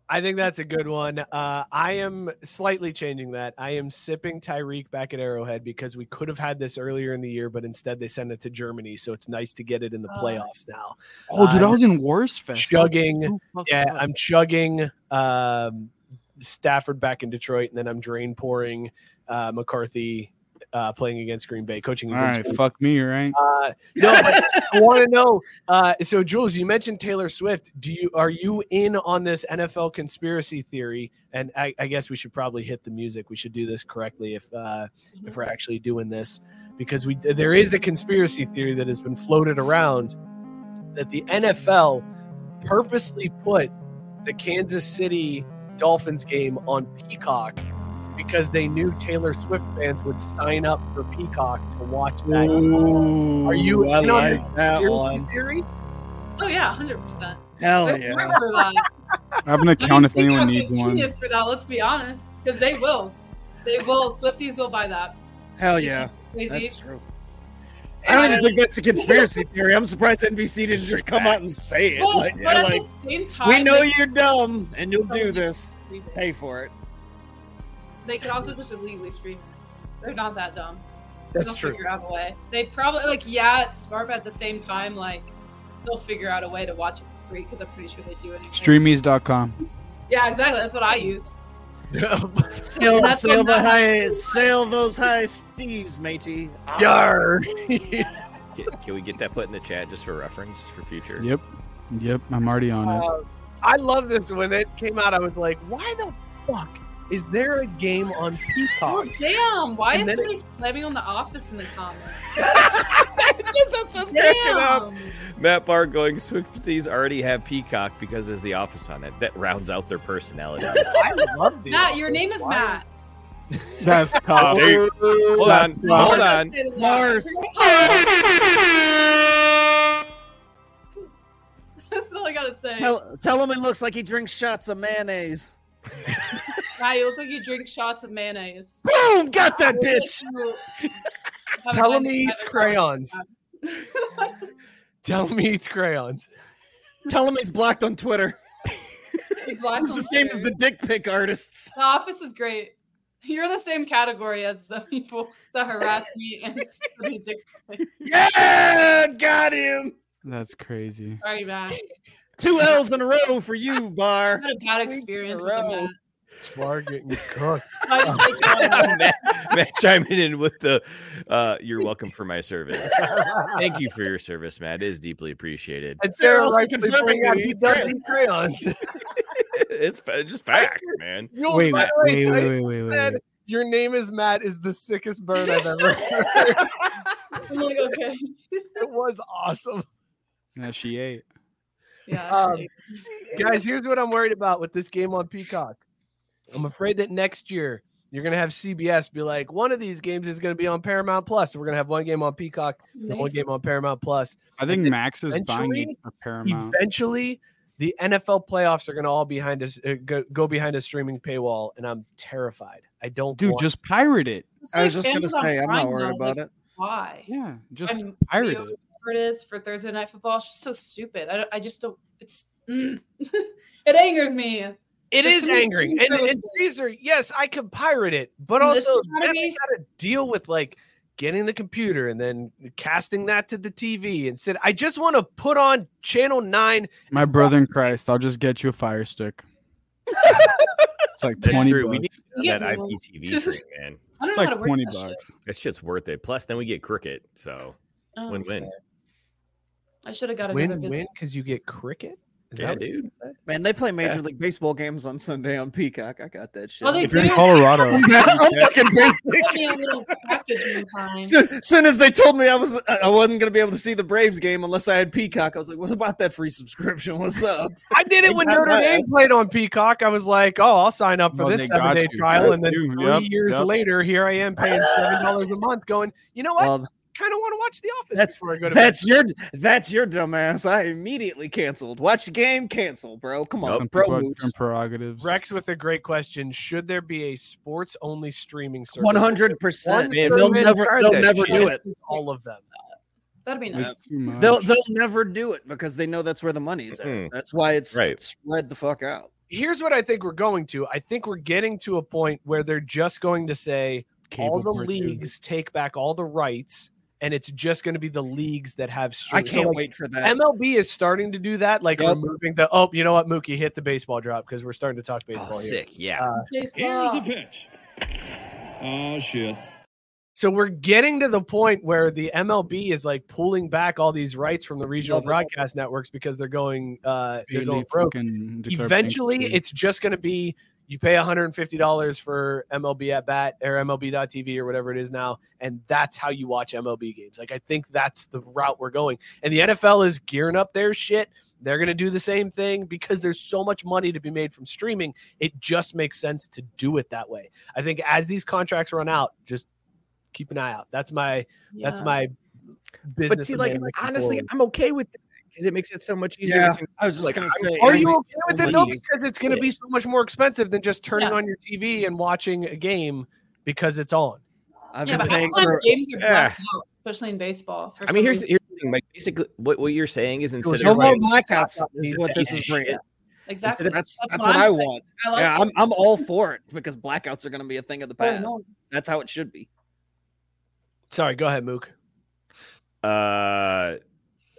F: I think that's a good one. Uh, I am slightly changing that. I am sipping Tyreek back at Arrowhead because we could have had this earlier in the year, but instead they sent it to Germany. So it's nice to get it in the
H: Ah.
F: playoffs now.
G: Oh, dude, I
F: I'm
G: was in Worst Fest. I was
F: chugging-
G: so fucked
F: Yeah,
G: up.
F: I'm chugging um, Stafford back in Detroit, and then I'm drain pouring uh, McCarthy uh, playing against Green Bay, coaching
G: All
F: against
G: right,
F: Green
G: fuck me, right?
F: Uh, no, but I want to know. Uh, so, Jules, you mentioned Taylor Swift. Do you are you in on this NFL conspiracy theory? And I, I guess we should probably hit the music. We should do this correctly if uh, if we're actually doing this, because we there is a conspiracy theory that has been floated around that the NFL purposely put the Kansas City Dolphins game on Peacock. Because they knew Taylor Swift fans would sign up for Peacock to watch that. Are you
C: I
F: in on
C: like that
F: Conspiracy
C: one?
F: theory?
H: Oh yeah, hundred percent.
C: Hell
H: Let's
C: yeah!
H: work for that.
G: I have an
H: I mean,
G: account if
H: take
G: anyone
H: out
G: needs
H: the
G: one.
H: genius for that. Let's be honest, because they will, they will. Swifties will buy that.
C: Hell yeah!
H: Crazy.
C: That's true. I don't even think that's a conspiracy theory. I'm surprised NBC didn't just come out and say it.
H: Well,
C: Like,
H: but
C: they're
H: at
C: like,
H: the same time,
C: we know
H: they-
C: you're dumb and you'll do this. Pay for it.
H: They could also just illegally stream. it. They're not that dumb.
F: That's
H: they'll
F: true.
H: Figure out a way. They probably like yeah, it's smart, but at the same time, like they'll figure out a way to watch it for free because I'm pretty sure they do anyway.
G: Streamies.com.
H: Yeah, exactly. That's what I use.
G: Oh
C: Sail,
H: That's
C: sail
H: what
C: the
H: that-
C: high, sail those high seas, matey.
F: Yar.
D: Get, can we get that put in the chat just for reference for future?
G: Yep. Yep. I'm already on it.
F: Uh, I love this. When it came out, I was like, why the fuck is there a game on Peacock?
H: Oh, damn. Why
F: And
H: is
F: then
H: somebody slamming on The Office in the comments?
D: cracking up.
H: Damn.
D: Matt Barr going, Swifties already have Peacock because there's the office on it. That rounds out their personality.
F: I love this.
H: Matt, your name is Matt.
G: That's tough.
D: Dude, hold on. Hold on.
H: Mars. That's all I gotta say.
C: Tell, tell him it looks like he drinks shots of mayonnaise.
H: Now you look like you drink shots of mayonnaise.
C: Boom! Got that bitch.
F: Tell him he eats crayons. Tell him he eats crayons.
C: Tell him he's blocked on Twitter.
H: It's
C: It's the same as the dick pic artists.
H: The office is great. You're the same category as the people that harass me and the ridiculous.
C: Yeah, got him.
G: That's crazy.
H: Sorry, Matt.
C: Two L's in a row for you, Bar.
H: Not a bad
C: Weeks in a
H: experience. with
C: row.
H: Matt.
F: Bar getting cooked.
H: I just like going on.
D: Matt, Matt chiming in with the uh, you're welcome for my service. Thank you for your service, Matt. It is deeply appreciated.
F: And Sarah
C: also
F: rightfully
C: confirming
F: pointing out
C: that he
F: he does eat crayons.
D: It's fa- just fact, man.
F: You'll
G: Wait, wait,
F: find-
G: wait,
F: Tyson
G: wait, wait, wait, wait.
F: said, Your name is Matt is the sickest bird I've ever heard.
H: I'm like, okay.
F: It was awesome.
G: Yeah, she ate.
H: Yeah.
F: Um,
H: like,
F: Guys, here's what I'm worried about with this game on Peacock. I'm afraid that next year you're going to have CBS be like, one of these games is going to be on Paramount Plus. and We're going to have one game on Peacock and one
H: nice.
F: game on Paramount Plus.
G: I think Max is buying
F: eventually-
G: it for Paramount.
F: Eventually, the NFL playoffs are going to all behind us uh, go, go behind a streaming paywall, and I'm terrified. I don't,
G: Dude,
F: want-
G: just pirate it.
H: It's
C: I was
H: like
C: just gonna
H: Amazon
C: say, I'm not
H: Prime,
C: worried
H: though,
C: about
H: like,
C: it.
H: Why?
G: Yeah, just
H: I'm
G: pirate
H: Leo
G: it.
H: It is for Thursday night football. It's just so stupid. I, don't, I just don't. It's mm. it angers me.
F: it
H: just
F: is
H: streaming
F: angering. And, and
H: services.
F: Caesar, yes, I can pirate it, but
H: And this
F: also
H: is
F: then
H: gotta
F: I
H: be-
F: gotta deal with like getting the computer and then casting that to the TV and said, I just want to put on channel nine.
G: My brother in Christ, I'll just get you a fire stick. it's like
D: That's
G: twenty.
D: true.
G: Bucks.
D: We need
H: You
D: that
H: get me one.
D: IPTV thing, man.
H: I don't
G: it's
H: know
G: like
H: how to work
G: twenty
H: that shit.
G: bucks.
D: That shit's worth it. Plus, then we get cricket. So
H: Oh,
D: win win.
H: shit. I should have got another
F: Win
H: business.
F: win because you get cricket. Is
D: Yeah,
F: what
D: dude.
F: you said?
C: Man, they play Major League Baseball games on Sunday on Peacock. I got that shit.
H: Oh, they
G: If you're in
H: do.
G: Colorado,
C: I'm fucking basic.
H: Send me a little package one time.
C: Soon, soon as they told me I was I wasn't gonna be able to see the Braves game unless I had Peacock, I was like, "What about that free subscription? What's up?"
F: I did it when
C: got
F: Notre
C: my-
F: Dame played on Peacock. I was like, oh, I'll sign up for
G: Well,
F: this
G: they
F: seven
G: got
F: day
G: you.
F: trial. And then
G: Dude,
F: three
G: yep,
F: years
G: yep.
F: later, here I am paying seven dollars a month going, you know what?
C: Well,
F: kind of want to watch The Office
C: that's-
F: before I go to bed.
C: that's your that's your dumbass. I immediately canceled. Watch the game, cancel, bro. Come on,
G: some
C: bro.
G: people have
C: moves.
G: different prerogatives.
F: Rex with a great question. Should there be a sports only streaming service?
C: One hundred
F: One
C: percent.
D: Man,
C: They'll
F: service
C: never,
D: tried
C: they'll
D: that
C: never do it.
F: services, All of them.
H: That'd be nice.
G: It's too much.
C: They'll, they'll never do it because they know that's where the money's at.
G: Mm-hmm.
D: Mm-mm.
C: That's why it's
D: Right.
C: spread the fuck out.
F: Here's what I think we're going to. I think we're getting to a point where they're just going to say all
G: Cable
F: the
G: cartoon.
F: leagues take back all the rights, and it's just going to be the leagues that have
C: I
F: streaming. So,
C: can't
F: like,
C: wait for that.
F: MLB is starting to do that, like
C: Yep.
F: removing the oh, you know what, Mookie hit the baseball drop because we're starting to talk baseball
D: Oh,
F: here.
D: sick. Yeah.
F: Uh,
H: Baseball.
G: Ah.
I: pitch. Oh shit.
F: So we're getting to the point where the MLB is like pulling back all these rights from the regional
C: Love it.
F: broadcast networks because they're going uh they're
G: They
F: going broke.
G: fucking declare
F: Eventually
G: bankruptcy.
F: it's just gonna be you pay $150 for MLB at bat or MLB.tv or whatever it is now, and that's how you watch MLB games. Like I think that's the route we're going. And the NFL is gearing up their shit. They're gonna do the same thing because there's so much money to be made from streaming. It just makes sense to do it that way. I think as these contracts run out, just keep an eye out. That's my that's
H: Yeah.
F: my business.
D: But see, like
F: plan looking
D: honestly,
F: forward.
D: I'm okay with that because it makes it so much easier.
C: Yeah.
D: to-
C: I was just
D: Like,
C: gonna
D: I'm-
C: say.
F: are you
C: every
F: okay with it
C: single
F: though?
C: league-
F: Because it's going to be so much more expensive than just turning on your TV and watching a game because it's on.
C: I've
H: Yeah,
C: been
H: but
C: paying
H: halftime
C: for
H: games are
D: Yeah.
H: blacked out, especially in baseball. For
D: I mean,
H: some
D: here's
H: reason.
D: here's the thing. Like basically, what, what you're saying is instead
F: was
D: of
C: no more
D: writing-
C: blackouts. This is what this is
D: Yeah.
C: bringing.
H: exactly.
C: That's that's
H: That's
C: what
H: what I'm
C: I
H: saying.
C: want.
H: I like
C: Yeah,
H: that.
C: I'm I'm all for it because blackouts are gonna be a thing of the
H: Oh,
C: past.
H: no.
C: That's how it should be.
F: Sorry, go ahead, Mook.
D: Uh,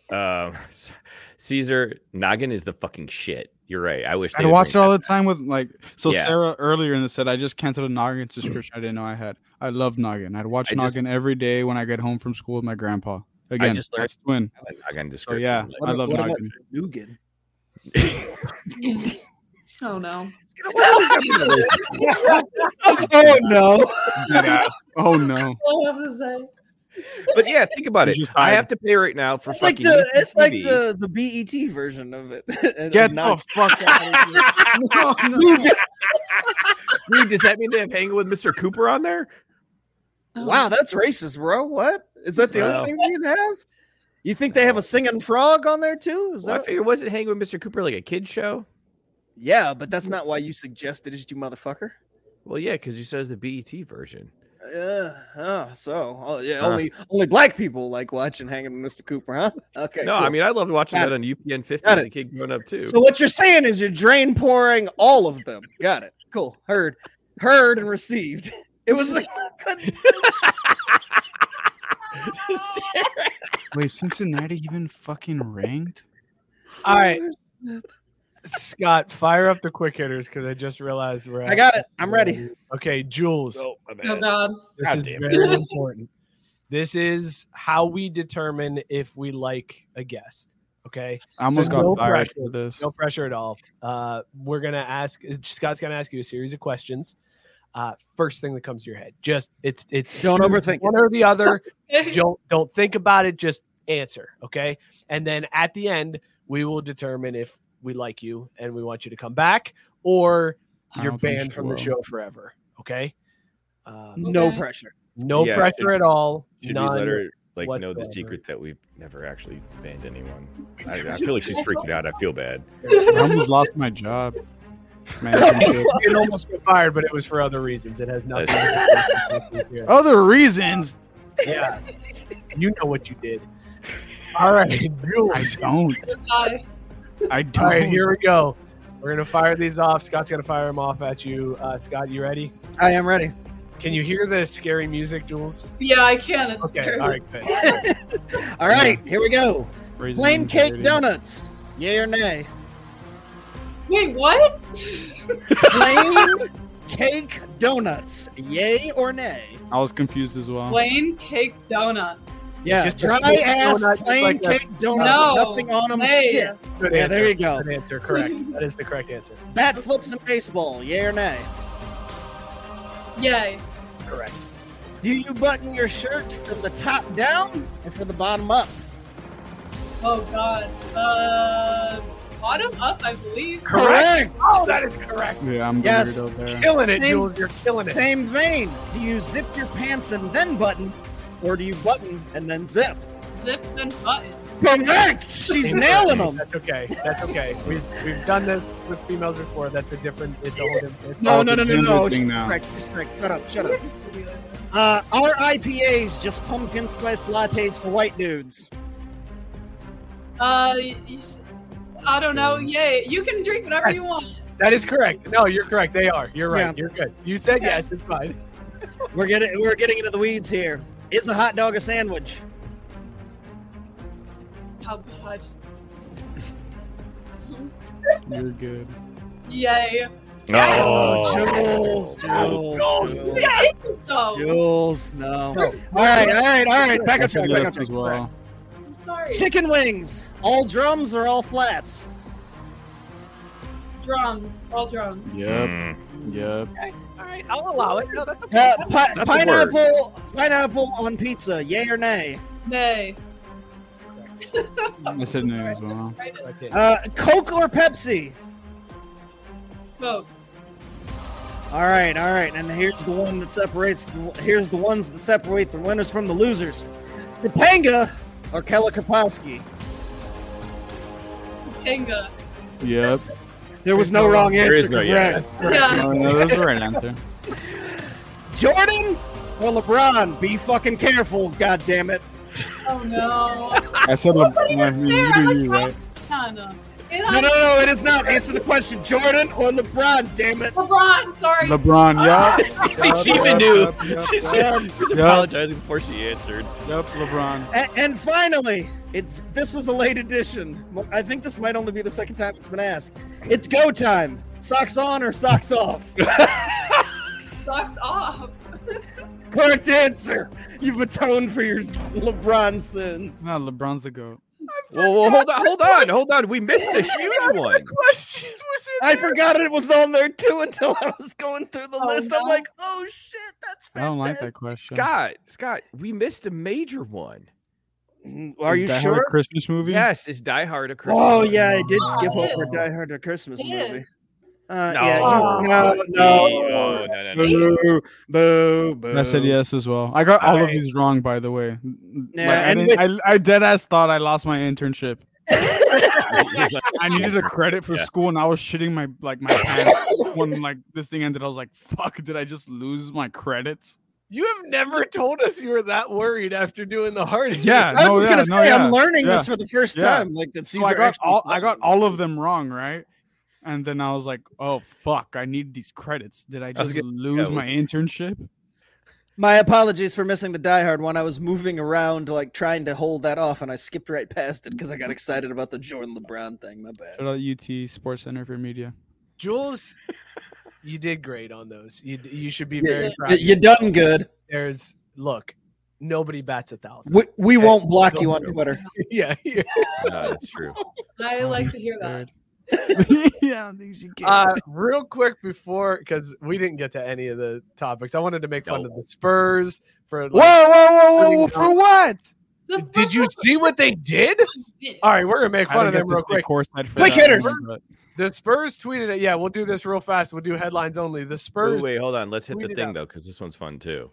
D: um, Caesar Noggin is the fucking shit. You're right. I wish
G: I'd
D: they'd
G: watch it
D: bring
G: all
D: that
G: the time with like so
D: Yeah.
G: Sarah earlier in the said I just canceled a Noggin subscription I didn't know I had. I love Noggin. I'd watch
D: I just-
G: Noggin every day when I get home from school with my grandpa. Again,
D: I just learned
G: that's twin.
D: I got a description.
G: yeah,
D: Like,
G: I love
D: what
G: Noggin.
C: Dugan.
H: Oh no.
C: oh no.
G: Yeah. Oh no.
D: But yeah, think about
G: You
D: it.
G: just
D: I
G: hired-
D: have to pay right now for
C: It's like
D: fucking
C: the it's like
D: UPTV.
C: the, the BET version of it. Of
G: Get the
C: not-
G: fuck out of here. No, no.
D: Dude, does that mean they have hanging with Mr. Cooper on there?
H: Oh,
C: Wow, that's racist, bro. What is that? The
D: Wow.
C: only thing you have? You think they have a singing frog on there too? Is
D: Well, I
C: that?
D: figured wasn't hanging with Mr. Cooper like a kid show.
C: Yeah, but that's not why you suggested it, you motherfucker.
D: Well, yeah, because you says the BET version.
C: Uh, oh, so oh, yeah,
D: Huh.
C: only only black people like watching hanging with Mr. Cooper, huh? Okay.
D: no,
C: cool.
D: I mean I loved watching
C: Got
D: that on UPN 50
C: Got
D: as a
C: it.
D: kid growing up too.
C: So what you're saying is you're drain pouring all of them. Got it. Cool. Heard, heard, and received. It was like
G: Wait, Cincinnati even fucking ranked?
F: All right. Scott, fire up the quick hitters because I just realized we're.
C: I
F: at-
C: got it. I'm ready.
F: Okay, Jules.
H: Oh god.
F: This
D: God
F: is
D: damn it.
F: very important. This is how we determine if we like a guest. Okay,
G: I almost
F: So no
G: got fired
F: pressure.
G: for this.
F: no pressure at all. Uh, we're gonna ask. Scott's gonna ask you a series of questions. Uh, first thing that comes to your head. Just it's it's
C: Don't overthink it.
F: one or the other. don't don't think about it. Just answer. Okay, and then at the end we will determine if we like you and we want you to come back or
G: I
F: you're
G: don't think
F: banned
G: she
F: from the
G: will.
F: show forever. Okay. Um,
C: no
H: Okay.
C: pressure.
F: no
D: Yeah,
F: pressure
D: should-
F: at all.
D: Should
F: none.
D: we let her like know the
F: whatsoever.
D: secret that we've never actually banned anyone? I, I feel like she's freaking out. I feel bad.
G: I almost lost my job. Man, I couldn't do
F: It almost got fired, but it was for other reasons. It has nothing. to do with
G: it.
F: here.
G: Other reasons.
F: yeah, you know what you did. All right,
G: I
F: Jules.
G: don't.
H: Hi.
G: I
F: All
G: don't.
F: right, here we go. We're gonna fire these off. Scott's gonna fire them off at you. Uh, Scott, you ready?
C: I am ready.
F: Can you hear the scary music, Jules?
H: Yeah, I can. It's
F: Okay.
H: scary.
F: All right. Good.
C: All right, here we go.
G: Reasons
C: Plain cake
G: dirty.
C: donuts. Yay or nay?
H: Wait, what?
C: Plain cake donuts. Yay or nay?
G: I was confused as well.
H: Plain cake donut.
C: Yeah,
F: Just a
C: dry
F: plain
C: ass
F: donut, just
C: plain
F: like a-
C: cake donuts.
H: No,
C: with nothing on them.
H: nay.
C: Shit.
F: Good
C: Yeah,
F: answer.
C: there you go.
F: Good answer. Correct. That is the correct answer.
C: Bat flips and baseball. Yay or nay?
H: Yay.
F: Correct.
C: Do you button your shirt from the top down or from the bottom up?
H: Oh god. Uh, bottom up, I believe.
C: Correct.
F: Oh, that is correct.
G: Yeah, I'm the
C: Yes.
G: weirdo there.
F: Killing it,
C: Same-
F: Jules. You're killing it.
C: Same vein. Do you zip your pants and then button, or do you button and then zip?
H: Zip and button.
C: Correct. She's nailing them.
F: That's okay. That's okay. We've we've done this with females before. That's a different. It's a whole different. It's
C: No,
G: Oh,
F: all-
C: no,
G: it's
C: no,
G: a
C: no,
G: gender
C: no.
G: thing
C: She's
G: now.
C: correct. She's correct. Shut up. Shut up. Uh, our IPAs just pumpkin spice lattes for white dudes.
H: Uh, y- y- I don't know. Yay. You can drink whatever you want.
F: That is correct. No, you're correct. They are. You're right.
C: Yeah.
F: You're good. You said yes. It's fine.
C: We're getting we're getting into the weeds here. Is a hot dog a sandwich?
H: Oh god.
G: You're good.
H: Yay.
D: Oh,
G: Oh,
C: Oh, Jules, Jules, Jules,
H: Yeah, it's though.
C: Jules, no. All right, all right, all right. Back up,
G: I
C: track,
G: said
C: back
G: yes
C: up. track.
G: as well.
H: I'm sorry.
C: Chicken wings, all drums or all flats?
H: Drums. All drums.
G: Yep.
D: Mm.
G: Yep.
F: All right. I'll allow it. No, that's okay.
C: Uh, pi-
D: That's a
C: pineapple, pineapple on pizza, yay or nay?
H: Nay.
G: I said no as well.
F: Okay.
C: Uh, Coke or Pepsi?
H: Vote.
C: All right, all right, and here's the one that separates. The, here's the ones that separate the winners from the losers. Topanga or Kella Kapowski?
H: Topanga.
G: Yep.
C: There was no wrong
D: There
C: answer.
D: is no yeah.
C: correct.
H: Yeah.
G: No, no, that was the right answer.
C: Jordan or LeBron? Be fucking careful, god damn it.
H: Oh no.
G: I said LeBron. I mean, you do you, right?
H: No, no. And
C: No, no,
H: I-
C: no, it is not. Answer the question. Jordan or LeBron? Damn it.
H: LeBron. Sorry.
G: LeBron. Yep.
D: See, she even knew.
G: Yep.
D: She
G: Yep.
D: said- she was
G: Yep.
D: apologizing before she answered.
G: Yep. LeBron.
C: A- and finally, it's this was a late edition. I think this might only be the second time it's been asked. It's go time. Socks on or socks off?
H: Socks off.
C: correct answer. You've atoned for your LeBron sins.
G: No, LeBron's the goat.
D: Well, well, hold on, hold on, hold on. We missed a huge one.
C: question was in I forgot it was on there too until I was going through the
E: Oh,
C: list.
E: no.
C: I'm like, oh shit, that's
G: I don't like
C: fantastic.
G: that question.
D: Scott, Scott, we missed a major one.
C: Mm, Are
G: Is
C: you
G: Die Hard
C: sure?
G: a Christmas movie?
D: Yes, is Die Hard a Christmas?
C: Oh
D: movie?
C: yeah, I did
H: Oh,
C: skip
H: it
C: over
H: is.
C: Die Hard a Christmas
H: It
C: movie.
H: is.
C: Uh,
D: No.
C: yeah,
H: Oh,
C: you- no,
D: no,
C: no,
D: no, no,
C: boo, boo, boo.
G: I said yes as well. I got all of these wrong, by the way. Like,
C: Yeah,
G: I,
C: and
G: didn't- I, I dead ass thought I lost my internship.
D: He's like,
G: I needed a credit for
D: Yeah.
G: school, and I was shitting my like my pants when like this thing ended. I was like, "Fuck! Did I just lose my credits?"
F: You have never told us you were that worried after doing the hard.
G: Yeah,
C: I
G: no,
C: was
G: yeah,
C: just
G: no,
C: gonna say,
G: yeah,
C: I'm learning
G: yeah.
C: this for the first
G: Yeah.
C: time. Like that,
G: So
C: these
G: I
C: are
G: got
C: actually
G: all I got
C: fucking-
G: all of them wrong, right? And then I was like, "Oh fuck! I need these credits. Did I
D: was
G: just
D: gonna-
G: lose
D: yeah,
G: my internship?"
C: My apologies for missing the Die Hard one. I was moving around, like trying to hold that off, and I skipped right past it because I got excited about the Jordan LeBron thing. My bad.
G: Shout out UT Sports Center for Media.
F: Jules, you did great on those. You you should be
C: Yeah,
F: very proud.
C: You, you done good.
F: There's look, nobody bats a thousand.
C: We, we
F: Okay.
C: won't block you on Twitter.
F: yeah, yeah.
D: no, that's true.
H: I
F: Oh,
H: like to hear that.
G: yeah, I don't think she can.
F: Uh, real quick before, because we didn't get to any of the topics. I wanted to make fun
D: No.
F: of the Spurs for.
G: whoa,
F: Like,
G: whoa, whoa, whoa, whoa! For what?
H: The
F: Did you see what they did?
H: Spurs-
F: All right, we're gonna make
G: I
F: fun
G: don't
F: of
G: get
F: them
G: to
F: real
G: stay
F: quick.
G: courtside for
C: Quick
G: that
C: hitters!
G: one, but-
F: The Spurs tweeted it. Yeah, we'll do this real fast. We'll do headlines only. The Spurs.
D: Wait, wait, hold on. Let's hit the
F: Tweet it
D: thing
F: out.
D: though, because this one's fun too.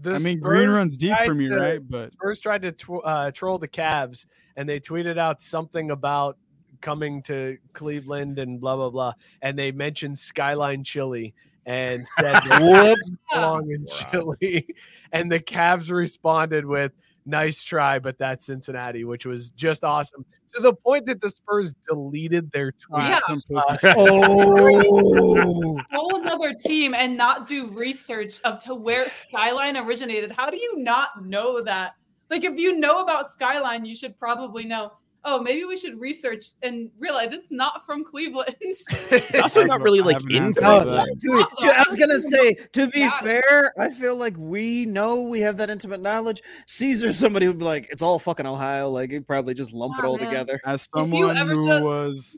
F: The
G: I mean,
F: Spurs
G: green runs deep
F: tried
G: for me,
F: to-
G: right? But
F: Spurs tried to tw- uh, troll the Cavs, and they tweeted out something about coming to Cleveland and blah blah blah, and they mentioned Skyline Chili and said whoops long in Chili, and the Cavs responded with nice try, but that's Cincinnati, which was just awesome to the point that the Spurs deleted their tweet.
H: Yeah.
G: some
C: Oh,
H: Call another team and not do research of to where Skyline originated. How do you not know that? Like, if you know about Skyline, you should probably know. Oh, maybe we should research and realize it's not from Cleveland.
D: also not really, like,
C: Dude, ju- I was gonna say. To be
H: Got it.
C: fair, I feel like we know we have that intimate knowledge. Caesar, somebody would be like, "It's all fucking Ohio." Like, he'd probably just lump it
H: Oh,
C: all
H: man.
C: together.
G: As
H: you
G: someone
H: ever
G: who
H: said-
G: was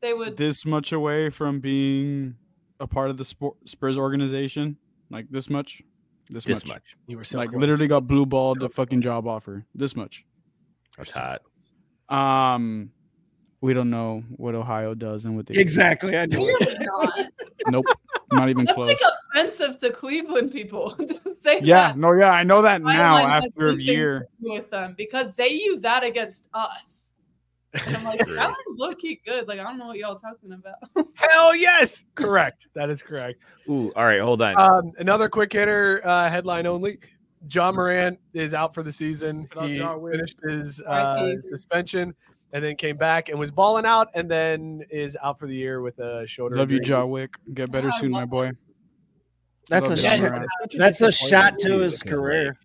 H: they would.
G: this much away from being a part of the Spor- Spurs organization, like this much, this,
D: This
G: much,
D: much.
F: You were so
G: like
F: close.
G: literally got blue balled a fucking job offer, this much.
D: That's hot.
G: Um, we don't know what Ohio does and what they do.
C: Exactly, I knew it.
H: Clearly not.
G: Nope, not even
H: That's
G: close.
H: like offensive to Cleveland people. to say
G: yeah,
H: that.
G: no, yeah, I know that now
H: Skyline has
G: after a
H: nothing to
G: year.
H: do with them because they use that against us. And I'm like,
D: True.
H: that low key good. Like, I don't know what y'all talking about.
F: Hell yes, correct. That is correct.
D: Ooh, all right, hold on.
F: Um, another quick hitter uh, headline only. John Moran is out for the season.
I: Shout out
F: He
I: John Wynn.
F: finished his uh,
H: R.I.P.
F: suspension and then came back and was balling out and then is out for the year with a shoulder.
G: Love you,
F: injury.
G: Ja Wick. Get better
H: Yeah, Oh, I
G: soon, my
H: love
G: boy.
C: That's a
G: Love
C: shot.
G: you, John.
C: That's a shot to his
D: Because, like,
C: career.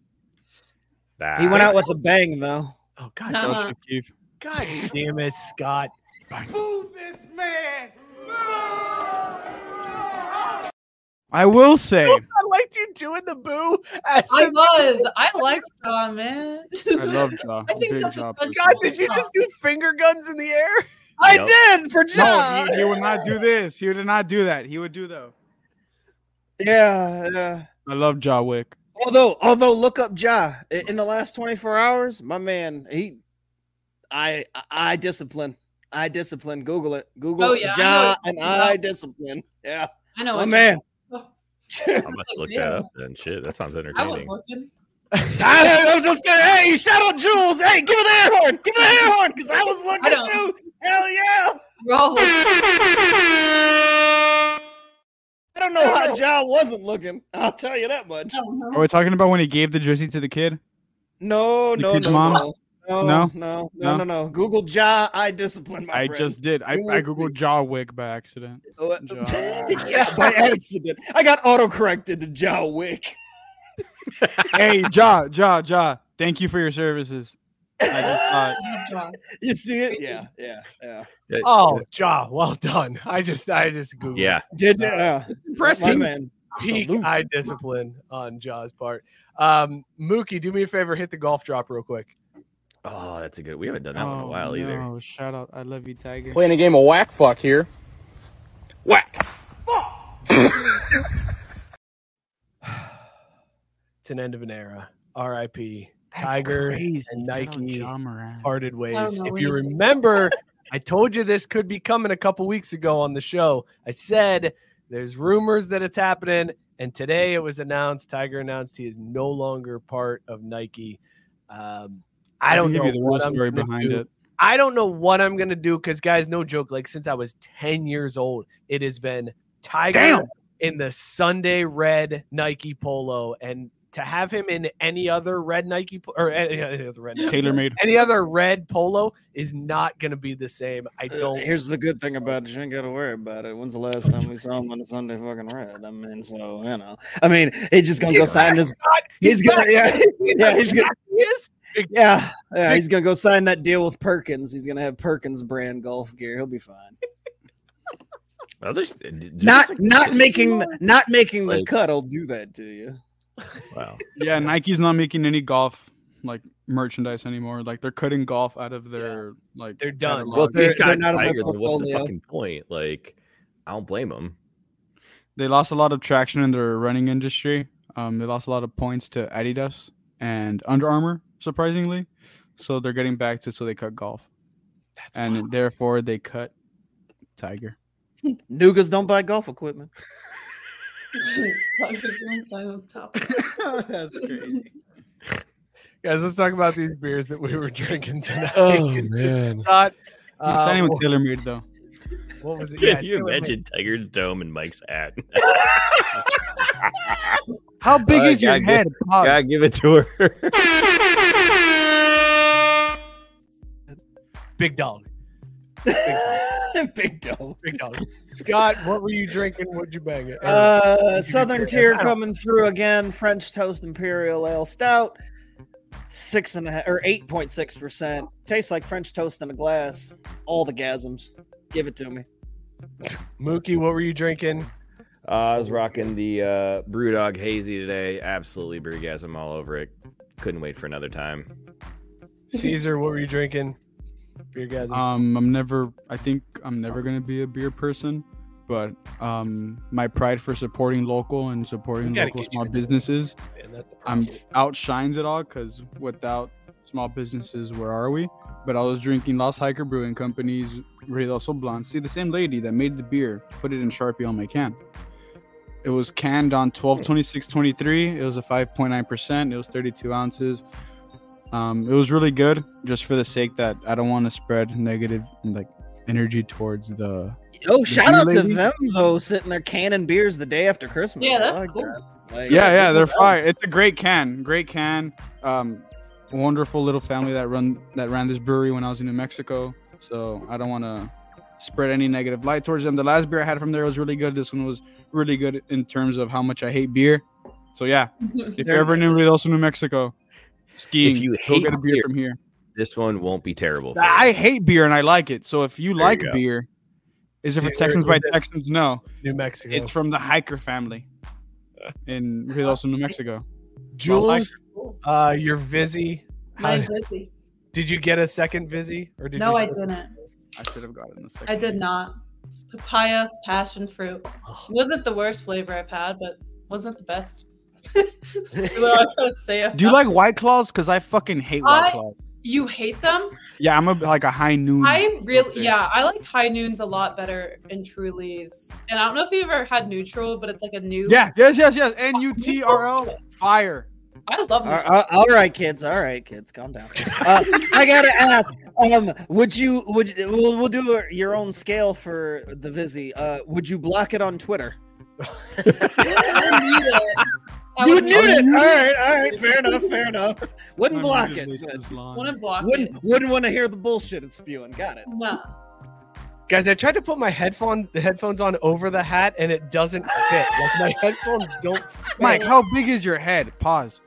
D: That-
C: He went out with a bang, though.
F: Oh God,
H: Uh-huh.
F: don't you- God damn it, Scott.
G: I will say,
F: I liked you doing the boo. As
H: I
F: the-
H: was. I like John, man.
G: I love Ja.
H: I think
G: Big
H: that's a
G: Ja
H: special-
F: God,
G: person.
F: did you just do finger guns in the air?
C: I
D: Yep.
C: did for John.
G: No, he, he would not do this. He would not do that. He would do though.
C: yeah, yeah.
G: I love Jaw Wick.
C: Although, although, look up Ja I- in the last twenty four hours. My man, he, I, I- I discipline. I discipline. Google it. Google
H: Oh, yeah, I know
C: Ja
H: what you're
C: and
H: talking about.
C: I discipline. Yeah,
H: I know.
C: my
H: what
C: Oh, man.
H: you're-
C: I,
D: I'm about to
H: Like,
D: look that
H: damn.
D: up then. Shit, that sounds
H: I was
D: entertaining.
H: looking.
C: I was just gonna. Hey, shout out Jules. Hey, give her the air horn. Give her the air horn because I was
H: I
C: looking too.
H: don't-
C: Hell yeah.
H: We're all looking.
C: I don't know how Ja wasn't looking. I'll tell you that much.
H: I don't know.
G: Are we talking about when he gave the jersey to the kid?
C: No,
G: The
C: no,
G: kid's
C: no,
G: mom?
C: no, no,
G: No?
C: no, no,
G: No?
C: no, no, Google Ja. I discipline my.
G: I
C: friend.
G: just did. I, I
C: You will
G: googled Jaw Wick by accident.
C: Oh, uh,
G: Ja.
C: yeah, by accident. I got autocorrected to Ja Wick.
G: hey, Ja, Ja, Ja. Thank you for your services. I just thought
C: you see it? Yeah, yeah, yeah.
F: Oh, Ja, well done. I just, I just googled.
D: Yeah.
C: Did you? Uh,
F: impressive.
C: my man.
F: Peak
C: Salute.
F: eye discipline on Ja's part. Um, Mookie, do me a favor, hit the golf drop real quick.
D: Oh, that's a good. We haven't done that one in a while either.
J: Oh, shout out. I love you, Tiger.
K: Playing a game of whack fuck here. Whack.
F: It's an end of an era. R.I.P. Tiger
J: crazy.
F: and
J: Shout out
F: Nike
J: Ja Morant.
F: parted ways.
J: know
F: If
J: what
F: you
J: he-
F: remember, I told you this could be coming a couple weeks ago on the show. I said there's rumors that it's happening, and today it was announced. Tiger announced he is no longer part of Nike. Um, I
G: I can
F: don't
G: give
F: know
G: you the real
F: what I'm
G: story
F: gonna
G: behind
F: do.
G: it.
F: I don't know what I'm gonna do because, guys, no joke. Like since I was 10 years old, it has been Tiger
G: Damn.
F: in the Sunday red Nike polo, and to have him in any other red Nike po- or any any other red Nike-
G: TaylorMade.
F: any other red polo is not gonna be the same. I
C: Uh,
F: don't.
C: Here's the good thing about it: you ain't got to worry about it. When's the last time we saw him on a Sunday fucking red? I mean, so you know, I mean, he's just gonna go
F: He's
C: sign
F: back,
C: this.
F: God,
C: He's gonna,
F: back.
C: yeah,
F: You know
C: yeah, he's gonna,
F: exactly he is.
C: yeah, yeah, he's gonna go sign that deal with Perkins. He's gonna have Perkins brand golf gear. He'll be fine.
D: Well, there's- there's
C: Not,
D: like-
C: not
D: just-
C: making, not making the
G: Like-
C: cut. I'll do that to you.
D: Wow.
G: yeah, Nike's not making any golf like merchandise anymore. Like they're cutting golf out of their like
F: They're done.
G: catalog.
D: Well, if they're,
C: they're
D: not
C: not in my
D: Tiger, then what's the
C: portfolio.
D: fucking point? Like, I don't blame him.
G: they lost a lot of traction in their running industry. Um, they lost a lot of points to Adidas and Under Armour, surprisingly. So they're getting back to so they cut golf, and therefore they cut Tiger.
C: Nugas don't buy golf equipment.
H: Tiger's gonna sign on top.
C: That's crazy.
F: Guys, let's talk about these beers that we were drinking tonight.
G: Oh,
F: This is
G: man.
F: not-
G: He's
F: uh,
G: signing with
F: what-
G: TaylorMade though.
F: What was it?
D: Can
F: Yeah,
D: you
F: TaylorMade.
D: imagine Tiger's dome and Mike's hat?
G: How big
C: Uh,
D: All right,
G: is your
D: gotta
G: head?
D: Give, gotta give it to her.
F: Big dog. Big dog.
C: Big dog.
F: Big dog. Scott, what were you drinking? What'd you bang it?
C: Uh, Southern Tier coming through again. French Toast Imperial Ale Stout, six and a half or eight point six percent. Tastes like French toast in a glass. All the gasms. Give it to me.
F: Mookie, what were you drinking?
D: Uh, I was rocking the uh, Brewdog Hazy today. Absolutely brewgasm all over it. Couldn't wait for another time.
F: Caesar, what were you drinking? Beer guys.
G: Um, I'm never. I think I'm never gonna be a beer person, but um, my pride for supporting local and supporting
F: We gotta
G: local
F: get you
G: small
F: in there.
G: businesses,
F: Man, that's the
G: I'm outshines it all. Because without small businesses, where are we? But I was drinking Lost Hiker Brewing Company's Redoso Blanc. See, the same lady that made the beer put it in Sharpie on my can. It was canned on 12 26 23. It was a 5.9%. It was 32 ounces. Um, it was really good just for the sake that I don't want to spread negative like energy towards the.
C: Oh,
G: the
C: shout out
G: beer
C: to
G: lady.
C: them though, sitting there canning beers the day after Christmas.
H: Yeah,
C: I
H: that's
C: like
H: cool.
C: that. Like,
G: Yeah, yeah, they're
C: good.
G: fire. It's a great can, great can. Um, wonderful little family that run that ran this brewery when I was in New Mexico. So I don't want to spread any negative light towards them. The last beer I had from there was really good. This one was really good in terms of how much I hate beer. So yeah, if you're ever in Redoso, New Mexico, skiing,
D: If you
G: go
D: hate
G: get a beer
D: beer,
G: from here.
D: This one won't be terrible. for you.
G: I hate beer and I like it. So if you
D: you
G: like
D: go.
G: beer, is it
F: See,
G: for
F: there-
G: Texans by
F: is it-
G: Texans? No,
F: New Mexico.
G: it's from the Hiker family in Redoso, New Mexico.
F: Jules, uh, you're busy.
H: My busy.
F: Did you get a second busy? Or did
H: No,
F: you
H: I
F: still-
H: didn't.
G: I should have gotten the second.
H: I did not. It's papaya passion fruit. Wasn't the worst flavor I've had, but wasn't the best. That's really all I gotta say
G: Do you
H: about
G: like White Claws? Because I fucking hate White
H: I-
G: Claws.
H: it. You hate them?
G: Yeah, I'm a, like a high noon.
H: I
G: Okay.
H: really, yeah, I like high noons a lot better and Trulies. And I don't know if you've ever had neutral, but it's like a new.
G: yeah, yes, yes, yes. N U T R L fire.
H: I love
C: All
H: neutral.
C: right, all- all right, kids. All right, kids. Calm down. Uh, I gotta ask. Um, would you? Would we'll, we'll do a- your own scale for the Vizzy? Uh, would you block it on Twitter?
H: I would need it. I
C: you
H: would
C: would mute it.
H: need
C: All right, all right. Fair enough. Fair enough. Wouldn't block it.
H: Wouldn't block it.
C: Wouldn't wouldn't want to hear the bullshit it's spewing. Got it.
H: No.
F: Guys, I tried to put my headphone the headphones on over the hat and it doesn't fit. Like my headphones don't fit.
G: Mike, how big is your head? Pause.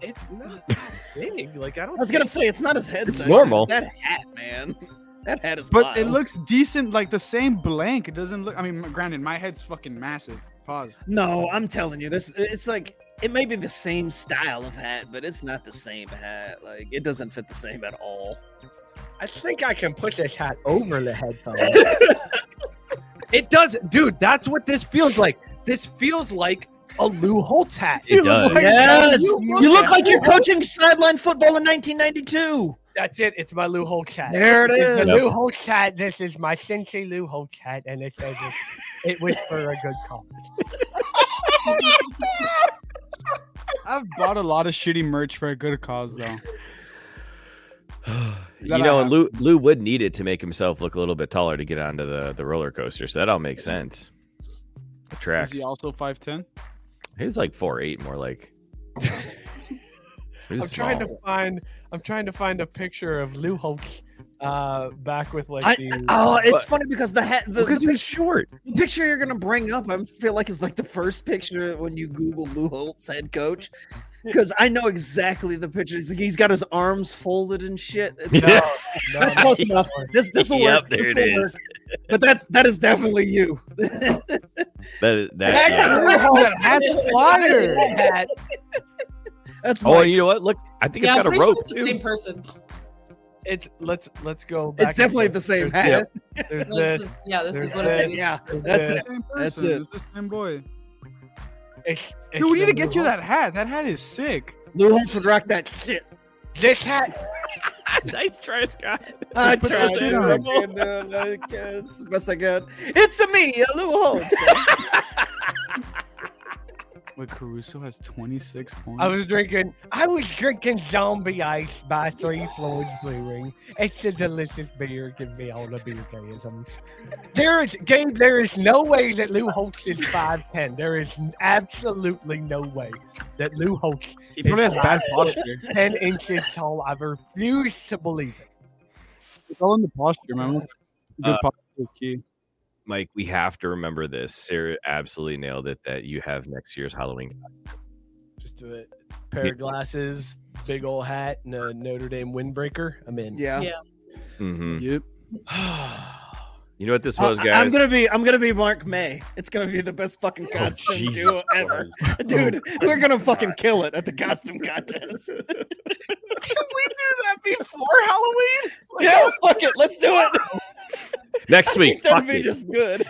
F: It's not that big. Like I don't.
C: I was gonna say it's not his head.
D: It's
C: size,
D: normal.
C: dude. That hat, man. That hat is.
G: But
C: wild.
G: it looks decent, like the same blank. It doesn't look. I mean, granted, my head's fucking massive. Pause.
C: No, I'm telling you, this. It's like it may be the same style of hat, but it's not the same hat. Like it doesn't fit the same at all.
J: I think I can put this hat over the head. fella. it does, dude. That's what this feels like. This feels like a Lou Holtz hat.
D: It does.
C: Yes, you look like you're coaching sideline football in 1992.
F: That's it. It's my Lou Holtz hat.
C: There it
F: It's
C: is.
F: The Lou Holtz hat. This is my Cincy Lou Holtz hat, and it says it, it was for a good cause.
G: I've bought a lot of shitty merch for a good cause, though.
D: You know, and Lou Lou would need it to make himself look a little bit taller to get onto the, the roller coaster, so that all makes sense. The
G: Is
D: tracks.
G: he also five ten?
D: He was like four eight, more like. He
F: I'm
D: was
F: trying
D: small.
F: to find. I'm trying to find a picture of Lou Holtz uh, back with like
C: I,
F: the.
C: oh, it's
F: but-
C: funny because the hat. The,
F: Because
C: the
F: he
C: pic-
D: short.
C: The picture you're gonna bring up, I feel like, is like the first picture when you Google Lou Holtz head coach. Because I know exactly the picture. He's, he's got his arms folded and shit.
F: no,
C: that's
F: no.
C: close enough. This this will
D: Yep,
C: work.
D: there
C: This
D: it
C: will
D: is.
C: work. But that's that is definitely you.
D: That is that. yeah.
G: that hat's fire.
F: Hat.
C: That's
D: Oh, and you know what? Look, I think
H: yeah,
D: it's
H: I'm
D: got a
H: pretty sure
D: rope.
H: it's the
D: too.
H: same person.
F: It's let's let's go.
C: It's
F: Back and
C: definitely
F: forth.
C: the same
F: There's-
C: hat.
F: There's
H: This
F: this.
H: is- yeah, this
F: there's
H: is what it
F: this,
H: is.
C: Yeah,
F: there's
C: that's
F: this.
C: it.
G: Same person.
C: That's it.
G: It's the same boy.
F: It's- it's
G: Dude, we need
F: the
G: to get
F: Lou
G: you that hat. That hat is sick.
C: Lou Holtz would rock that shit.
F: Holtz- This hat.
D: nice try, Scott.
C: I
G: Put
C: tried.
G: that shit
C: dude. I
G: on.
C: can't do it. I can't. uh, It's the best I got. It's a me, a Lou Holtz.
G: Wait, Caruso has twenty six points.
F: I was drinking. I was drinking Zombie Ice by Three Floyds Brewing. It's a delicious beer. Give me all the beer deisms. There is, Gabe. There is no way that Lou Holtz is five ten. There is absolutely no way that Lou Holtz
G: He probably has bad posture.
F: ten inches tall. I refuse to believe it.
G: It's all in the posture, man. Good
D: Uh,
G: posture is key.
D: Mike, we have to remember this. Sarah absolutely nailed it that you have next year's Halloween.
F: Just do it. Pair of glasses, big old hat, and a Notre Dame windbreaker. I'm in.
C: yeah.
H: Yeah.
D: hmm
G: Yep.
D: You know what this was,
C: Uh,
D: guys? Oh,
C: I'm gonna be I'm gonna be Mark May. It's gonna be the best fucking costume
D: Jesus
C: duo ever, dude. We're gonna fucking kill it at the costume contest.
J: we do that before Halloween?
C: yeah, fuck it, let's do it.
D: Next week.
C: That'd
D: Fuck
C: be
D: it.
C: just good.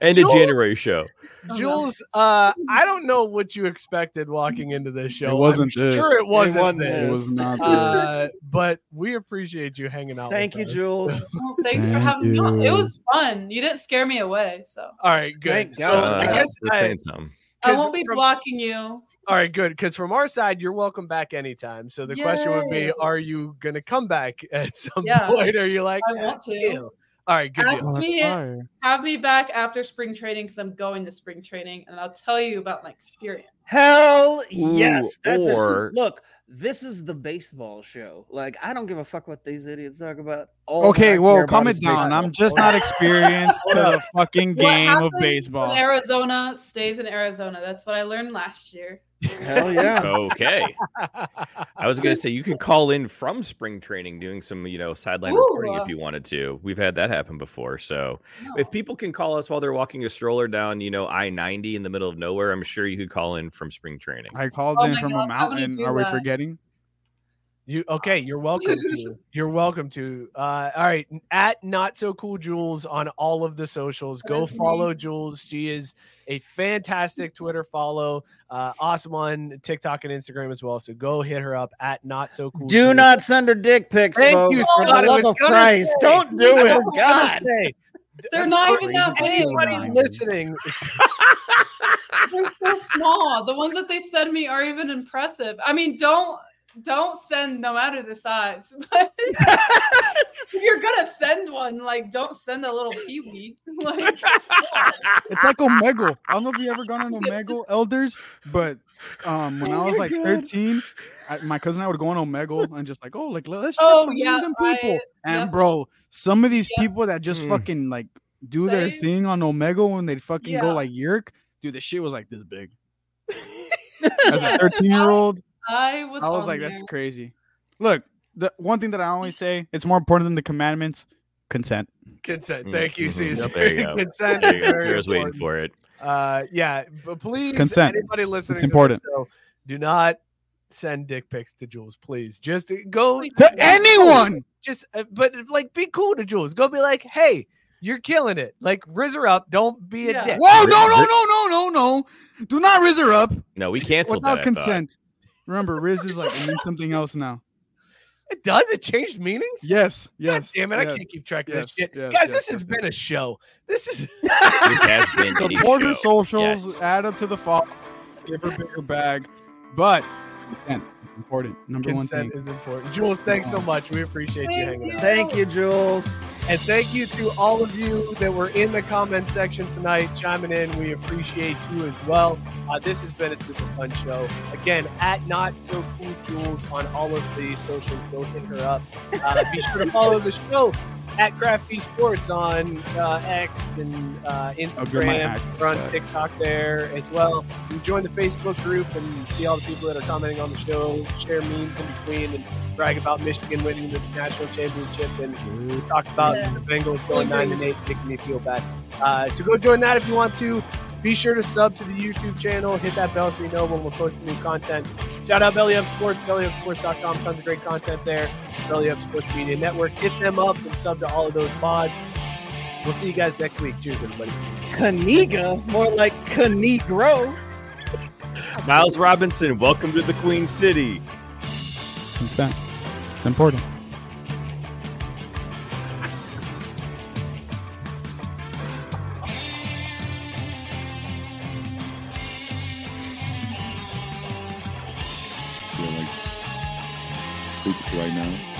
D: End of
F: Jules-
D: January show.
H: Oh, no.
F: Jules, uh, I don't know what you expected walking into this show.
G: It wasn't
F: I'm
G: this.
F: sure it wasn't
C: wasn't
F: this.
G: It was not. good.
F: Uh, but we appreciate you hanging out.
C: Thank you,
F: with us.
C: Jules.
H: Well, thanks for
G: Thank
H: having me on. It
G: you.
H: was fun. You didn't scare me away, so
F: All right, good.
C: Thank
F: So,
C: God.
F: I
D: Uh,
F: guess
D: that's
F: I-
D: saying something.
H: I
F: 'Cause
H: won't be
F: from-
H: blocking you.
F: all right, good. Because from our side, you're welcome back anytime. So the question would be,
H: Yay.
F: are you gonna come back at some
H: Yeah.
F: point? Are you like,
H: I want to.
F: "Ew." All right, good.
H: Ask
F: Deal.
G: Oh, that's
H: me it.
G: fire.
H: Have me back after spring training because I'm going to spring training, and I'll tell you about my experience.
C: Hell yes. That's it.
D: or-
C: Look, this is the baseball show. Like, I don't give a fuck what these idiots talk about. All I
G: Okay,
C: care
G: well,
C: about
G: calm
C: is
G: it down.
C: baseball.
G: I'm just not experienced to the fucking
H: What
G: game
H: happens
G: of baseball.
H: In Arizona stays in Arizona. That's what I learned last year.
C: Hell yeah.
D: Okay. I was gonna say you can call in from spring training doing some, you know, sideline reporting
H: Ooh. Oh.
D: if you wanted to. We've had that happen before. So if people can call us while they're walking a stroller down, you know, I ninety in the middle of nowhere, I'm sure you could call in from spring training.
G: I called
H: Oh
G: in
H: my
G: from
H: gosh,
G: a
H: I wouldn't
G: mountain.
H: do
G: Are we
H: that.
G: forgetting?
F: You okay? You're welcome to. You're welcome to. Uh, all right, at not so cool Jules on all of the socials. Go
H: That's me.
F: follow Jules. She is a fantastic Twitter follow. Uh, awesome on TikTok and Instagram as well. So go hit her up at not so cool.
C: Do
F: Jules.
C: not send her dick pics,
F: Thank
C: folks.
F: you,
C: for
F: Scott. I
C: the love
F: was
C: of
F: gonna
C: Christ,
F: say.
C: don't do
F: I
C: it.
F: was gonna
C: God.
F: say,
H: They're
F: that's
H: not
F: crazy.
H: even that big.
F: Anybody listening?
H: They're so small. The ones that they send me are even impressive. I mean, don't don't send no matter the size. But if you're gonna send one, like don't send a little peewee. Like
G: It's like Omegle. I don't know if you ever gone on Omegle Elders, but um, when
H: Oh
G: I was like 13, I, my cousin and I would go on Omegle and just like, oh, like let's check
H: Oh,
G: some
H: yeah,
G: random people.
H: right.
G: And
H: Yep.
G: bro, some of these
H: Yep.
G: people that just
D: Mm.
G: fucking like do their
H: They-
G: thing on Omegle when they'd fucking
H: Yeah.
G: go like yerk, dude, the shit was like this big. As a 13 year old,
H: I was.
G: I was
H: on
G: like,
H: there.
G: that's crazy. Look, the one thing that I always say, it's more important than the commandments, consent.
F: Consent. Thank you,
D: Mhm.
F: Caesar.
D: Yep, there you go.
F: Consent.
D: There you go.
F: Very
D: Sarah's waiting
F: important.
D: for it.
F: Uh, yeah, but please,
G: Consent.
F: anybody listening,
G: It's
F: to this
G: important.
F: show, do not send dick pics to Jules, please. Just go
G: To anyone!
F: Just, uh, but like, be cool to Jules. Go be like, hey, you're killing it. Like, rizz her up. Don't be a dick.
G: Whoa, no, no, no, no, no, no. Do not riz her up
D: No, we canceled
G: without
D: that. I thought.
G: consent. Remember, Riz is like, it means something else now.
F: It does. It changed meanings.
G: Yes, yes.
F: Damn it, I
G: yes,
F: can't keep track of
G: yes,
F: this shit.
G: yes,
F: Guys,
G: yes,
F: this
G: yes,
F: has been a show. This is
D: This has been
G: the
D: a
G: border
D: show.
G: socials
D: Yes.
G: add up to the fall, give her bigger bag, but consent is important. Number one
F: consent
G: thing.
F: is important. Jules, thanks so much. We appreciate you hanging out.
C: Thank you, Jules.
F: And thank you to all of you that were in the comment section tonight chiming in. We appreciate you as well. Uh, this has been a super fun show. Again, at Not So Cool Jules on all of the socials. Go hit her up. Uh, be sure to follow the show at Crafty Sports on uh, X and
G: I'll
F: uh,
G: get my
F: Instagram.
G: axe
F: We're on
G: back.
F: TikTok there as well. You can join the Facebook group and see all the people that are commenting on the show, share memes in between, and brag about Michigan winning the national championship and
G: Mm-hmm.
F: talk about
J: Yeah.
F: the Bengals going nine and eight, making me feel bad. Uh, so go join that if you want to. Be sure to sub to the YouTube channel, hit that bell so you know when we're posting new content. Shout out Belly Up Sports, bellyupsports.com. Tons of great content there. Belly Up Sports Media Network. Hit them up and sub to all of those pods. We'll see you guys next week. Cheers, everybody.
C: Caniga, more like Canigro.
D: Miles Robinson, welcome to the Queen City.
G: Consent. It's important.
I: Feel like poop right now.